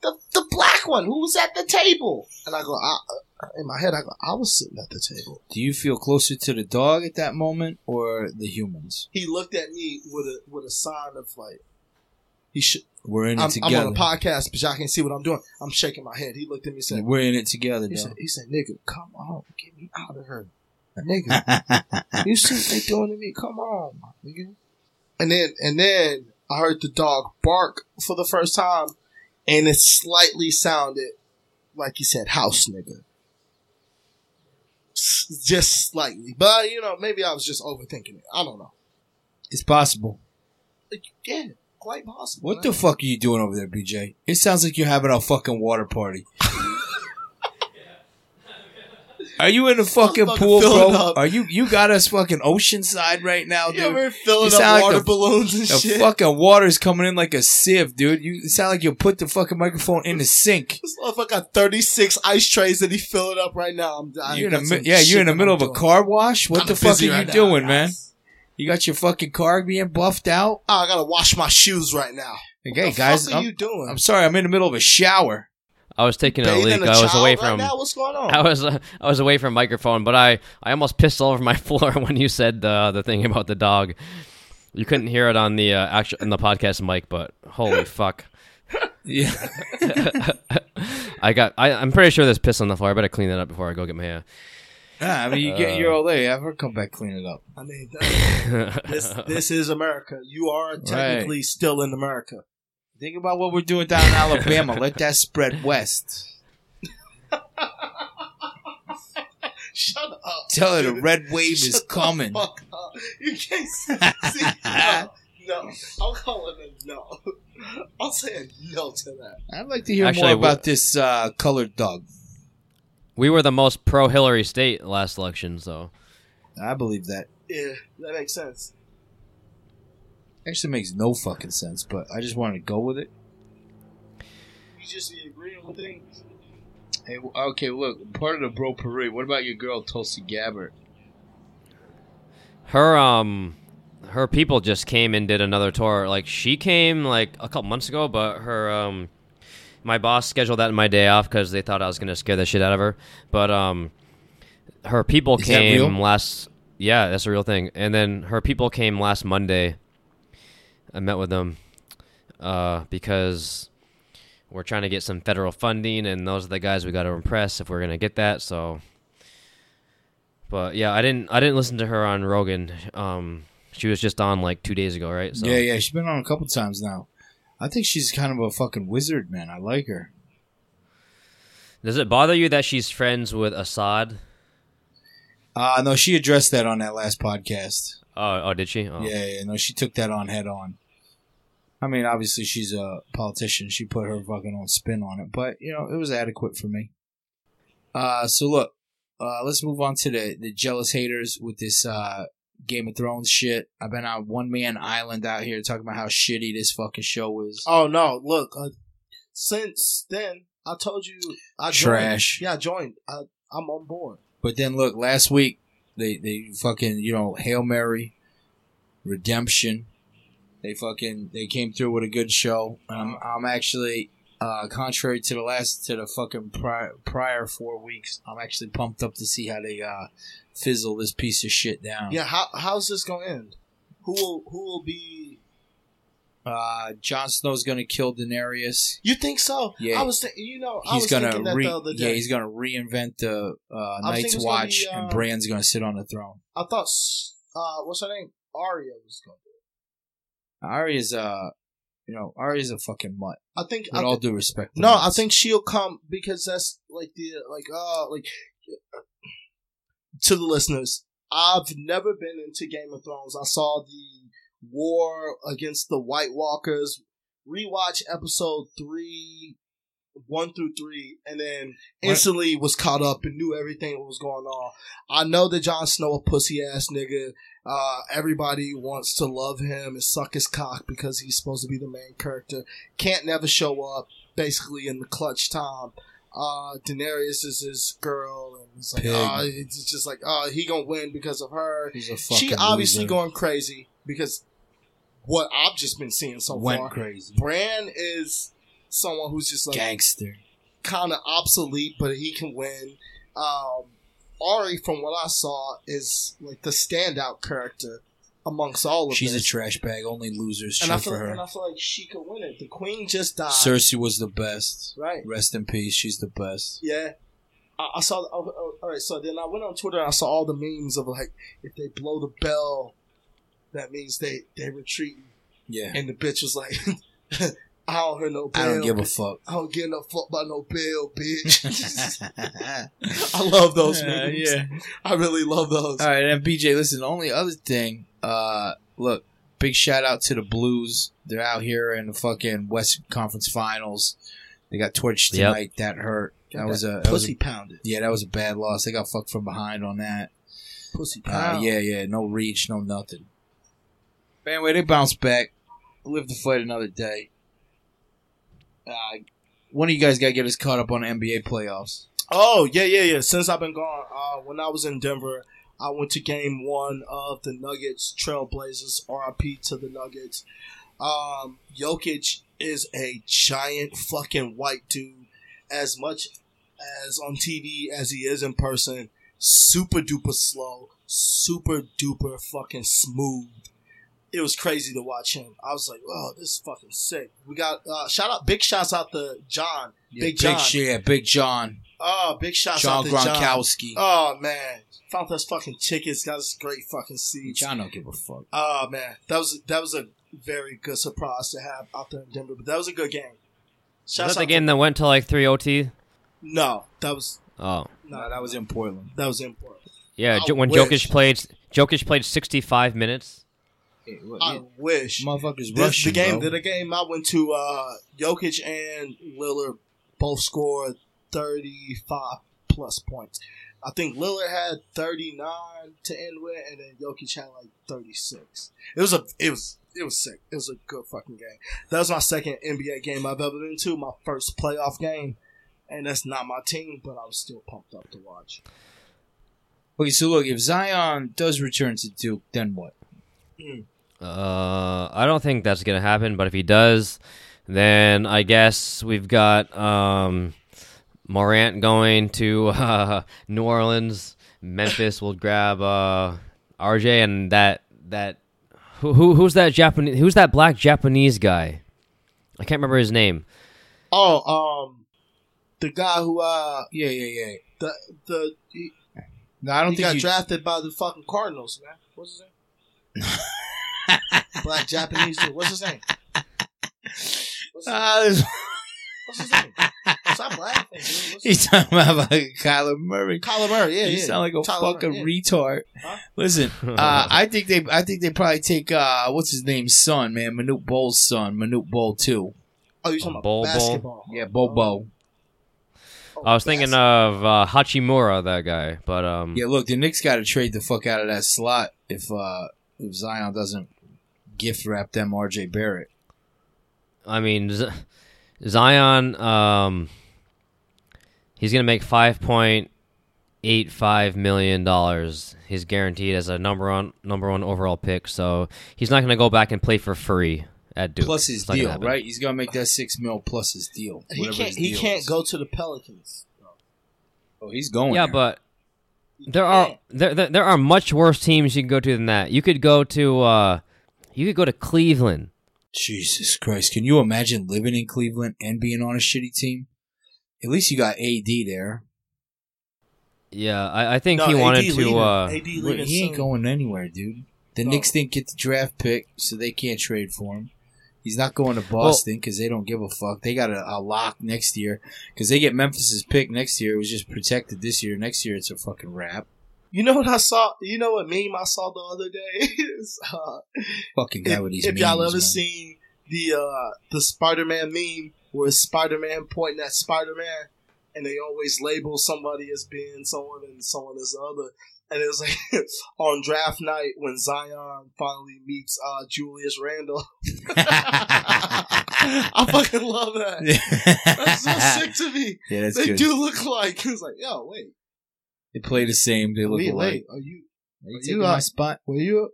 Speaker 3: the the black one who was at the table, and I go, I, uh, in my head, I go, I was sitting at the table.
Speaker 1: Do you feel closer to the dog at that moment or the humans?
Speaker 3: He looked at me with a with a sign of like, he should.
Speaker 1: We're in it
Speaker 3: I'm, I'm
Speaker 1: together.
Speaker 3: on a podcast, but y'all can see what I'm doing. I'm shaking my head. He looked at me and said,
Speaker 1: We're in it together,
Speaker 3: he said,
Speaker 1: dog.
Speaker 3: he said, nigga, come on, get me out of here. Nigga, you see what they doing to me? Come on, my nigga. And then, and then I heard the dog bark for the first time, and it slightly sounded like he said "house nigga," S- just slightly. But you know, maybe I was just overthinking it. I don't know.
Speaker 1: it's possible.
Speaker 3: Like, yeah, quite possible.
Speaker 1: What the fuck are you doing over there, BJ? It sounds like you're having a fucking water party. Are you in the fucking
Speaker 3: fucking
Speaker 1: pool,
Speaker 3: filling
Speaker 1: bro?
Speaker 3: up.
Speaker 1: Are you you got us fucking oceanside right now, dude?
Speaker 3: Yeah, we're filling
Speaker 1: You
Speaker 3: up
Speaker 1: sound like
Speaker 3: water
Speaker 1: a-
Speaker 3: balloons and
Speaker 1: the
Speaker 3: shit.
Speaker 1: fucking water's coming in like a sieve, dude. You it sound like you put the fucking microphone in the sink.
Speaker 3: This motherfucker got 36 ice trays that he filled up right now. I'm dying.
Speaker 1: You're in the mi- yeah, you're in the middle of a car wash. What the fuck are you doing, man? You got your fucking car being buffed out.
Speaker 3: Oh, I gotta wash my shoes right now.
Speaker 1: Okay,
Speaker 3: the
Speaker 1: guys,
Speaker 3: fuck are
Speaker 1: I'm,
Speaker 3: you doing?
Speaker 1: I'm sorry. I'm in the middle of a shower.
Speaker 2: I was taking a
Speaker 3: Bathing
Speaker 2: leak. I was
Speaker 3: child
Speaker 2: away
Speaker 3: right
Speaker 2: from.
Speaker 3: now? What's going on?
Speaker 2: I was uh, I was away from microphone, but I, I almost pissed all over my floor when you said the the thing about the dog. You couldn't hear it on the uh, actual on the podcast mic, but holy fuck!
Speaker 1: Yeah,
Speaker 2: I got I, I'm pretty sure there's piss on the floor. I better clean that up before I go get my hair.
Speaker 1: nah, I mean you get you're all day. Have her come back clean it up.
Speaker 3: I mean, that- this this is America. You are technically still in America.
Speaker 1: Think about what we're doing down in Alabama. Let that spread west.
Speaker 3: Shut up.
Speaker 1: Tell her the red wave is
Speaker 3: Shut the
Speaker 1: coming.
Speaker 3: Fuck up. You can't see. see no, no, I'm calling it no. I'm saying no to that.
Speaker 1: I'd like to hear
Speaker 2: Actually,
Speaker 1: more
Speaker 2: we-
Speaker 1: about this uh, colored dog.
Speaker 2: We were the most pro Hillary state last election, so
Speaker 1: I believe that.
Speaker 3: Yeah, that makes sense.
Speaker 1: Actually, makes no fucking sense, but I just wanted to go with it.
Speaker 3: You just be agreeing with things.
Speaker 1: Hey, w- okay, look, part of the bro parade. What about your girl Tulsi Gabbard?
Speaker 2: her um her people just came and did another tour. Like she came like a couple months ago, but her um my boss scheduled that in my day off because they thought I was gonna scare the shit out of her. But um her people
Speaker 1: Is that
Speaker 2: came
Speaker 1: real?
Speaker 2: last yeah that's a real thing. And then her people came last Monday. I met with them uh, because we're trying to get some federal funding, and those are the guys we got to impress if we're gonna get that. So, but yeah, I didn't I didn't listen to her on Rogan. Um, she was just on like two days ago, right? So,
Speaker 1: Yeah, yeah, she's been on a couple times now. I think she's kind of a fucking wizard, man. I like her.
Speaker 2: Does it bother you that she's friends with Assad?
Speaker 1: Uh no, she addressed that on that last podcast.
Speaker 2: Oh, oh, did she? Oh.
Speaker 1: Yeah, yeah, no, she took that on head on. I mean, obviously she's a politician. She put her fucking own spin on it, but you know, it was adequate for me. Uh, so look, uh, let's move on to the the jealous haters with this uh Game of Thrones shit. I've been on one man island out here talking about how shitty this fucking show is.
Speaker 3: Oh no! Look, uh, since then I told you I joined.
Speaker 1: Trash.
Speaker 3: Yeah, I joined. I, I'm on board.
Speaker 1: But then look, last week they they fucking you know hail mary, redemption. They fucking they came through with a good show. Um, I'm actually uh, contrary to the last to the fucking prior, prior four weeks. I'm actually pumped up to see how they uh, fizzle this piece of shit down.
Speaker 3: Yeah. How how's this gonna end? Who will who will be?
Speaker 1: Uh, Jon Snow's gonna kill Daenerys.
Speaker 3: You think so?
Speaker 1: Yeah.
Speaker 3: I was thinking. You know, I
Speaker 1: He's
Speaker 3: was
Speaker 1: gonna
Speaker 3: thinking that
Speaker 1: re-
Speaker 3: the other
Speaker 1: yeah
Speaker 3: day.
Speaker 1: he's gonna reinvent the uh,
Speaker 3: I was thinking
Speaker 1: Night's
Speaker 3: it's gonna
Speaker 1: Watch,
Speaker 3: be,
Speaker 1: and
Speaker 3: uh,
Speaker 1: Bran's gonna sit on the throne.
Speaker 3: I thought. s- Uh, what's her name? Arya was going. to
Speaker 1: Arya's uh You know, Arya's a fucking mutt.
Speaker 3: I think
Speaker 1: With
Speaker 3: I
Speaker 1: all due respect. to
Speaker 3: No, I
Speaker 1: mutts.
Speaker 3: think she'll come because that's like the like uh like to the listeners. I've never been into Game of Thrones. I saw the war against the White Walkers. Rewatch episode three, one through three, and then instantly was caught up and knew everything that was going on. I know that Jon Snow a pussy ass nigga. Uh, everybody wants to love him and suck his cock because he's supposed to be the main character. Can't never show up basically in the clutch time. Uh, Daenerys is his girl, and it's like,
Speaker 1: Pig.
Speaker 3: oh, it's just like, oh, he gonna win because of her.
Speaker 1: He's a fucking
Speaker 3: She obviously
Speaker 1: loser.
Speaker 3: going crazy because what I've just been seeing so
Speaker 1: went
Speaker 3: far.
Speaker 1: crazy.
Speaker 3: Bran is someone who's just like
Speaker 1: Gangster.
Speaker 3: kind of obsolete, but he can win. Um, Ari, from what I saw, is like the standout character amongst all of
Speaker 1: She's a
Speaker 3: this.
Speaker 1: trash bag. Only losers
Speaker 3: and I
Speaker 1: cheer
Speaker 3: feel
Speaker 1: for
Speaker 3: and
Speaker 1: her.
Speaker 3: I feel like she could win it. The queen just died,
Speaker 1: Cersei was the best.
Speaker 3: right?
Speaker 1: Rest in peace. She's the best.
Speaker 3: Yeah. I, I saw. oh, oh, all right, so then I went on Twitter. and I saw all the memes of like, if they blow the bell, that means they they retreat.
Speaker 1: Yeah.
Speaker 3: And the bitch was like, I don't hear no bell.
Speaker 1: I don't give a fuck.
Speaker 3: I don't give no fuck about no bell, bitch. I love those
Speaker 1: Yeah,
Speaker 3: memes.
Speaker 1: yeah.
Speaker 3: I really love those.
Speaker 1: All right, and BJ, listen, the only other thing, uh, look, big shout out to the Blues. They're out here in the fucking West Conference Finals. They got torched
Speaker 2: Yep.
Speaker 1: tonight. That hurt. That was a that was a-
Speaker 3: pussy pounded.
Speaker 1: yeah, that was a bad loss. They got fucked from behind on that.
Speaker 3: Pussy
Speaker 1: Uh,
Speaker 3: pounded.
Speaker 1: Yeah, yeah, no reach, no nothing. But anyway, they bounced back, lived to fight another day. Uh, one of you guys got to get us caught up on the NBA playoffs.
Speaker 3: Oh yeah, yeah, yeah. Since I've been gone, uh, when I was in Denver, I went to Game One of the Nuggets Trailblazers. RIP to the Nuggets. Um, Jokic is a giant fucking white dude. As much as on TV as he is in person, super duper slow, super duper fucking smooth. It was crazy to watch him. I was like, "Oh, this is fucking sick." We got uh, shout out, big shouts out to John,
Speaker 1: Yeah,
Speaker 3: Big John.
Speaker 1: Big, yeah, Big John,
Speaker 3: Oh, big shout out
Speaker 1: John
Speaker 3: to John.
Speaker 1: Gronkowski.
Speaker 3: Oh man, found those fucking tickets. Got us great fucking seats.
Speaker 1: John don't give a fuck.
Speaker 3: Oh man, that was that was a very good surprise to have out there in Denver. But that was a good game.
Speaker 2: Is
Speaker 3: Shout
Speaker 2: that the game that went to like three OT?
Speaker 3: No, that was
Speaker 2: Oh,
Speaker 1: No,
Speaker 3: no,
Speaker 1: that was in Portland.
Speaker 3: that was important.
Speaker 2: yeah.
Speaker 3: I
Speaker 2: Jo- when
Speaker 3: wish.
Speaker 2: Jokic played, Jokic played sixty-five minutes.
Speaker 3: I wish
Speaker 1: Motherfuckers
Speaker 3: This-
Speaker 1: rushing,
Speaker 3: the game.
Speaker 1: bro.
Speaker 3: The game I went to. Uh, Jokic and Lillard both scored thirty-five plus points. I think Lillard had thirty-nine to end with, and then Jokic had like thirty-six. It was a. It was. It was sick. It was a good fucking game. That was my second NBA game I've ever been to. My first playoff game. And that's not my team, but I was still pumped up to watch.
Speaker 1: Okay, so look, if Zion does return to Duke, then what?
Speaker 2: Uh, I don't think that's gonna happen. But if he does, then I guess we've got um, Morant going to uh, New Orleans. Memphis will grab uh, RJ and that that who, who who's that Japanese who's that black Japanese guy? I can't remember his name.
Speaker 3: Oh, um, the guy who uh
Speaker 1: Yeah, yeah, yeah.
Speaker 3: the the he,
Speaker 1: No, I don't
Speaker 3: he
Speaker 1: think
Speaker 3: got
Speaker 1: you,
Speaker 3: drafted by the fucking Cardinals, man. What's his name? Black Japanese dude. What's his name? What's his,
Speaker 1: Ah, this-
Speaker 3: what's his name? Stop laughing, dude. What's his
Speaker 1: he's talking about like Kyler Murray.
Speaker 3: Kyler Murray, yeah,
Speaker 1: you
Speaker 3: yeah.
Speaker 1: sound like a
Speaker 3: Tyler
Speaker 1: fucking
Speaker 3: Murray, yeah.
Speaker 1: retard.
Speaker 3: Huh?
Speaker 1: Listen, uh, I think they, I think they probably take uh, what's his name's son, man, Manute Bol's son, Manute Bol too.
Speaker 3: Oh, you talking about
Speaker 2: Bol Bol.
Speaker 3: basketball?
Speaker 1: Yeah, Bobo.
Speaker 3: Oh,
Speaker 2: I was thinking
Speaker 3: basketball.
Speaker 2: of uh, Hachimura, that guy, but um,
Speaker 1: Yeah, look, the Knicks got to trade the fuck out of that slot if uh, if Zion doesn't gift wrap them R.J. Barrett.
Speaker 2: I mean, Z- Zion, um, he's gonna make five point eight five million dollars. He's guaranteed as a number one number one overall pick, so he's not gonna go back and play for free at Duke.
Speaker 1: plus his
Speaker 2: It's not gonna
Speaker 1: deal,
Speaker 2: happen.
Speaker 1: right? He's gonna make that six mil plus his deal.
Speaker 3: he
Speaker 1: whatever
Speaker 3: can't.
Speaker 1: his
Speaker 3: He
Speaker 1: deal
Speaker 3: can't
Speaker 1: is.
Speaker 3: go to the Pelicans.
Speaker 1: Oh, he's going.
Speaker 2: Yeah,
Speaker 1: there.
Speaker 2: but there are there, there there are much worse teams you can go to than that. You could go to uh, you could go to Cleveland.
Speaker 1: Jesus Christ, can you imagine living in Cleveland and being on a shitty team? At least you got AD there.
Speaker 2: Yeah, I, I think
Speaker 3: No,
Speaker 2: he
Speaker 3: AD
Speaker 2: wanted to.
Speaker 3: leaving.
Speaker 2: Uh,
Speaker 3: AD
Speaker 1: But
Speaker 3: leaving
Speaker 1: he ain't
Speaker 3: soon.
Speaker 1: going anywhere, dude. The
Speaker 3: No.
Speaker 1: Knicks didn't get the draft pick, so they can't trade for him. He's not going to Boston because they don't give a fuck. They got a, a lock next year because they get Memphis's pick next year. It was just protected this year. Next year, it's a fucking wrap.
Speaker 3: You know what I saw? You know what meme I saw the other day? It's, uh,
Speaker 1: Fucking guy
Speaker 3: if,
Speaker 1: with these
Speaker 3: if y'all
Speaker 1: memes,
Speaker 3: ever
Speaker 1: man.
Speaker 3: seen the uh, the Spider Man meme where Spider Man pointing at Spider Man, and they always label somebody as being someone and someone as the other. And it was like on draft night when Zion finally meets uh, Julius Randle. I fucking love that. That's so sick to me.
Speaker 1: Yeah, that's
Speaker 3: they
Speaker 1: good.
Speaker 3: do look like. It's like, yo, wait,
Speaker 1: They play the same. They look
Speaker 3: wait,
Speaker 1: alike.
Speaker 3: wait, are you?
Speaker 1: Are
Speaker 3: you
Speaker 1: you taking
Speaker 3: are-
Speaker 1: my spot?
Speaker 3: Were you?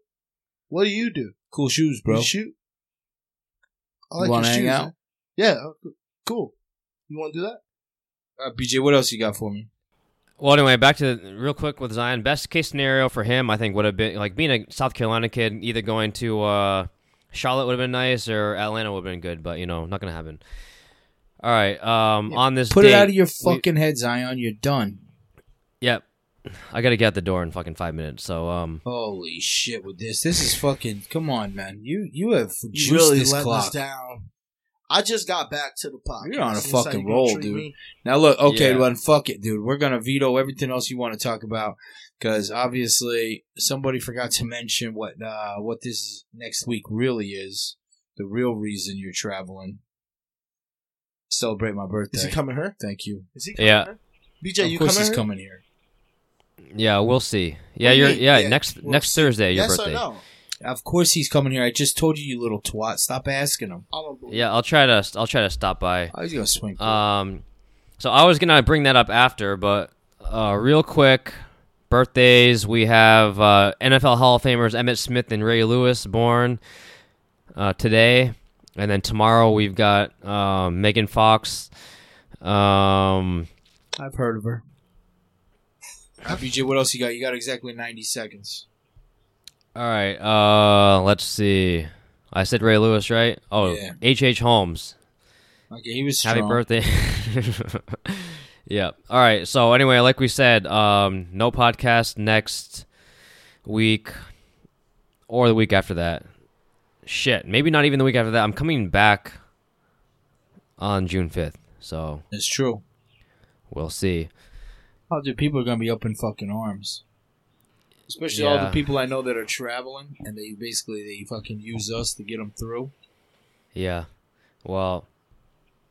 Speaker 3: What do you do?
Speaker 1: Cool shoes, bro.
Speaker 3: You shoot. I
Speaker 1: You wanna hang
Speaker 3: shoes,
Speaker 1: out?
Speaker 3: man. Yeah, okay, cool. You want to do that?
Speaker 1: Uh, BJ, what else you got for me?
Speaker 2: Well, anyway, back to real quick with Zion. Best case scenario for him, I think, would have been like being a South Carolina kid, either going to uh, Charlotte would have been nice or Atlanta would have been good, but you know, not gonna happen. All right, um, on this
Speaker 1: Put it
Speaker 2: date-
Speaker 1: out of your
Speaker 2: we-
Speaker 1: fucking head, Zion. You're done.
Speaker 2: Yep, I gotta get out the door in fucking five minutes. So, um,
Speaker 1: Holy shit! With this, this is fucking. Come on, man. You you have juiced this clock.
Speaker 3: down. I just got back to the podcast.
Speaker 1: You're on a
Speaker 3: That's how
Speaker 1: fucking
Speaker 3: you gonna
Speaker 1: roll,
Speaker 3: treat
Speaker 1: dude.
Speaker 3: me?
Speaker 1: Now look, okay,
Speaker 2: Yeah.
Speaker 1: then fuck it, dude. We're gonna veto everything else you want to talk about because obviously somebody forgot to mention what uh, what this next week really is. The real reason you're traveling. Celebrate my birthday.
Speaker 3: Is he coming here?
Speaker 1: Thank you.
Speaker 3: Is he coming
Speaker 2: Yeah.
Speaker 3: here? BJ,
Speaker 1: of
Speaker 3: you
Speaker 1: course
Speaker 3: coming
Speaker 1: he's
Speaker 3: here?
Speaker 1: coming here.
Speaker 2: yeah, we'll see. Yeah,
Speaker 3: do you
Speaker 2: you're
Speaker 3: mean?
Speaker 2: yeah,
Speaker 3: Yeah,
Speaker 2: next
Speaker 3: we'll
Speaker 2: next
Speaker 3: see.
Speaker 2: Thursday, your
Speaker 3: Yes
Speaker 2: birthday.
Speaker 3: or no?
Speaker 1: Of course he's coming here. I just told you, you little twat. Stop asking him.
Speaker 3: I don't believe.
Speaker 2: Yeah, I'll try to I'll try to stop by.
Speaker 1: I was gonna swing.
Speaker 3: Uh,
Speaker 2: Um, so I was gonna bring that up after, but uh, real quick, birthdays we have uh, NFL Hall of Famers Emmett Smith and Ray Lewis born uh, today, and then tomorrow we've got um, Megan Fox. Um,
Speaker 1: I've heard of her. Uh, BJ, what else you got? You got exactly ninety seconds.
Speaker 2: all right, uh, let's see. I said Ray Lewis, right? Oh,
Speaker 1: Yeah.
Speaker 2: H.H. H. Holmes.
Speaker 1: Okay, he was
Speaker 2: Happy
Speaker 1: strong.
Speaker 2: birthday. yeah. All right. So anyway, like we said, um, no podcast next week or the week after that. Shit. Maybe not even the week after that. I'm coming back on June 5th. So
Speaker 1: It's true.
Speaker 2: we'll see.
Speaker 1: Oh, dude, people are gonna be up in fucking arms. Especially all
Speaker 2: Yeah.
Speaker 1: the people I know that are traveling, and they basically they fucking use us to get them through.
Speaker 2: Yeah. Well,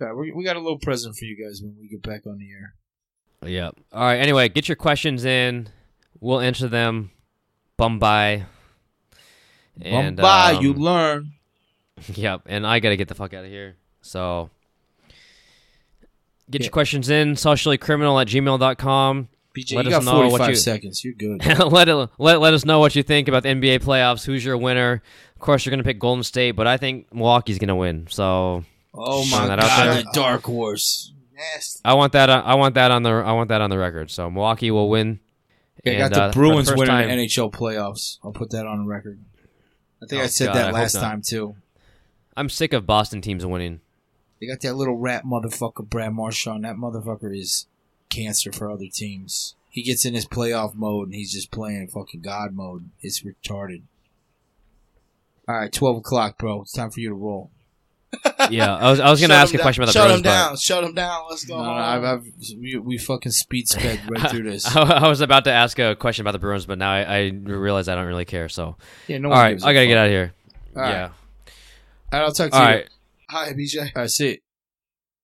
Speaker 1: Yeah, we, we got a little present for you guys when we get back on the air.
Speaker 2: yeah. All right. Anyway, get your questions in. We'll answer them. Bum bye. And,
Speaker 1: Bye, you
Speaker 2: um,
Speaker 1: learn.
Speaker 2: Yep, and I gotta get the fuck out of here. So get
Speaker 1: Yeah.
Speaker 2: your questions in, sociallycriminal at gmail.com.
Speaker 1: BJ,
Speaker 2: let
Speaker 1: you got
Speaker 2: us know what
Speaker 1: forty five
Speaker 2: you-
Speaker 1: seconds. You're good.
Speaker 2: let, it, let let us know what you think about the NBA playoffs. Who's your winner? Of course, you're gonna pick Golden State, but I think Milwaukee's gonna win. So
Speaker 1: Oh
Speaker 2: Shine
Speaker 1: my
Speaker 2: that out
Speaker 1: god,
Speaker 2: there.
Speaker 1: the dark horse.
Speaker 3: Nasty.
Speaker 2: I want that. On, I want that on the. I want that on the record. So Milwaukee will win.
Speaker 1: I got
Speaker 2: And,
Speaker 1: the
Speaker 2: uh, for
Speaker 1: Bruins
Speaker 2: first
Speaker 1: winning
Speaker 2: time-
Speaker 1: the NHL playoffs. I'll put that on record. I think
Speaker 2: Oh,
Speaker 1: I said
Speaker 2: God, I
Speaker 1: that
Speaker 2: hope
Speaker 1: last
Speaker 2: not.
Speaker 1: time too.
Speaker 2: I'm sick of Boston teams winning.
Speaker 1: They got that little rat motherfucker, Brad Marchand. That motherfucker is cancer for other teams. He gets in his playoff mode and he's just playing fucking God mode. It's retarded. All right, 12 o'clock, bro. It's time for you to roll.
Speaker 2: yeah, I was, I was gonna
Speaker 3: Shut
Speaker 2: ask
Speaker 3: him
Speaker 2: a question
Speaker 3: down.
Speaker 2: about the
Speaker 3: Shut
Speaker 2: Bruins,
Speaker 3: him
Speaker 2: but
Speaker 3: down. Shut him down. Let's go.
Speaker 1: No, no,
Speaker 3: home.
Speaker 1: I've, I've, we, we fucking speed sped right through this.
Speaker 2: I, I was about to ask a question about the Bruins, but now I, I realize I don't really care. So
Speaker 1: Yeah, no
Speaker 2: all right, I gotta get out of here.
Speaker 1: All right,
Speaker 2: yeah.
Speaker 1: All right, I'll talk to
Speaker 2: All
Speaker 1: you.
Speaker 2: right.
Speaker 3: Hi, BJ.
Speaker 1: All right, see you.